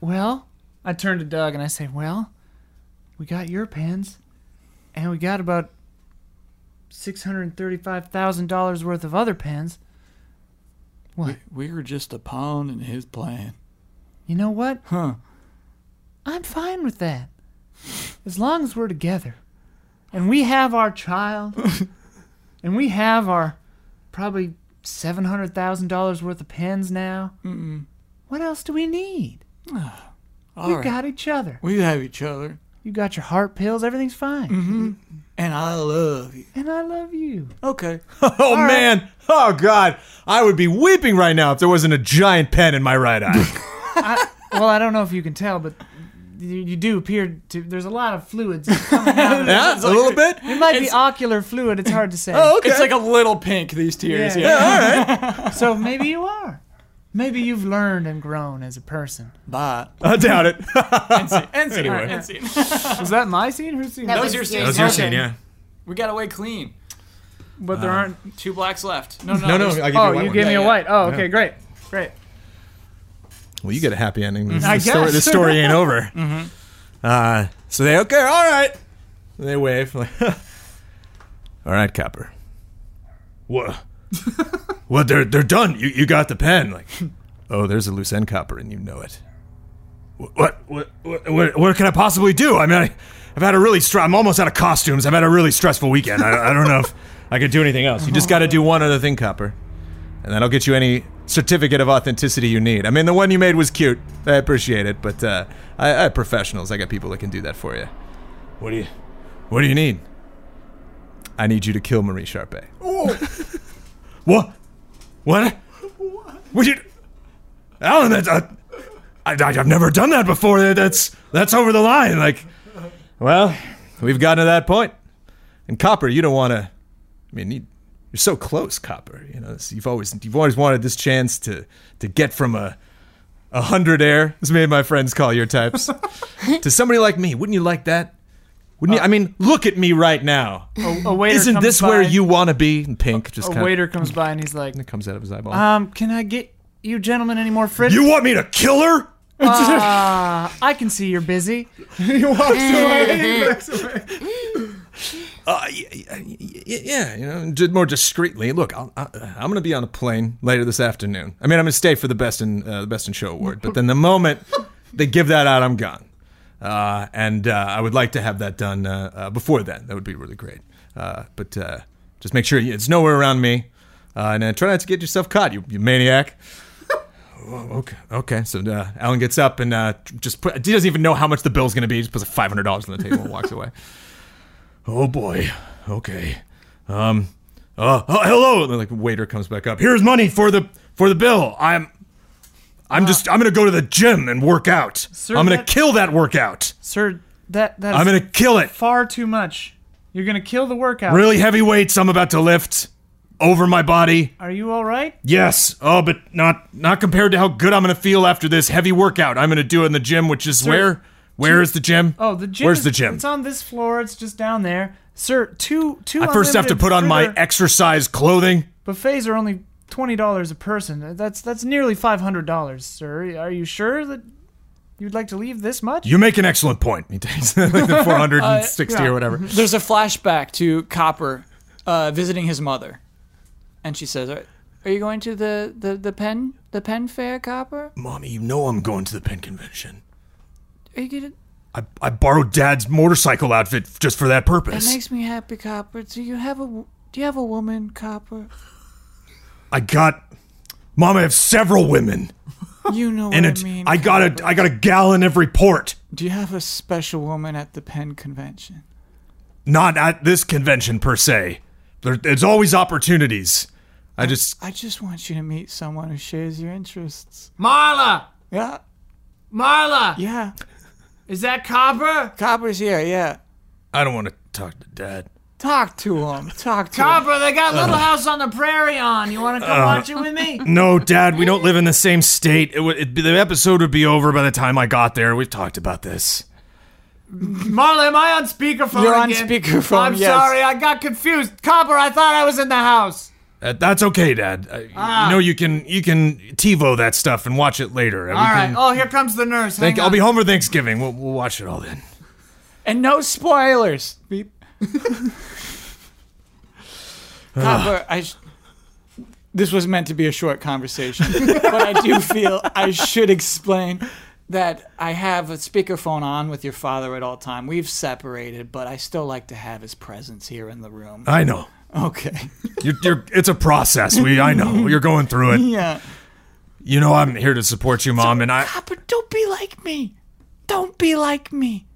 Speaker 1: Well, I turned to Doug and I say, Well, we got your pens, and we got about $635,000 worth of other pens.
Speaker 4: We, we were just a pawn in his plan.
Speaker 1: You know what?
Speaker 4: Huh.
Speaker 1: I'm fine with that. As long as we're together and we have our
Speaker 4: <laughs>
Speaker 1: child and we have our probably $700,000 worth of pens now,
Speaker 4: Mm-mm. Ah,
Speaker 1: what else do we need?
Speaker 4: All
Speaker 1: we
Speaker 4: right.
Speaker 1: got each other.
Speaker 4: We have each other.
Speaker 1: You got your heart pills, everything's fine.
Speaker 4: Mm-hmm. And I love you.
Speaker 1: And I love you.
Speaker 4: Okay.
Speaker 2: <laughs> Oh man. Oh god. I would be weeping right now if there wasn't a giant pen in my right eye.
Speaker 1: I, well, I don't know if you can tell, but you, you do appear to. There's a lot of fluids coming out.
Speaker 4: <laughs>
Speaker 1: Of it.
Speaker 2: yeah, a little bit.
Speaker 1: It might be
Speaker 5: It's-
Speaker 1: ocular fluid. It's hard to say.
Speaker 2: Oh, okay.
Speaker 5: It's like a little pink
Speaker 28: <laughs>
Speaker 5: these tears.
Speaker 1: Yeah. <laughs>
Speaker 5: Yeah.
Speaker 1: So maybe you are. Maybe you've learned and grown as a person.
Speaker 4: Bye.
Speaker 2: I doubt it.
Speaker 5: End scene.
Speaker 2: Anyway.
Speaker 5: End scene.
Speaker 29: uh,
Speaker 1: Was that my scene? Whose scene?
Speaker 30: That was
Speaker 5: was your
Speaker 30: your
Speaker 5: scene.
Speaker 2: <laughs>
Speaker 3: That was your scene, yeah.
Speaker 5: We got away clean.
Speaker 28: But there aren't.
Speaker 5: Two blacks left. No, no,
Speaker 2: No, no,
Speaker 5: there's-
Speaker 2: I give
Speaker 28: Oh,
Speaker 2: you, a
Speaker 28: Uh,
Speaker 2: white
Speaker 28: you
Speaker 2: one.
Speaker 28: gave me
Speaker 5: Yeah,
Speaker 28: a
Speaker 5: yeah.
Speaker 28: white. Oh, okay, great, great.
Speaker 2: Well, you get a happy ending.
Speaker 29: Mm-hmm.
Speaker 2: This,
Speaker 1: I
Speaker 2: this story,
Speaker 1: guess. Mm-hmm.
Speaker 2: this story ain't over.
Speaker 1: <laughs>
Speaker 2: uh, so they okay, all right.
Speaker 29: <laughs>
Speaker 2: They wave like, all right, copper.
Speaker 1: <laughs>
Speaker 29: What? what? They're they're done. You you got the pen. Like
Speaker 2: Oh, there's a loose end copper, and you know it.
Speaker 29: what? What? What? What, what can I possibly do? I mean, I, I've had a really str- I'm almost out of costumes. I've had a really stressful weekend. I, I don't know if I could do anything else. You
Speaker 2: You just got to do one other thing, copper, and that'll get you any certificate of authenticity you need. I mean, the one you made was cute. I appreciate it, but uh, I, I have professionals. I got people that can do that for you.
Speaker 29: What do you?
Speaker 2: What do you need? I need you to kill Marie Sharpay. <laughs>
Speaker 29: What? What? What you?
Speaker 2: Oh,
Speaker 29: Alan, that's. Uh, I, I, I've never done that before. That- That's that's over the line. Like,
Speaker 2: Well, we've gotten to that point. And Copper, you don't want to. I mean, you, you're so close, Copper. You know, this- you've always you've always wanted this chance to to get from a a hundred air. This made my friends call
Speaker 28: <laughs>
Speaker 2: your types to somebody like me. Wouldn't you like that? Wouldn't you? I mean, look at me right now.
Speaker 28: Uh, A, a waiter
Speaker 2: Isn't
Speaker 28: comes
Speaker 2: this where
Speaker 28: by-
Speaker 2: you want to be? And pink just
Speaker 28: A
Speaker 2: kind
Speaker 28: waiter Uh, comes by and he's like,
Speaker 2: of comes out of his eyeball.
Speaker 1: Um, can I get you gentlemen any more fritters?
Speaker 29: you want me to kill her?
Speaker 1: Ah, I can see you're busy.
Speaker 2: Uh, y- y- y- y- yeah, you know, ju- more discreetly. Look, I'll, I, I'm going to be on a plane later this afternoon. I mean, I'm going to stay for the best in uh, the best in show award, but then the moment they give that out, I'm gone. Uh, and uh, I would like to have that done uh, uh, before then. That would be really great. Uh, but uh, just make sure it's nowhere around me, uh, and uh, try not to get yourself caught, you, you maniac. Oh, okay, okay. So uh, Alan gets up and uh, just put, he doesn't even know how much the bill's going to be. He just puts five hundred dollars on the table and walks away.
Speaker 29: <laughs> Oh boy. Okay. Um,
Speaker 2: Uh, oh, hello! And then, like waiter comes back up. Here's money for the for the bill.
Speaker 29: I'm. I'm just. I'm gonna go to the gym and work out. I'm gonna
Speaker 28: that-
Speaker 29: kill that workout.
Speaker 28: "Sir, that that
Speaker 29: I'm
Speaker 28: is
Speaker 29: gonna kill it.
Speaker 28: far too much. You're gonna kill the workout.
Speaker 29: Really heavy weights I'm about to lift over my body.
Speaker 28: Are you all right?
Speaker 29: Yes. Oh, but not not compared to how good I'm gonna feel after this heavy workout. I'm gonna do it in the gym, which is where. Where is the gym?
Speaker 28: Oh, the gym.
Speaker 29: Where's
Speaker 28: is-
Speaker 29: the gym?
Speaker 28: It's on this floor. It's just down there, sir. Two two.
Speaker 29: I first have to
Speaker 28: unlimited
Speaker 29: put on my
Speaker 28: fritter
Speaker 29: exercise clothing.
Speaker 28: buffets are only twenty dollars a person. That's that's nearly five hundred dollars, sir. Are you sure that you'd like to leave this much?
Speaker 29: You make an excellent point. He takes <laughs> like the
Speaker 5: Uh,
Speaker 29: 460 or whatever.
Speaker 5: There's a flashback to Copper uh, visiting his mother, and she says, "Are, are you going to the, the, the pen the pen
Speaker 2: <laughs>
Speaker 5: fair, Copper?
Speaker 29: Mommy, you know I'm going to the pen convention.
Speaker 5: Are you gonna?
Speaker 29: I, I borrowed Dad's motorcycle outfit just for that
Speaker 5: That
Speaker 29: purpose.
Speaker 5: makes me happy, Copper. Do you have a w- do you have a woman, Copper?
Speaker 29: I got, Mom, I have several women,
Speaker 5: You know
Speaker 29: and
Speaker 5: what
Speaker 29: it's
Speaker 5: I mean.
Speaker 29: I got a I got a gal in every port.
Speaker 5: do you have a special woman at the pen convention?
Speaker 29: Not at this convention per se. There, there's always opportunities. I just
Speaker 5: I just want you to meet someone who shares your interests.
Speaker 28: Marla,
Speaker 5: Yeah,
Speaker 28: Marla,
Speaker 5: yeah.
Speaker 28: is that copper?
Speaker 5: Copper's here. Yeah.
Speaker 29: I don't want to talk to Dad.
Speaker 5: Talk to him. Talk to him.
Speaker 28: Copper, they got Little
Speaker 5: Uh.
Speaker 28: House on the Prairie on. You want to come watch it with
Speaker 5: <laughs>
Speaker 28: me?
Speaker 29: No, Dad, we don't live in the same state. It would it'd be, the episode would be over by the time I got there. We've talked about this.
Speaker 28: Marla, am I on speakerphone?
Speaker 5: You're on
Speaker 28: again?
Speaker 5: speakerphone,
Speaker 28: I'm
Speaker 5: yes.
Speaker 28: sorry, I got confused. Copper, I thought I was in the house.
Speaker 2: Uh, that's okay, Dad. Uh, You know you can you can TiVo that stuff and watch it later. And
Speaker 4: All
Speaker 2: we
Speaker 4: right.
Speaker 2: can-
Speaker 4: Oh, here comes the nurse.
Speaker 2: Thank-
Speaker 4: Hang
Speaker 2: I'll be
Speaker 4: on.
Speaker 2: home for Thanksgiving. We'll, we'll watch it all then.
Speaker 5: And no spoilers. <laughs> Beep. God, but I sh- this was meant to be a short conversation, <laughs> but I do feel I should explain that I have a speakerphone on with your father at all time. We've separated, but I still like to have his presence here in the room.
Speaker 2: I know.
Speaker 5: Okay.
Speaker 2: You're, you're, it's a process. We I know you're going through it.
Speaker 5: <laughs> Yeah.
Speaker 2: You know I'm here to support you, Mom, and I.
Speaker 5: God, but don't be like me. Don't be like me.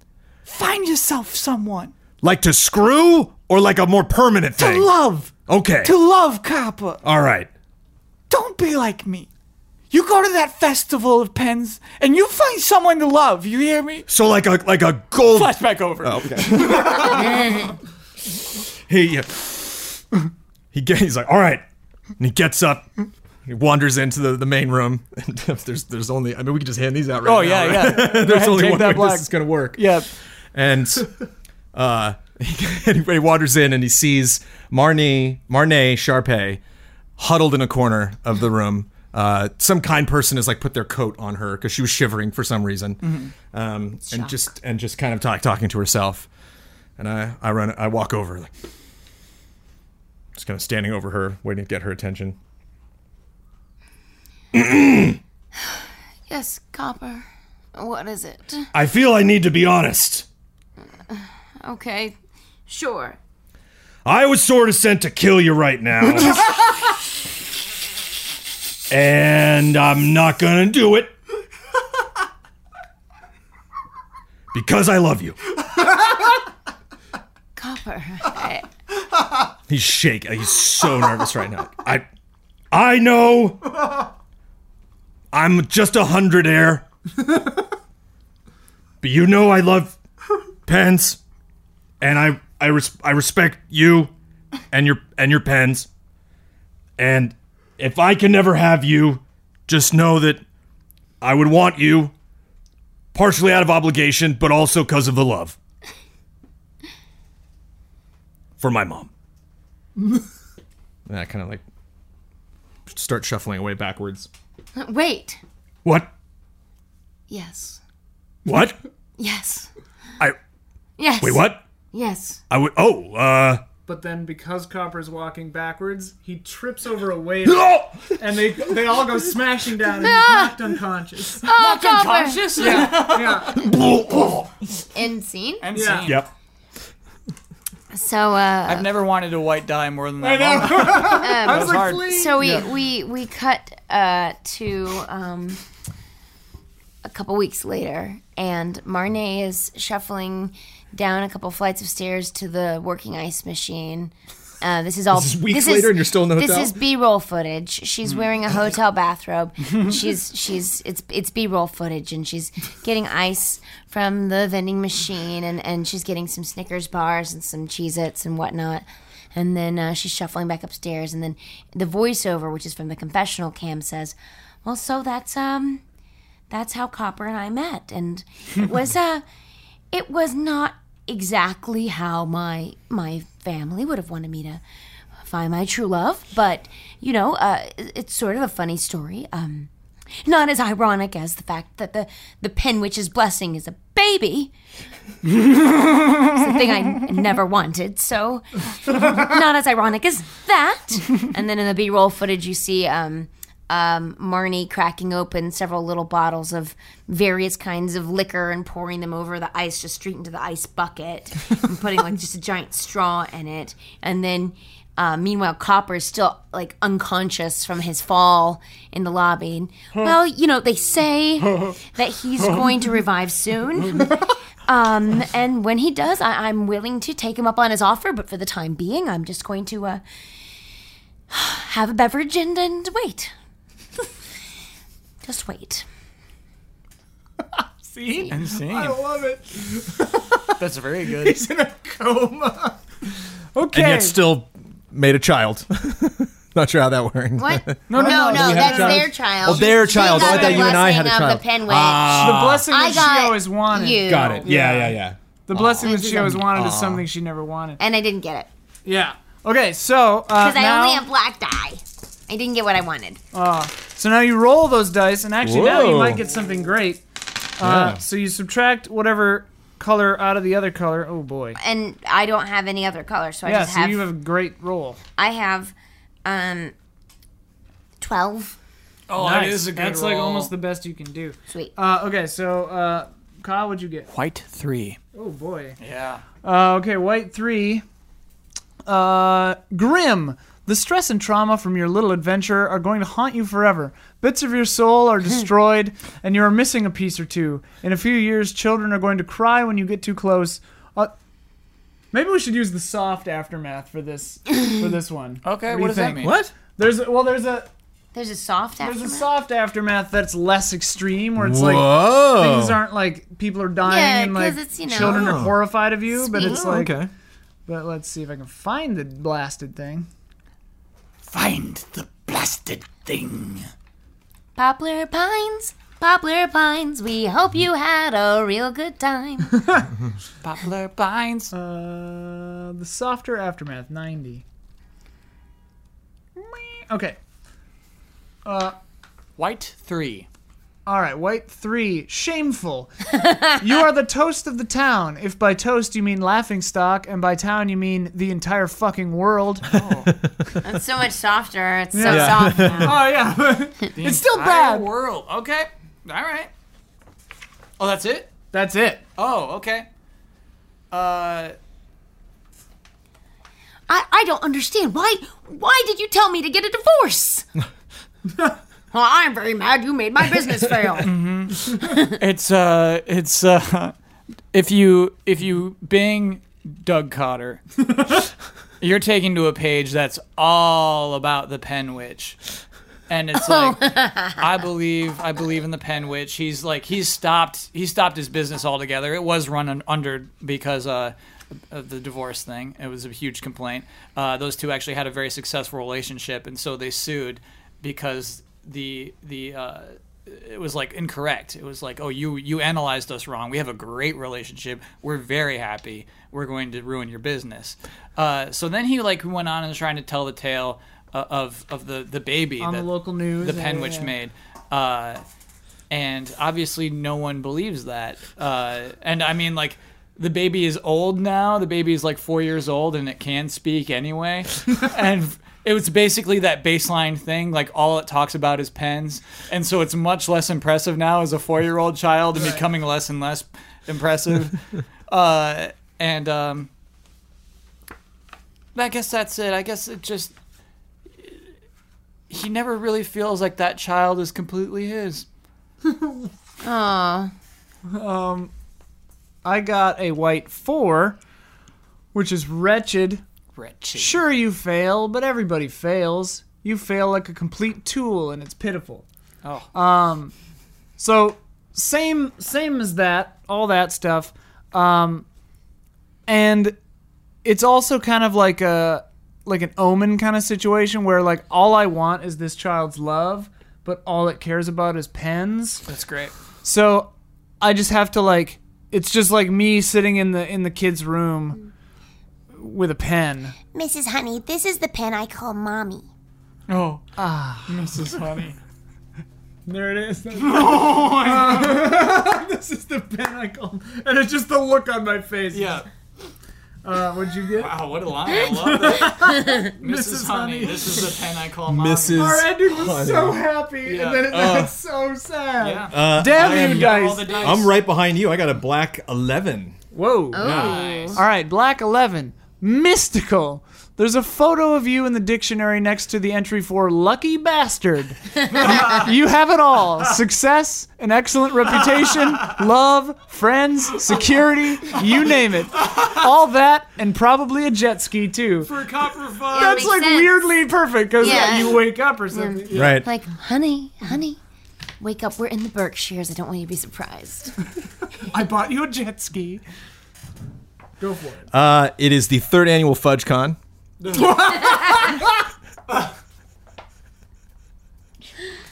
Speaker 5: Find yourself someone
Speaker 2: Like to screw or like a more permanent
Speaker 5: to
Speaker 2: thing?
Speaker 5: love.
Speaker 2: Okay.
Speaker 5: To love, Copper.
Speaker 2: All right.
Speaker 5: Don't be like me. You go to that festival of pens and you find someone to love. You hear me?
Speaker 2: So like a like a gold. Oh,
Speaker 5: Flashback over.
Speaker 2: <laughs> He uh, he get, he's like, all right, and he gets up. He wanders into the, the main room. <laughs> And there's there's only I mean we can just hand these out right
Speaker 5: Oh,
Speaker 2: now.
Speaker 5: yeah,
Speaker 2: right? <laughs>
Speaker 5: yeah. Go
Speaker 2: there's
Speaker 5: ahead,
Speaker 2: only
Speaker 5: take
Speaker 2: one
Speaker 5: that
Speaker 2: way
Speaker 5: black.
Speaker 2: this is gonna work.
Speaker 5: Yeah.
Speaker 2: and uh, <laughs> anyway, he wanders in and he sees Marnie, Marnay Sharpay huddled in a corner of the room. Uh, some kind person has like put their coat on her because she was shivering for some reason, um, and just and just kind of talk, talking to herself. And I, I run, I walk over, like just kind of standing over her, waiting to get her attention.
Speaker 6: Yes, Copper. What is it?
Speaker 2: I feel I need to be honest.
Speaker 6: Okay, sure.
Speaker 2: I was sort of sent to kill you right now. and I'm not going to do it. Because I love you.
Speaker 6: Copper.
Speaker 3: <laughs>
Speaker 6: I,
Speaker 2: He's shaking. He's so nervous right now. I I know I'm just a hundred air. But you know I love pens. And I I, res- I respect you and your and your pens. And if I can never have you, just know that I would want you partially out of obligation, but also because of the love. For my mom.
Speaker 31: And I kind of like start shuffling away backwards.
Speaker 6: wait.
Speaker 2: What?
Speaker 6: Yes.
Speaker 2: What?
Speaker 6: Yes.
Speaker 2: I
Speaker 6: Yes.
Speaker 2: wait. What?
Speaker 6: Yes.
Speaker 2: I would. Oh. Uh.
Speaker 1: But then, because Copper's walking backwards, he trips over a waiter,
Speaker 2: Oh!
Speaker 1: and they they all go smashing down, and he's
Speaker 5: <laughs>
Speaker 1: knocked unconscious.
Speaker 6: Oh, Copper.
Speaker 1: Yeah,
Speaker 6: End scene.
Speaker 5: And
Speaker 1: Yeah.
Speaker 5: scene.
Speaker 2: Yep.
Speaker 6: So, uh,
Speaker 5: I've never wanted a white die more than that.
Speaker 1: <laughs>
Speaker 5: moment.
Speaker 1: I was like,
Speaker 5: hard.
Speaker 1: "Please."
Speaker 6: so we we we cut uh to um a couple weeks later, and Marnay is shuffling down a couple flights of stairs to the working ice machine. Uh, this is all this
Speaker 31: is weeks later and you're still in the hotel? Hmm.
Speaker 6: This is B-roll footage. She's wearing a hotel bathrobe. she's she's it's it's B-roll footage, and she's getting ice from the vending machine, and and she's getting some Snickers bars and some Cheez-Its and whatnot. And then uh, she's shuffling back upstairs, and then the voiceover, which is from the confessional cam, says, "Well, so that's um." that's how Copper and I met, and it was uh, it was not exactly how my my family would have wanted me to find my true love, but you know, uh, it- it's sort of a funny story. Um, not as ironic as the fact that the the pen witch's blessing is a baby. it's the thing I n- never wanted. So, not as ironic as that. And then in the B roll footage, you see. Um, um, Marnie cracking open several little bottles of various kinds of liquor and pouring them over the ice, just straight into the ice bucket, and putting like just a giant straw in it. And then, uh, meanwhile, Copper's still like unconscious from his fall in the lobby. And, well, you know, they say that he's going to revive soon. Um, and when he does, I- I'm willing to take him up on his offer, but for the time being, I'm just going to uh, <sighs> have a beverage and, and wait. Just wait.
Speaker 5: and scene.
Speaker 4: I love it.
Speaker 1: <laughs>
Speaker 5: That's very good.
Speaker 4: He's in a coma.
Speaker 31: Okay. And yet still made a child. <laughs> Not sure how that works. <laughs>
Speaker 6: What?
Speaker 5: No, no,
Speaker 6: No, no,
Speaker 31: have
Speaker 6: that's
Speaker 31: child?
Speaker 6: their child.
Speaker 31: Oh, their
Speaker 6: She
Speaker 31: child.
Speaker 6: got
Speaker 31: Oh, I
Speaker 6: the
Speaker 31: thought you and I
Speaker 6: blessing
Speaker 31: had a
Speaker 6: of
Speaker 31: child.
Speaker 6: The pen
Speaker 31: Ah,
Speaker 1: the blessing
Speaker 6: I
Speaker 1: that
Speaker 6: got
Speaker 1: she always wanted.
Speaker 6: you
Speaker 31: got it. Yeah, yeah, yeah.
Speaker 1: The blessing that
Speaker 6: This
Speaker 1: she
Speaker 6: is
Speaker 1: always
Speaker 6: a- Ah.
Speaker 1: wanted is something she never wanted.
Speaker 6: And I didn't get it.
Speaker 1: Yeah.
Speaker 32: Okay, so uh,
Speaker 6: Because I
Speaker 32: now,
Speaker 6: only have black die. I didn't get what I wanted.
Speaker 32: uh, so now you roll those dice, and
Speaker 1: Actually, now you
Speaker 32: Whoa.
Speaker 1: might get something great.
Speaker 6: Oh.
Speaker 1: Uh,
Speaker 32: Yeah.
Speaker 1: So you subtract whatever color out of the other color. Oh boy.
Speaker 6: And I don't have any other color, so I
Speaker 1: yeah,
Speaker 6: just
Speaker 1: so
Speaker 6: have,
Speaker 1: you have a great roll.
Speaker 6: I have um 12.
Speaker 5: Oh,
Speaker 1: nice. That's like almost the best you can do.
Speaker 6: Sweet.
Speaker 1: Uh, okay, so uh, Kyle, what'd you get?
Speaker 5: White three.
Speaker 1: Oh boy.
Speaker 5: Yeah.
Speaker 32: Uh, okay, white three. Uh, Grim, the stress and trauma from your little adventure are going to haunt you forever. Bits of your soul are destroyed, and you are missing a piece or two. In a few years, children are going to cry when you get too close. Uh,
Speaker 1: Maybe we should use the soft aftermath for this for this one.
Speaker 5: Okay,
Speaker 1: do
Speaker 5: what
Speaker 1: you
Speaker 5: does that
Speaker 1: think?
Speaker 5: mean?
Speaker 32: What?
Speaker 1: There's a, well, there's a
Speaker 6: There's a soft
Speaker 1: there's a
Speaker 6: aftermath.
Speaker 1: soft aftermath that's less extreme, where it's
Speaker 2: Whoa.
Speaker 1: like things aren't like people are dying
Speaker 6: Yeah,
Speaker 1: and
Speaker 6: 'cause
Speaker 1: like
Speaker 6: it's, you know-
Speaker 1: children
Speaker 2: Oh.
Speaker 1: are horrified of you, but it's
Speaker 6: Sweet.
Speaker 1: like. But let's see if I can find the blasted thing.
Speaker 5: Find the blasted thing.
Speaker 6: Poplar Pines, Poplar Pines, we hope you had a real good
Speaker 31: <laughs>
Speaker 6: time.
Speaker 5: Poplar binds.
Speaker 1: Uh, the softer aftermath, ninety. Okay.
Speaker 5: White three.
Speaker 1: All right, white three, shameful. you are the toast of the town. If by toast you mean laughing stock, and by town you mean the entire fucking world.
Speaker 6: That's so much softer. It's so
Speaker 1: Yeah.
Speaker 6: soft now.
Speaker 1: <laughs> oh yeah, <laughs> it's still
Speaker 5: Entire
Speaker 1: bad.
Speaker 5: World. Okay. All right. Oh, that's it.
Speaker 1: That's it.
Speaker 5: Oh, okay. Uh,
Speaker 6: I, I don't understand. Why why did you tell me to get a divorce? well, I'm very mad you made my business fail.
Speaker 5: it's uh, it's uh, if you if you Bing Doug Cotter, you're taken to a page that's all about the Pen Witch, and it's like I believe I believe in the Pen Witch. He's like he's stopped he stopped his business altogether. It was run un- under because uh, of the divorce thing. It was a huge complaint. Uh, those two actually had a very successful relationship, and so they sued because the the uh, it was like incorrect. It was like oh you you analyzed us wrong. We have a great relationship. We're very happy. We're going to ruin your business. Uh, so then he like went on and was trying to tell the tale. Uh, of of the the baby
Speaker 1: On the
Speaker 5: that-
Speaker 1: local news,
Speaker 5: the
Speaker 1: yeah,
Speaker 5: pen
Speaker 1: yeah,
Speaker 5: which
Speaker 1: yeah.
Speaker 5: made uh, and obviously no one believes that uh, and i mean like the baby is old now the baby is like four years old and it can
Speaker 1: <laughs>
Speaker 5: speak anyway and it was basically that baseline thing like all it talks about is pens and so it's much less impressive now as a four-year-old child and becoming less and less
Speaker 1: <laughs>
Speaker 5: impressive uh, and um, I guess that's it. I guess it just he never really feels like that child is completely his.
Speaker 6: Aw.
Speaker 1: I got a white four, which is wretched.
Speaker 5: Wretched.
Speaker 1: Sure, you fail, but everybody fails. You fail like a complete tool, and it's pitiful.
Speaker 5: Oh.
Speaker 1: Um, so same same as that, all that stuff, um, and it's also kind of like a like an omen kind of situation where like all I want is this child's love, but all it cares about is pens.
Speaker 5: That's great.
Speaker 1: So I just have to like it's just like me sitting in the in the kid's room with a pen.
Speaker 17: Mrs. Honey, this is the pen I call mommy.
Speaker 5: Oh. Ah. Mrs. Honey.
Speaker 1: There it <laughs> is. this is the pen I call, and it's just the look on my face.
Speaker 5: Yeah.
Speaker 1: Uh, what'd you get?
Speaker 5: Wow, Oh, what a line. I love that. Mrs. Honey. This is the pen I call mommy.
Speaker 1: Our
Speaker 2: Mrs.
Speaker 1: ending was so happy,
Speaker 5: Yeah.
Speaker 1: and then it,
Speaker 2: Uh.
Speaker 1: it's so sad.
Speaker 5: Yeah.
Speaker 2: Uh, I
Speaker 1: Damn
Speaker 2: am-
Speaker 1: you
Speaker 5: All
Speaker 1: guys!
Speaker 5: the dice.
Speaker 2: I'm right behind you. I got a black 11.
Speaker 1: Whoa.
Speaker 5: Nice.
Speaker 1: Oh. All right, Black 11. Mystical. There's a photo of you in the dictionary next to the entry for lucky
Speaker 6: <laughs>
Speaker 1: bastard. you have it all success, an excellent reputation, love, friends, security, you name it. All that, and probably a jet ski, too.
Speaker 5: For copper fun.
Speaker 1: That's
Speaker 6: makes
Speaker 1: like
Speaker 6: sense.
Speaker 1: weirdly perfect because
Speaker 6: Yeah.
Speaker 1: you wake up or something.
Speaker 2: Right.
Speaker 6: Like, honey, honey, wake up. We're in the Berkshires. I don't want you to be surprised.
Speaker 1: I bought you a jet ski. Go for it.
Speaker 33: Uh, it is the third annual Fudge Con.
Speaker 1: <laughs>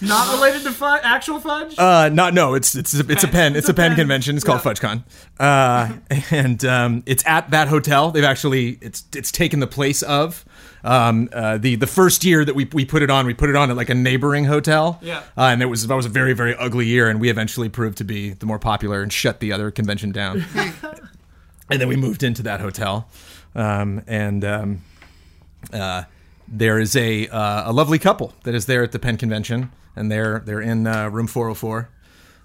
Speaker 1: Not related to fudge, actual fudge.
Speaker 2: Uh, not no. It's it's a- it's a pen. It's a pen convention. It's called FudgeCon, uh, <laughs> and um, it's at that hotel. They've actually it's it's taken the place of um, uh, the the first year that we we put it on. We put it on at like a neighboring hotel.
Speaker 1: Yeah.
Speaker 2: uh, and it was that was a very very ugly year, and we eventually proved to be the more popular and shut the other
Speaker 1: <laughs>
Speaker 2: convention down. and then we moved into that hotel, um, and. Um, uh, there is a uh, a lovely couple that is there at the Penn convention, and they're they're in uh, room 404,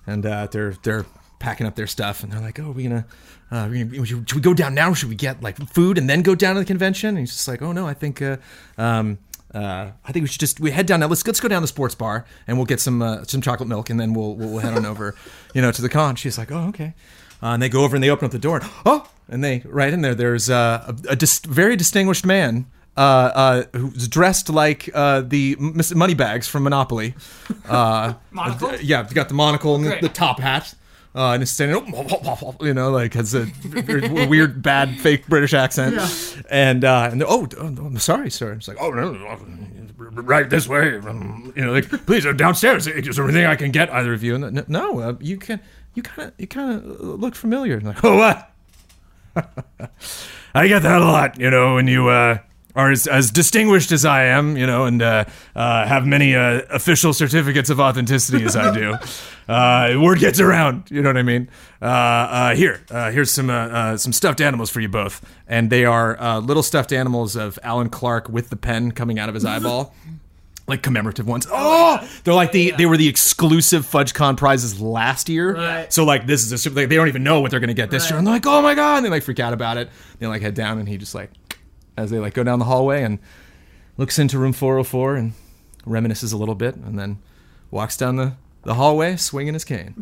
Speaker 2: and uh, they're they're packing up their stuff, and they're like, "Oh, are we gonna, uh, we gonna should, should we go down now? Or should we get like food and then go down to the convention?" And he's just like, "Oh no, I think." Uh, um, uh, I think we should just we head down now. Let's let's go down to the sports bar and we'll get some uh, some chocolate milk and then we'll we'll, we'll head on over, <laughs> you know, to the con. She's like, oh okay, uh, and they go over and they open up the door <gasps> and oh, and they right in there. There's uh, a, a dis- very distinguished man uh, uh, who's dressed like uh, the Miss Moneybags from Monopoly. Uh,
Speaker 5: <laughs> Monocle?
Speaker 2: uh, yeah, he's got the monocle and the,
Speaker 5: Great.
Speaker 2: the top hat. Uh, and is standing, oh, you know, like has a weird, <laughs> weird, bad, fake British accent, and uh, and they're, oh, d- oh, I'm sorry, sir. It's like,
Speaker 34: Oh no, no, right this way. Um, you know, like please, uh, downstairs. Is there anything I can get?
Speaker 2: either of you, and no, no uh, you can, you kind of, you kind of look familiar. And like, oh what?
Speaker 34: I get that a lot, you know, when you uh, are as, as distinguished as I am, you know, and uh, uh, have many uh, official certificates of authenticity as I do. uh, word gets around, you know what I mean? Uh, uh, here, uh, here's some uh, uh, some stuffed animals for you both.
Speaker 2: And they are uh, little stuffed animals of Alan Clark with the pen coming out of his eyeball. Like commemorative ones. Oh, they're like the they were the exclusive FudgeCon prizes last year.
Speaker 1: Right.
Speaker 2: So like this is a super, like, they don't even know what they're gonna get this
Speaker 1: Right.
Speaker 2: year. And they're like, oh my god, and they like freak out about it. They like head down and he just like as they like go down the hallway and looks into room 404 and reminisces a little bit and then walks down the, the hallway swinging his cane.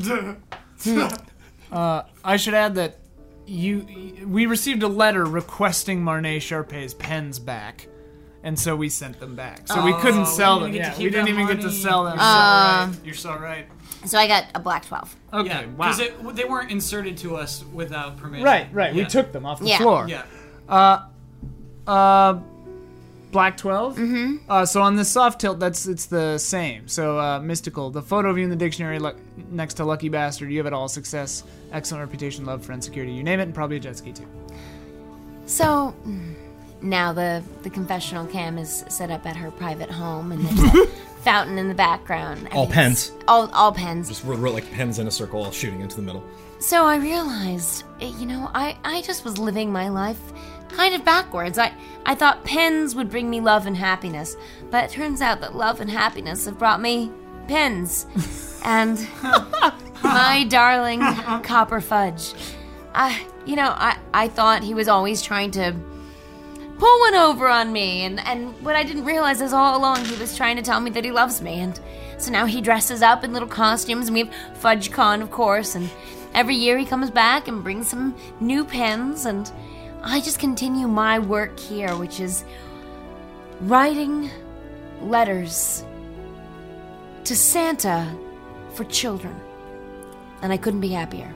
Speaker 1: I should add that you we received a letter requesting Marnay Sharpay's pens back, and so we sent them back. So Oh, we couldn't sell them. Yeah, we didn't even get to sell them.
Speaker 5: You're so right.
Speaker 6: So I got a black 12.
Speaker 1: okay,
Speaker 5: Yeah,
Speaker 1: wow.
Speaker 5: because they weren't inserted to us without permission.
Speaker 1: right, right. We
Speaker 5: Yeah.
Speaker 1: took them off the
Speaker 6: Yeah.
Speaker 1: floor.
Speaker 5: Yeah.
Speaker 1: Uh, Black 12 Mm-hmm. Uh, so on the soft tilt, that's it's the same. So uh, mystical. The photo of you in the dictionary, luck next to lucky bastard. You have it all: success, excellent reputation, love, friend, security. You name it, and probably a jet ski too.
Speaker 6: So mm, now the, the confessional cam is set up at her private home, and
Speaker 2: <laughs>
Speaker 6: there's a fountain in the background.
Speaker 2: All
Speaker 6: Everything's-
Speaker 2: pens.
Speaker 6: All, all pens.
Speaker 2: Just roll like pens in a circle all shooting into the middle.
Speaker 6: So I realized, eh, you know, I, I just was living my life kind of backwards. I, I thought pens would bring me love and happiness, but it turns out that love and happiness have brought me
Speaker 2: <laughs>
Speaker 6: pens. and my darling Copper Fudge. I, you know, I, I thought he was always trying to pull one over on me, and, and what I didn't realize is all along he was trying to tell me that he loves me, and so now he dresses up in little costumes, and we have Fudge Con, of course, and every year he comes back and brings some new pens, and I just continue my work here, which is writing letters to Santa for children, and I couldn't be happier.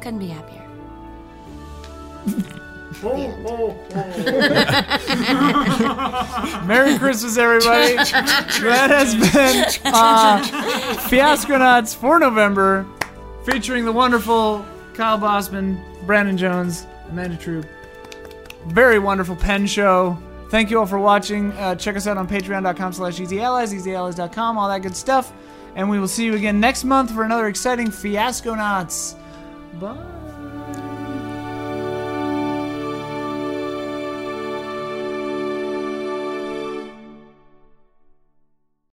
Speaker 6: Couldn't be happier.
Speaker 35: Merry Christmas, everybody. that has been uh, Fiasconauts for November, featuring the wonderful Kyle Bossman, Brandon Jones, Amanda Troop. Very wonderful pen show. Thank you all for watching. Uh, check us out on patreon.com slash easyallies, easyallies.com, all that good stuff. And we will see you again next month for another exciting Fiasconauts. Bye.